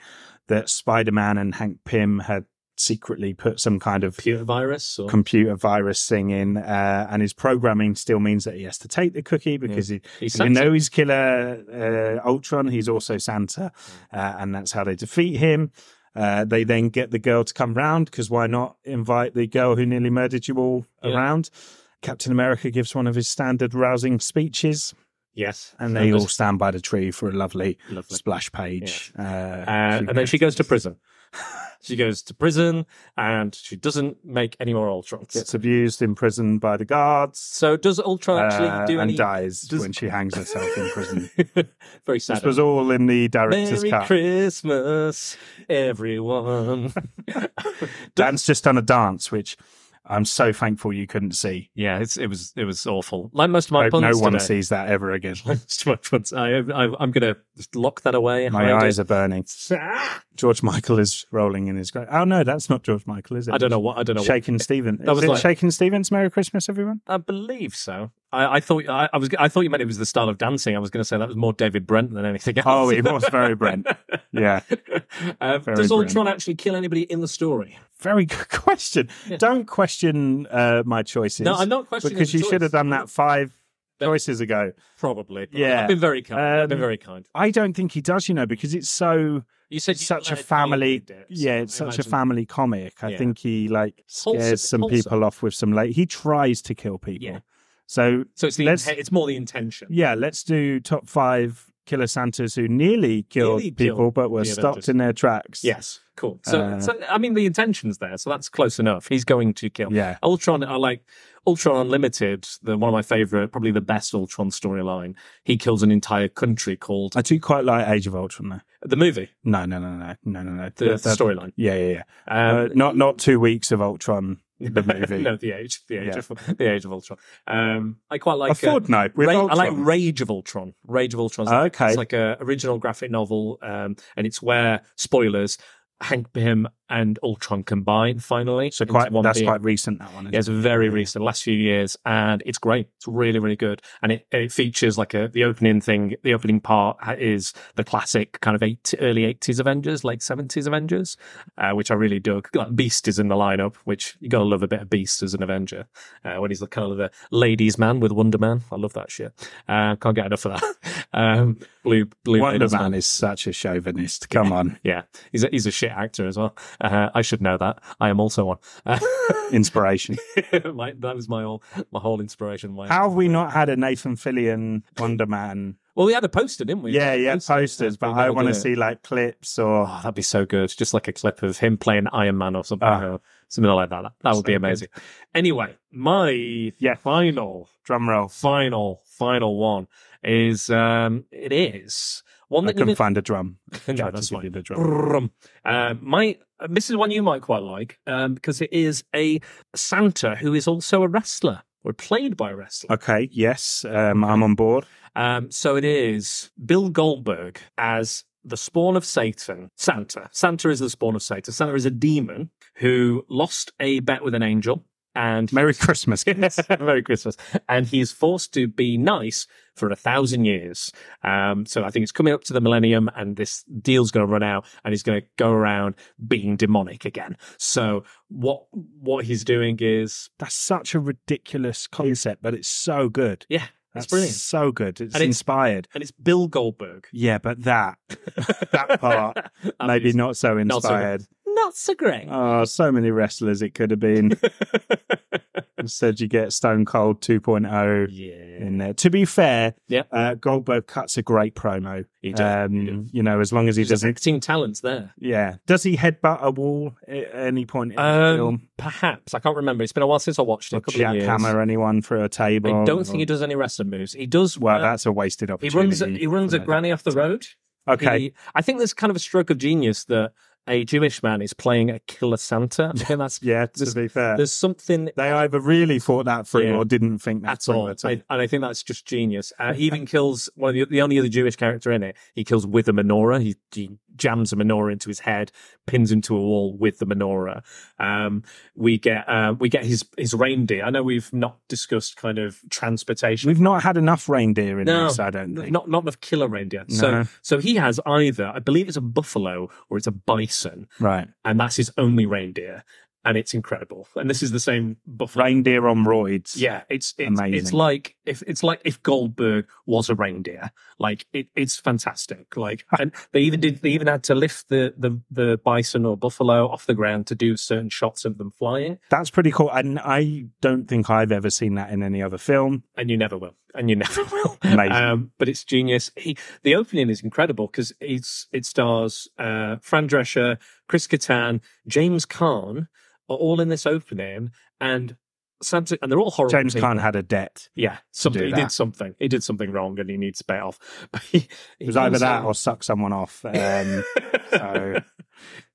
Speaker 4: that Spider Man and Hank Pym had secretly put some kind of
Speaker 3: pure virus. Or...
Speaker 4: computer virus thing in, uh, and his programming still means that he has to take the cookie because he,
Speaker 3: He's
Speaker 4: we
Speaker 3: Santa.
Speaker 4: know he's killer uh, Ultron. He's also Santa, uh, and that's how they defeat him. Uh, they then get the girl to come round because why not invite the girl who nearly murdered you all
Speaker 3: Yeah.
Speaker 4: around? Captain America gives one of his standard rousing speeches,
Speaker 3: yes,
Speaker 4: and they all
Speaker 3: Lovely.
Speaker 4: stand by the tree for a lovely,
Speaker 3: Lovely.
Speaker 4: splash page. Uh,
Speaker 3: Uh, and then she goes to prison. *laughs* she goes to prison, and she doesn't make any more Ultrons.
Speaker 4: gets abused, imprisoned by the guards,
Speaker 3: So does Ultron actually
Speaker 4: uh,
Speaker 3: do
Speaker 4: and
Speaker 3: any?
Speaker 4: dies
Speaker 3: does-
Speaker 4: when she hangs herself in prison.
Speaker 3: *laughs* Very sad.
Speaker 4: This was all in the director's
Speaker 3: Merry
Speaker 4: cut.
Speaker 3: Christmas,
Speaker 4: *laughs*
Speaker 3: everyone.
Speaker 4: Dan's just done a dance, which I'm so thankful you couldn't see.
Speaker 3: yeah, it's, it was it was awful. Like most of
Speaker 4: I
Speaker 3: my
Speaker 4: hope no
Speaker 3: puns
Speaker 4: one
Speaker 3: today.
Speaker 4: sees that ever again.
Speaker 3: *laughs* Most of my puns. I, I, I'm going to lock that away.
Speaker 4: My
Speaker 3: hide it.
Speaker 4: eyes
Speaker 3: *laughs*
Speaker 4: are burning. George Michael is rolling in his grave. Oh no, that's not George Michael, is it?
Speaker 3: I don't know what I don't know. What,
Speaker 4: Shaking Stephen.
Speaker 3: That
Speaker 4: Is
Speaker 3: was
Speaker 4: it
Speaker 3: like-
Speaker 4: Shaking Stevens? Merry
Speaker 3: *laughs*
Speaker 4: Christmas, everyone.
Speaker 3: I believe so. I, I thought I, I was. I thought you meant it was the style of dancing. I was going to say that was more David Brent than anything else.
Speaker 4: Oh, it was
Speaker 3: *laughs*
Speaker 4: very Brent. Yeah,
Speaker 3: Uh,
Speaker 4: Very
Speaker 3: does
Speaker 4: Brent.
Speaker 3: Ultron actually kill anybody in the story?
Speaker 4: very good *laughs* question. Don't question uh, my choices.
Speaker 3: No, I'm not questioning
Speaker 4: because
Speaker 3: the
Speaker 4: you should have
Speaker 3: choice.
Speaker 4: done that five choices ago.
Speaker 3: Probably. but
Speaker 4: Yeah.
Speaker 3: I've been very kind. I've been
Speaker 4: Um,
Speaker 3: very kind.
Speaker 4: I don't think he does, you know, because it's so
Speaker 3: You said you
Speaker 4: such a
Speaker 3: let
Speaker 4: family
Speaker 3: David do it, so
Speaker 4: yeah it's
Speaker 3: I
Speaker 4: such a
Speaker 3: imagine-
Speaker 4: family comic i
Speaker 3: Yeah.
Speaker 4: think he like
Speaker 3: Wholesome-
Speaker 4: scares some
Speaker 3: wholesome.
Speaker 4: people off with some late he tries to kill people
Speaker 3: Yeah.
Speaker 4: so
Speaker 3: So it's the
Speaker 4: Let's-
Speaker 3: inten- it's more the intention.
Speaker 4: yeah let's do top five killer santas who nearly killed
Speaker 3: Nearly
Speaker 4: people
Speaker 3: killed
Speaker 4: but were
Speaker 3: the
Speaker 4: stopped
Speaker 3: Avengers.
Speaker 4: in their tracks
Speaker 3: Yes, cool. So,
Speaker 4: Uh,
Speaker 3: so I mean, the intention's there, so that's close enough. He's going to kill.
Speaker 4: Yeah.
Speaker 3: Ultron, I like Ultron Unlimited. The one of my favorite, probably the best Ultron storyline. He kills an entire country called
Speaker 4: i do quite like age of ultron though
Speaker 3: the movie,
Speaker 4: no no no no no no no
Speaker 3: the, the storyline.
Speaker 4: yeah yeah yeah
Speaker 3: Um,
Speaker 4: uh, not not two weeks of
Speaker 3: *laughs*
Speaker 4: ultron the movie
Speaker 3: no, the age, the age
Speaker 4: Yeah.
Speaker 3: of the age of Ultron. Um, I quite like
Speaker 4: a
Speaker 3: uh,
Speaker 4: fortnight with
Speaker 3: Ra- I
Speaker 4: ultron.
Speaker 3: like Rage of Ultron. Rage of Ultron.
Speaker 4: Ah, okay.
Speaker 3: It's like a original graphic novel, um, and it's where spoilers. Hank Pym and Ultron combine finally.
Speaker 4: so
Speaker 3: into
Speaker 4: quite
Speaker 3: one
Speaker 4: that's
Speaker 3: being.
Speaker 4: quite recent that one isn't
Speaker 3: Yeah, it's
Speaker 4: it?
Speaker 3: very recent, last few years, and it's great. It's really, really good, and it, it features like a the opening thing. The opening part ha- is the classic kind of eight, early eighties Avengers, late seventies Avengers, uh, which I really dug. Like Beast is in the lineup, which you gotta love a bit of Beast as an Avenger uh, when he's the kind of the ladies' man with Wonder Man. I love that shit. Uh, can't get enough of that. *laughs* um, blue, blue
Speaker 4: wonder
Speaker 3: ladies'
Speaker 4: man is such a chauvinist come on
Speaker 3: Yeah, he's a, he's a shit actor as well. Uh, I should know that. I am also one. *laughs* Uh,
Speaker 4: inspiration
Speaker 3: *laughs* my, that was my whole my whole inspiration. My,
Speaker 4: *laughs* How have we not had a Nathan Fillion Wonder Man?
Speaker 3: well, we had a poster, didn't we?
Speaker 4: yeah,
Speaker 3: We
Speaker 4: yeah,
Speaker 3: had a poster.
Speaker 4: posters, but
Speaker 3: We've
Speaker 4: I
Speaker 3: never
Speaker 4: want to
Speaker 3: done it.
Speaker 4: see like clips or
Speaker 3: Oh, that'd be so good. Just like a clip of him playing Iron Man or something,
Speaker 4: Ah.
Speaker 3: or something like that. That, that would be
Speaker 4: good.
Speaker 3: amazing. Anyway, my
Speaker 4: Yeah.
Speaker 3: final,
Speaker 4: drum roll.
Speaker 3: final, final one is um, it is one
Speaker 4: I
Speaker 3: that you
Speaker 4: couldn't
Speaker 3: did-
Speaker 4: find a drum.
Speaker 3: *laughs* No,
Speaker 4: Tried to
Speaker 3: that's
Speaker 4: give
Speaker 3: fine.
Speaker 4: you the drum.
Speaker 3: Brum. Uh, my uh, this is one you might quite like um, because it is a Santa who is also a wrestler or played by a wrestler.
Speaker 4: Okay, yes, um, I'm on board.
Speaker 3: Um, so it is Bill Goldberg as the spawn of Satan, Santa. Santa is the spawn of Satan. Santa is a demon who lost a bet with an angel and *laughs*
Speaker 4: Merry Christmas, kids.
Speaker 3: Merry Christmas. And he is forced to be nice for a thousand years. Um, so I think it's coming up to the millennium and this deal's going to run out and he's going to go around being demonic again. So what, what he's doing is,
Speaker 4: That's such a ridiculous concept, but it's so good.
Speaker 3: yeah,
Speaker 4: That's
Speaker 3: it's brilliant.
Speaker 4: So good.
Speaker 3: And
Speaker 4: It's
Speaker 3: it's-
Speaker 4: inspired.
Speaker 3: And it's Bill Goldberg.
Speaker 4: Yeah, but that that part
Speaker 3: *laughs* That
Speaker 4: maybe
Speaker 3: is
Speaker 4: not so
Speaker 3: not so
Speaker 4: inspired.
Speaker 3: not so great.
Speaker 4: oh, so many wrestlers it could have been.
Speaker 3: *laughs*
Speaker 4: Instead, you get Stone Cold oh. 2.0.
Speaker 3: yeah.
Speaker 4: in there. To be fair,
Speaker 3: Yeah.
Speaker 4: uh, Goldberg cuts a great promo.
Speaker 3: He does, he
Speaker 4: Um,
Speaker 3: does.
Speaker 4: you know, as long as he
Speaker 3: There's
Speaker 4: doesn't.
Speaker 3: acting talents there.
Speaker 4: Yeah, does he headbutt a wall at any point in the film?
Speaker 3: Um, perhaps. I can't remember. It's been a while since I watched it.
Speaker 4: Or
Speaker 3: a couple of years.
Speaker 4: jackhammer anyone through a table?
Speaker 3: I don't
Speaker 4: or-
Speaker 3: think he does any wrestling moves. He does.
Speaker 4: Well,
Speaker 3: uh,
Speaker 4: that's a wasted
Speaker 3: he
Speaker 4: opportunity.
Speaker 3: runs. He runs a granny off the road.
Speaker 4: Okay,
Speaker 3: He- I think there's kind of a stroke of genius that a Jewish man is playing a killer
Speaker 4: *laughs*
Speaker 3: Santa. I think that's
Speaker 4: Yeah, to
Speaker 3: There's-
Speaker 4: be fair.
Speaker 3: There's something
Speaker 4: They either really thought that through
Speaker 3: Yeah.
Speaker 4: or didn't think that
Speaker 3: at
Speaker 4: through
Speaker 3: all,
Speaker 4: at
Speaker 3: I, and I think that's just genius. Uh, he even kills one of the, the only other Jewish character in it. He kills with a menorah. He, he jams a menorah into his head, pins him to a wall with the menorah. Um, we get uh, we get his his reindeer. I know we've not discussed kind of transportation.
Speaker 4: We've not had enough reindeer in
Speaker 3: No.
Speaker 4: this, I don't think.
Speaker 3: not not the killer reindeer.
Speaker 4: No.
Speaker 3: So so he has either I believe it's a buffalo or it's a bison,
Speaker 4: Right.
Speaker 3: and that's his only reindeer, and it's incredible. And this is the same buffalo.
Speaker 4: Reindeer on roids.
Speaker 3: Yeah, it's it's, it's
Speaker 4: Amazing.
Speaker 3: like if it's like if Goldberg was a reindeer, like it, it's fantastic. Like, and they even did they even had to lift the, the the bison or buffalo off the ground to do certain shots of them flying,
Speaker 4: That's pretty cool. And I don't think I've ever seen that in any other film.
Speaker 3: and you never will, and you *laughs* never will.
Speaker 4: Amazing.
Speaker 3: Um, but it's genius. He, the opening is incredible because it's it stars uh, Fran Drescher, Chris Kattan, James Caan are all in this opening, and Santa, and they're all horrible.
Speaker 4: James
Speaker 3: people.
Speaker 4: Caan had a debt.
Speaker 3: Yeah, something
Speaker 4: do
Speaker 3: he
Speaker 4: that.
Speaker 3: did something. He did something wrong, and he needs to pay it off. *laughs* But he, he
Speaker 4: It was either
Speaker 3: comes
Speaker 4: that
Speaker 3: in-
Speaker 4: or suck someone off. Um, *laughs* so-
Speaker 3: *laughs*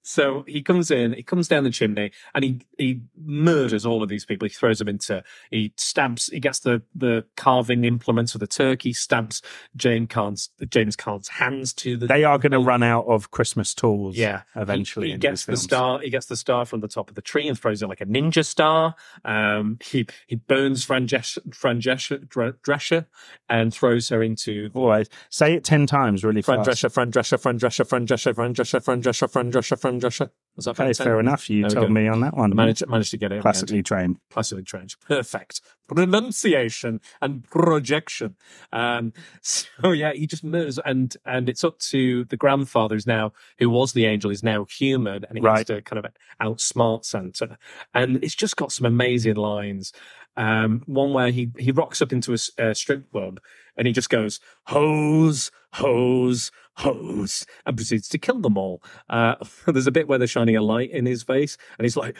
Speaker 3: So he comes in, he comes down the chimney, and he he murders all of these people. He throws them into, he stabs, he gets the the carving implements of the turkey, stabs James Khan's James Khan's hands to the.
Speaker 4: they are going to run out of Christmas tools
Speaker 3: yeah,
Speaker 4: eventually.
Speaker 3: He, he
Speaker 4: in
Speaker 3: gets
Speaker 4: these
Speaker 3: the
Speaker 4: films.
Speaker 3: star. He gets the star from the top of the tree and throws it like a ninja star. Um, he he burns Frangesh, Frangesh, Dre- Drescher and throws her into
Speaker 4: Always. Say it 10 times really
Speaker 3: Fran
Speaker 4: fast.
Speaker 3: Drescher, Fran Drescher, Fran Drescher, Fran Drescher, Fran Drescher, Fran Drescher, Fran Drescher, Fran Drescher. Was that
Speaker 4: Okay,
Speaker 3: ten?
Speaker 4: fair enough. You
Speaker 3: There we
Speaker 4: told
Speaker 3: go.
Speaker 4: me on that
Speaker 3: I
Speaker 4: one.
Speaker 3: managed, managed to get it. in the end.
Speaker 4: Classically trained.
Speaker 3: Classically trained. Perfect. Pronunciation and projection. Um, *laughs* so yeah, he just murders and, and it's up to the grandfather who's now, who was the angel, is now human and he has
Speaker 4: Right.
Speaker 3: to kind of outsmart Santa. And it's just got some amazing lines. Um, one where he, he rocks up into a, s- a strip club and he just goes, hose, hose, hose, and proceeds to kill them all. Uh, *laughs* there's a bit where they're shining a light in his face, and he's like,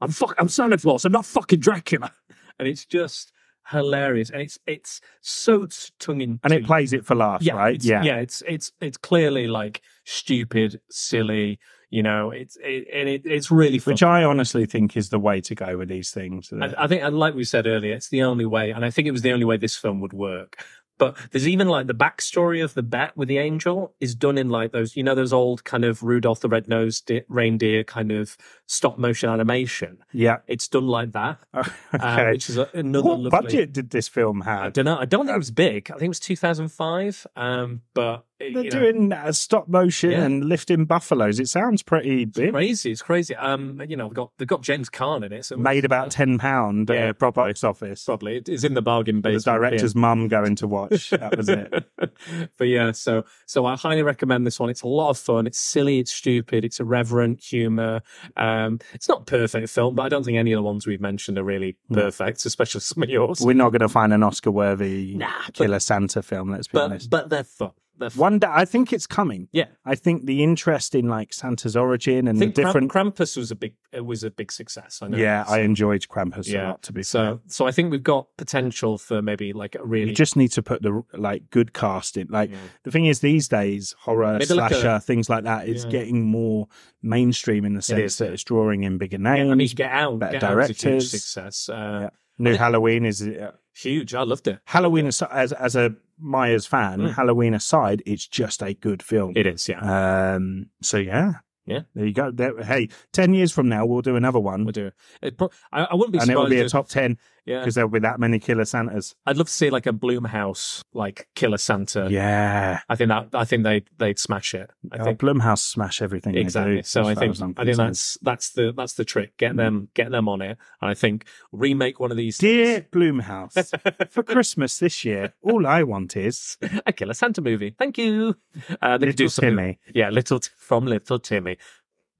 Speaker 3: "I'm fuck, I'm Santa Claus, I'm not fucking Dracula," *laughs* and it's just hilarious, and it's it's so tongue in
Speaker 4: And it plays it for laughs,
Speaker 3: yeah,
Speaker 4: right?
Speaker 3: It's, yeah, It's it's it's clearly like stupid, silly, you know. It's it, and it, it's really fun.
Speaker 4: Which I honestly think is the way to go with these things.
Speaker 3: I, I think, and uh, like we said earlier, it's the only way, and I think it was the only way this film would work. But there's even like the backstory of the bat with the angel is done in like those, you know, those old kind of Rudolph the Red-Nosed Di- Reindeer kind of stop motion animation.
Speaker 4: yeah. *laughs*
Speaker 3: It's done like that,
Speaker 4: okay.
Speaker 3: uh, which is a, another
Speaker 4: what
Speaker 3: lovely-
Speaker 4: budget Uh, did this film
Speaker 3: I
Speaker 4: have?
Speaker 3: don't know. I don't think it was big. I think it was 2005. Um, but it-
Speaker 4: They're
Speaker 3: you know,
Speaker 4: doing uh, stop motion
Speaker 3: Yeah.
Speaker 4: and lifting buffaloes. It sounds pretty
Speaker 3: it's
Speaker 4: big.
Speaker 3: crazy. It's crazy. Um, you know, they've got they've got James Caan in it. So
Speaker 4: Made about ten pound
Speaker 3: Yeah,
Speaker 4: uh,
Speaker 3: probably.
Speaker 4: box office.
Speaker 3: probably it is in the bargain
Speaker 4: The
Speaker 3: basement. bin. *laughs*
Speaker 4: director's mum going to watch. That was it.
Speaker 3: but yeah, so so I highly recommend this one. It's a lot of fun. It's silly. It's stupid. It's irreverent humor. Um, it's not a perfect film, but I don't think any of the ones we've mentioned are really
Speaker 4: Hmm.
Speaker 3: perfect, especially some of yours.
Speaker 4: We're not going to find an Oscar-worthy
Speaker 3: Nah, but-
Speaker 4: killer Santa film. Let's be
Speaker 3: but
Speaker 4: honest.
Speaker 3: but they're fun. They're fun.
Speaker 4: One day, I think it's coming.
Speaker 3: Yeah,
Speaker 4: I think the interest in like Santa's origin
Speaker 3: I
Speaker 4: and the
Speaker 3: think
Speaker 4: different.
Speaker 3: different... Krampus was a big it was a big success. I know.
Speaker 4: yeah,
Speaker 3: So-
Speaker 4: I enjoyed Krampus a lot. To be fair.
Speaker 3: so so I think we've got potential for maybe like a really
Speaker 4: You just need to put the like good cast in. Like
Speaker 3: Yeah.
Speaker 4: the thing is, these days horror
Speaker 3: Maybe like
Speaker 4: slasher things like that is
Speaker 3: Yeah.
Speaker 4: getting more mainstream in the sense
Speaker 3: is.
Speaker 4: that it's drawing in bigger
Speaker 3: I
Speaker 4: names.
Speaker 3: mean, get out,
Speaker 4: better
Speaker 3: get out was a huge
Speaker 4: directors.
Speaker 3: success. Uh,
Speaker 4: Yeah. New Halloween is uh,
Speaker 3: Huge. I loved it.
Speaker 4: Halloween as, as as a Myers fan.
Speaker 3: Mm.
Speaker 4: Halloween aside, it's just a good film.
Speaker 3: It is. Yeah.
Speaker 4: Um. So yeah,
Speaker 3: Yeah.
Speaker 4: There you go. There, hey, ten years from now we'll do another one,
Speaker 3: We'll do it. It pro- I, I wouldn't be
Speaker 4: and it will
Speaker 3: surprised.
Speaker 4: be a
Speaker 3: if-
Speaker 4: top ten
Speaker 3: yeah.
Speaker 4: because there'll be that many killer Santas.
Speaker 3: I'd love to see like a Bloomhouse like Killer Santa.
Speaker 4: yeah.
Speaker 3: I think that I think they they'd smash it. I
Speaker 4: Oh,
Speaker 3: think
Speaker 4: Blumhouse smash everything. They
Speaker 3: exactly.
Speaker 4: do,
Speaker 3: So
Speaker 4: as
Speaker 3: I
Speaker 4: far
Speaker 3: think
Speaker 4: as I'm
Speaker 3: I think
Speaker 4: concerned. Mm.
Speaker 3: that's that's the that's the trick. Get them get them on it. And I think remake one of these.
Speaker 4: Dear
Speaker 3: *laughs*
Speaker 4: Bloomhouse, for Christmas this year, all I want is
Speaker 3: things. *laughs* a Killer Santa movie. Thank you. Uh, they could do
Speaker 4: Little
Speaker 3: something-
Speaker 4: Timmy.
Speaker 3: Yeah, little T- from Little Timmy.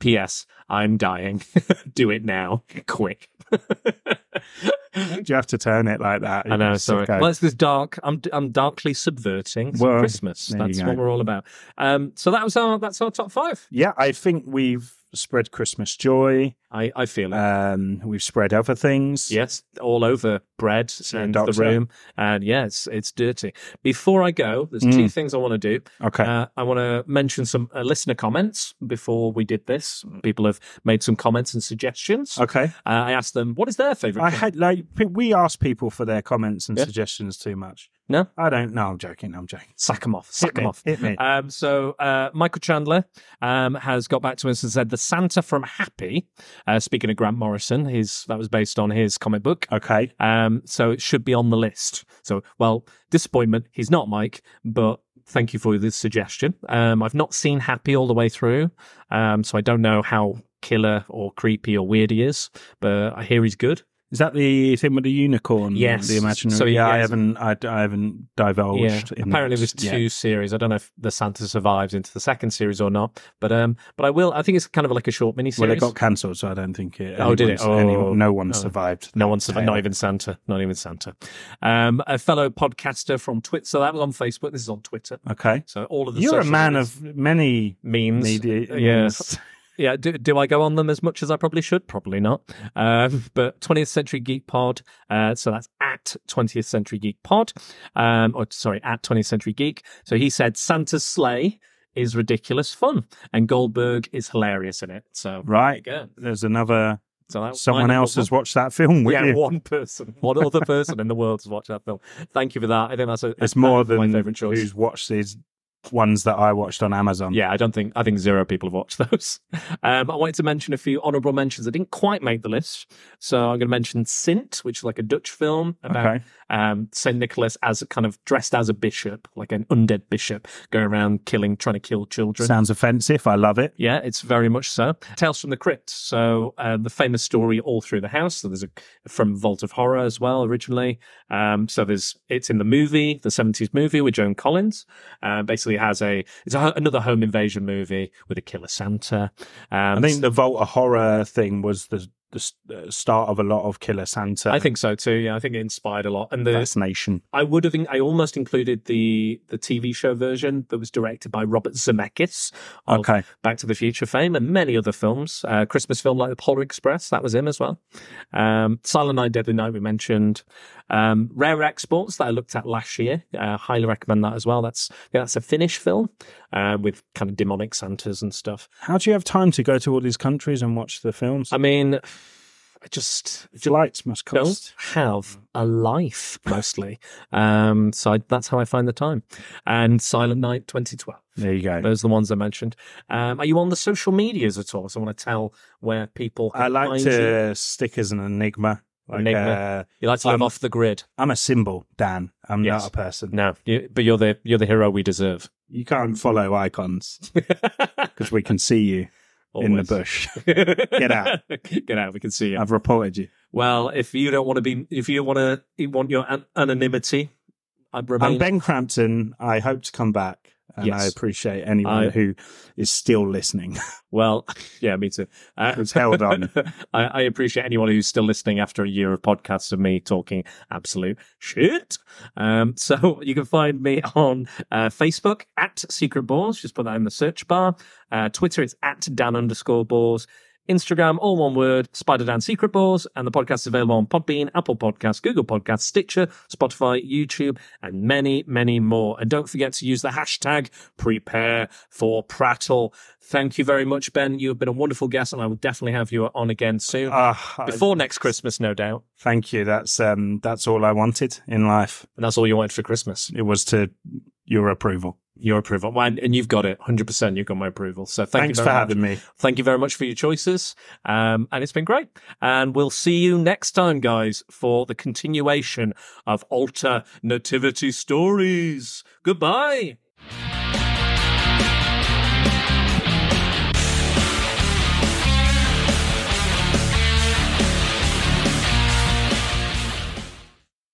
Speaker 3: P.S. I'm dying. *laughs* do it now, quick.
Speaker 4: Do you have to turn it like that?
Speaker 3: I know.
Speaker 4: It's
Speaker 3: Sorry.
Speaker 4: okay.
Speaker 3: Well, it's this dark. I'm I'm darkly subverting
Speaker 4: Well,
Speaker 3: Christmas.
Speaker 4: there you
Speaker 3: That's
Speaker 4: go.
Speaker 3: what we're all about. Um. So that was our that's our top five.
Speaker 4: yeah, I think we've spread Christmas joy.
Speaker 3: I, I feel it.
Speaker 4: Um, we've spread other things.
Speaker 3: Yes, all over bread and the
Speaker 4: Doctor.
Speaker 3: room, and yes, it's dirty. Before I go, there's two things I want to do.
Speaker 4: Mm. Okay.
Speaker 3: Uh, I want to mention some uh, listener comments before we did this. People have made some comments and suggestions.
Speaker 4: okay.
Speaker 3: Uh, I asked them what is their favorite.
Speaker 4: I had like pe- we ask people for their comments and
Speaker 3: Yeah.
Speaker 4: suggestions too much.
Speaker 3: No?
Speaker 4: I don't. No, I'm joking. I'm joking.
Speaker 3: Sack them off. Sack
Speaker 4: Hit
Speaker 3: them
Speaker 4: me,
Speaker 3: off.
Speaker 4: hit me.
Speaker 3: Um, so uh, Michael Chandler um, has got back to us and said the Santa from Happy. Uh, speaking of Grant Morrison, his that was based on his comic book.
Speaker 4: Okay.
Speaker 3: Um, so it should be on the list. So, well, disappointment. He's not Mike, but thank you for this suggestion. Um, I've not seen Happy all the way through, um, so I don't know how killer or creepy or weird he is, but I hear he's good.
Speaker 4: Is that the thing with the unicorn?
Speaker 3: Yes.
Speaker 4: The imaginary.
Speaker 3: So,
Speaker 4: yeah, I
Speaker 3: yes.
Speaker 4: haven't. I, I haven't divulged. in
Speaker 3: apparently
Speaker 4: that.
Speaker 3: there's two
Speaker 4: Yeah.
Speaker 3: series. I don't know if the Santa survives into the second series or not, but um, but I will. I think it's kind of like a short mini
Speaker 4: Well,
Speaker 3: series.
Speaker 4: it got cancelled, so I don't think it.
Speaker 3: Oh, did it?
Speaker 4: anyone's- anyone-
Speaker 3: Oh.
Speaker 4: no one
Speaker 3: Oh.
Speaker 4: survived.
Speaker 3: No one's
Speaker 4: Tail.
Speaker 3: not even Santa, not even Santa. Um, a fellow podcaster from Twitter. So that was on Facebook. This is on Twitter.
Speaker 4: Okay.
Speaker 3: So all of the
Speaker 4: You're a
Speaker 3: social
Speaker 4: man
Speaker 3: medias-
Speaker 4: of many
Speaker 3: memes.
Speaker 4: media.
Speaker 3: Yes. Yeah, do, do I go on them as much as I probably should? Probably not. Um, but 20th Century Geek Pod, uh, so that's at 20th Century Geek Pod, um, or sorry, at 20th Century Geek. So he said Santa's sleigh is ridiculous fun, and Goldberg is hilarious in it. So
Speaker 4: Right.
Speaker 3: Again.
Speaker 4: There's another.
Speaker 3: so that's
Speaker 4: Someone
Speaker 3: my
Speaker 4: else
Speaker 3: number
Speaker 4: has watched that film with
Speaker 3: one. Yeah,
Speaker 4: you.
Speaker 3: one person, *laughs* one other person in the world has watched that film. Thank you for that. I think that's a
Speaker 4: It's more
Speaker 3: that's my
Speaker 4: than
Speaker 3: favorite choice.
Speaker 4: who's watched these ones that I watched on Amazon.
Speaker 3: Yeah, I don't think I think zero people have watched *laughs* those. Um, I wanted to mention a few honourable mentions that didn't quite make the list, so I'm going to mention Sint, which is like a Dutch film about
Speaker 4: Okay.
Speaker 3: um, Saint Nicholas as a kind of dressed as a bishop, like an undead bishop, going around killing, trying to kill children.
Speaker 4: Sounds offensive. I love it.
Speaker 3: Yeah, it's very much so. Tales from the Crypt. So uh, the famous story all through the house. So there's a from Vault of Horror as well originally. Um, so there's it's in the movie, the 70s movie with Joan Collins. Uh, basically has a it's a, another home invasion movie with a killer Santa. Um,
Speaker 4: I think the Volta horror thing was the the s- uh, start of a lot of Killer Santa
Speaker 3: I think so too. Yeah, I think it inspired a lot. And the
Speaker 4: fascination.
Speaker 3: I would have. I almost included the the TV show version that was directed by Robert Zemeckis of
Speaker 4: Okay.
Speaker 3: Back to the Future fame and many other films. Uh, Christmas film like The Polar Express that was him as well. Um, Silent Night, Deadly Night we mentioned. Um, Rare Exports that I looked at last year. Uh, highly recommend that as well. That's yeah, that's a Finnish film uh, with kind of demonic Santas and stuff.
Speaker 4: How do you have time to go to all these countries and watch the films?
Speaker 3: I mean, I just
Speaker 4: Flights must cost.
Speaker 3: don't have a life mostly. Um, so I, that's how I find the time. And Silent Night 2012.
Speaker 4: There you go.
Speaker 3: Those are the ones I mentioned. Um, are you on the social medias at all? So I want to tell where people. Can
Speaker 4: I like
Speaker 3: find You.
Speaker 4: to stick as an enigma. Like,
Speaker 3: Enigma.
Speaker 4: Uh,
Speaker 3: you like to live
Speaker 4: um,
Speaker 3: off the grid.
Speaker 4: I'm a symbol, Dan. I'm
Speaker 3: Yes.
Speaker 4: not a person.
Speaker 3: No, you, but you're the you're the hero we deserve.
Speaker 4: You can't follow icons
Speaker 3: *laughs*
Speaker 4: because we can see you in the
Speaker 3: Always.
Speaker 4: bush.
Speaker 3: *laughs* Get
Speaker 4: out.
Speaker 3: *laughs* Get out. Um, We can see you.
Speaker 4: I've reported you.
Speaker 3: well, if you don't want to be, if you want to, you want your an- anonymity, I
Speaker 4: I'm
Speaker 3: remain.
Speaker 4: Ben Crampton. I hope to come back. And
Speaker 3: Yes.
Speaker 4: I appreciate anyone
Speaker 3: I-
Speaker 4: who is still
Speaker 3: *laughs*
Speaker 4: listening.
Speaker 3: well, yeah, me too. Uh,
Speaker 4: It's held on.
Speaker 3: *laughs* I, I appreciate anyone who's still listening after a year of podcasts of me talking absolute shit. Um, *laughs* so you can find me on uh, Facebook at Secret Balls. Just put that in the search bar. Uh, Twitter, it's at Dan underscore Balls. Instagram, all one word, Spider Dan Secret Balls. And the podcast is available on Podbean, Apple Podcasts, Google Podcasts, Stitcher, Spotify, YouTube, and many, many more. And don't forget to use the hashtag prepare for prattle. Thank you very much, Ben. You've been a wonderful guest, and I will definitely have you on again soon.
Speaker 4: Ah, I-
Speaker 3: Before next Christmas, no doubt.
Speaker 4: Thank you. That's um, that's all I wanted in life.
Speaker 3: And that's all you wanted for Christmas.
Speaker 4: It was to your approval.
Speaker 3: Your approval. Well, And, and you've got it. 100% you've got my approval. So thank
Speaker 4: Thanks
Speaker 3: you
Speaker 4: for
Speaker 3: very much.
Speaker 4: having me.
Speaker 3: Thank you very much for your choices. Um, and it's been great. And we'll see you next time, guys, for the continuation of Alter Nativity Stories. Goodbye.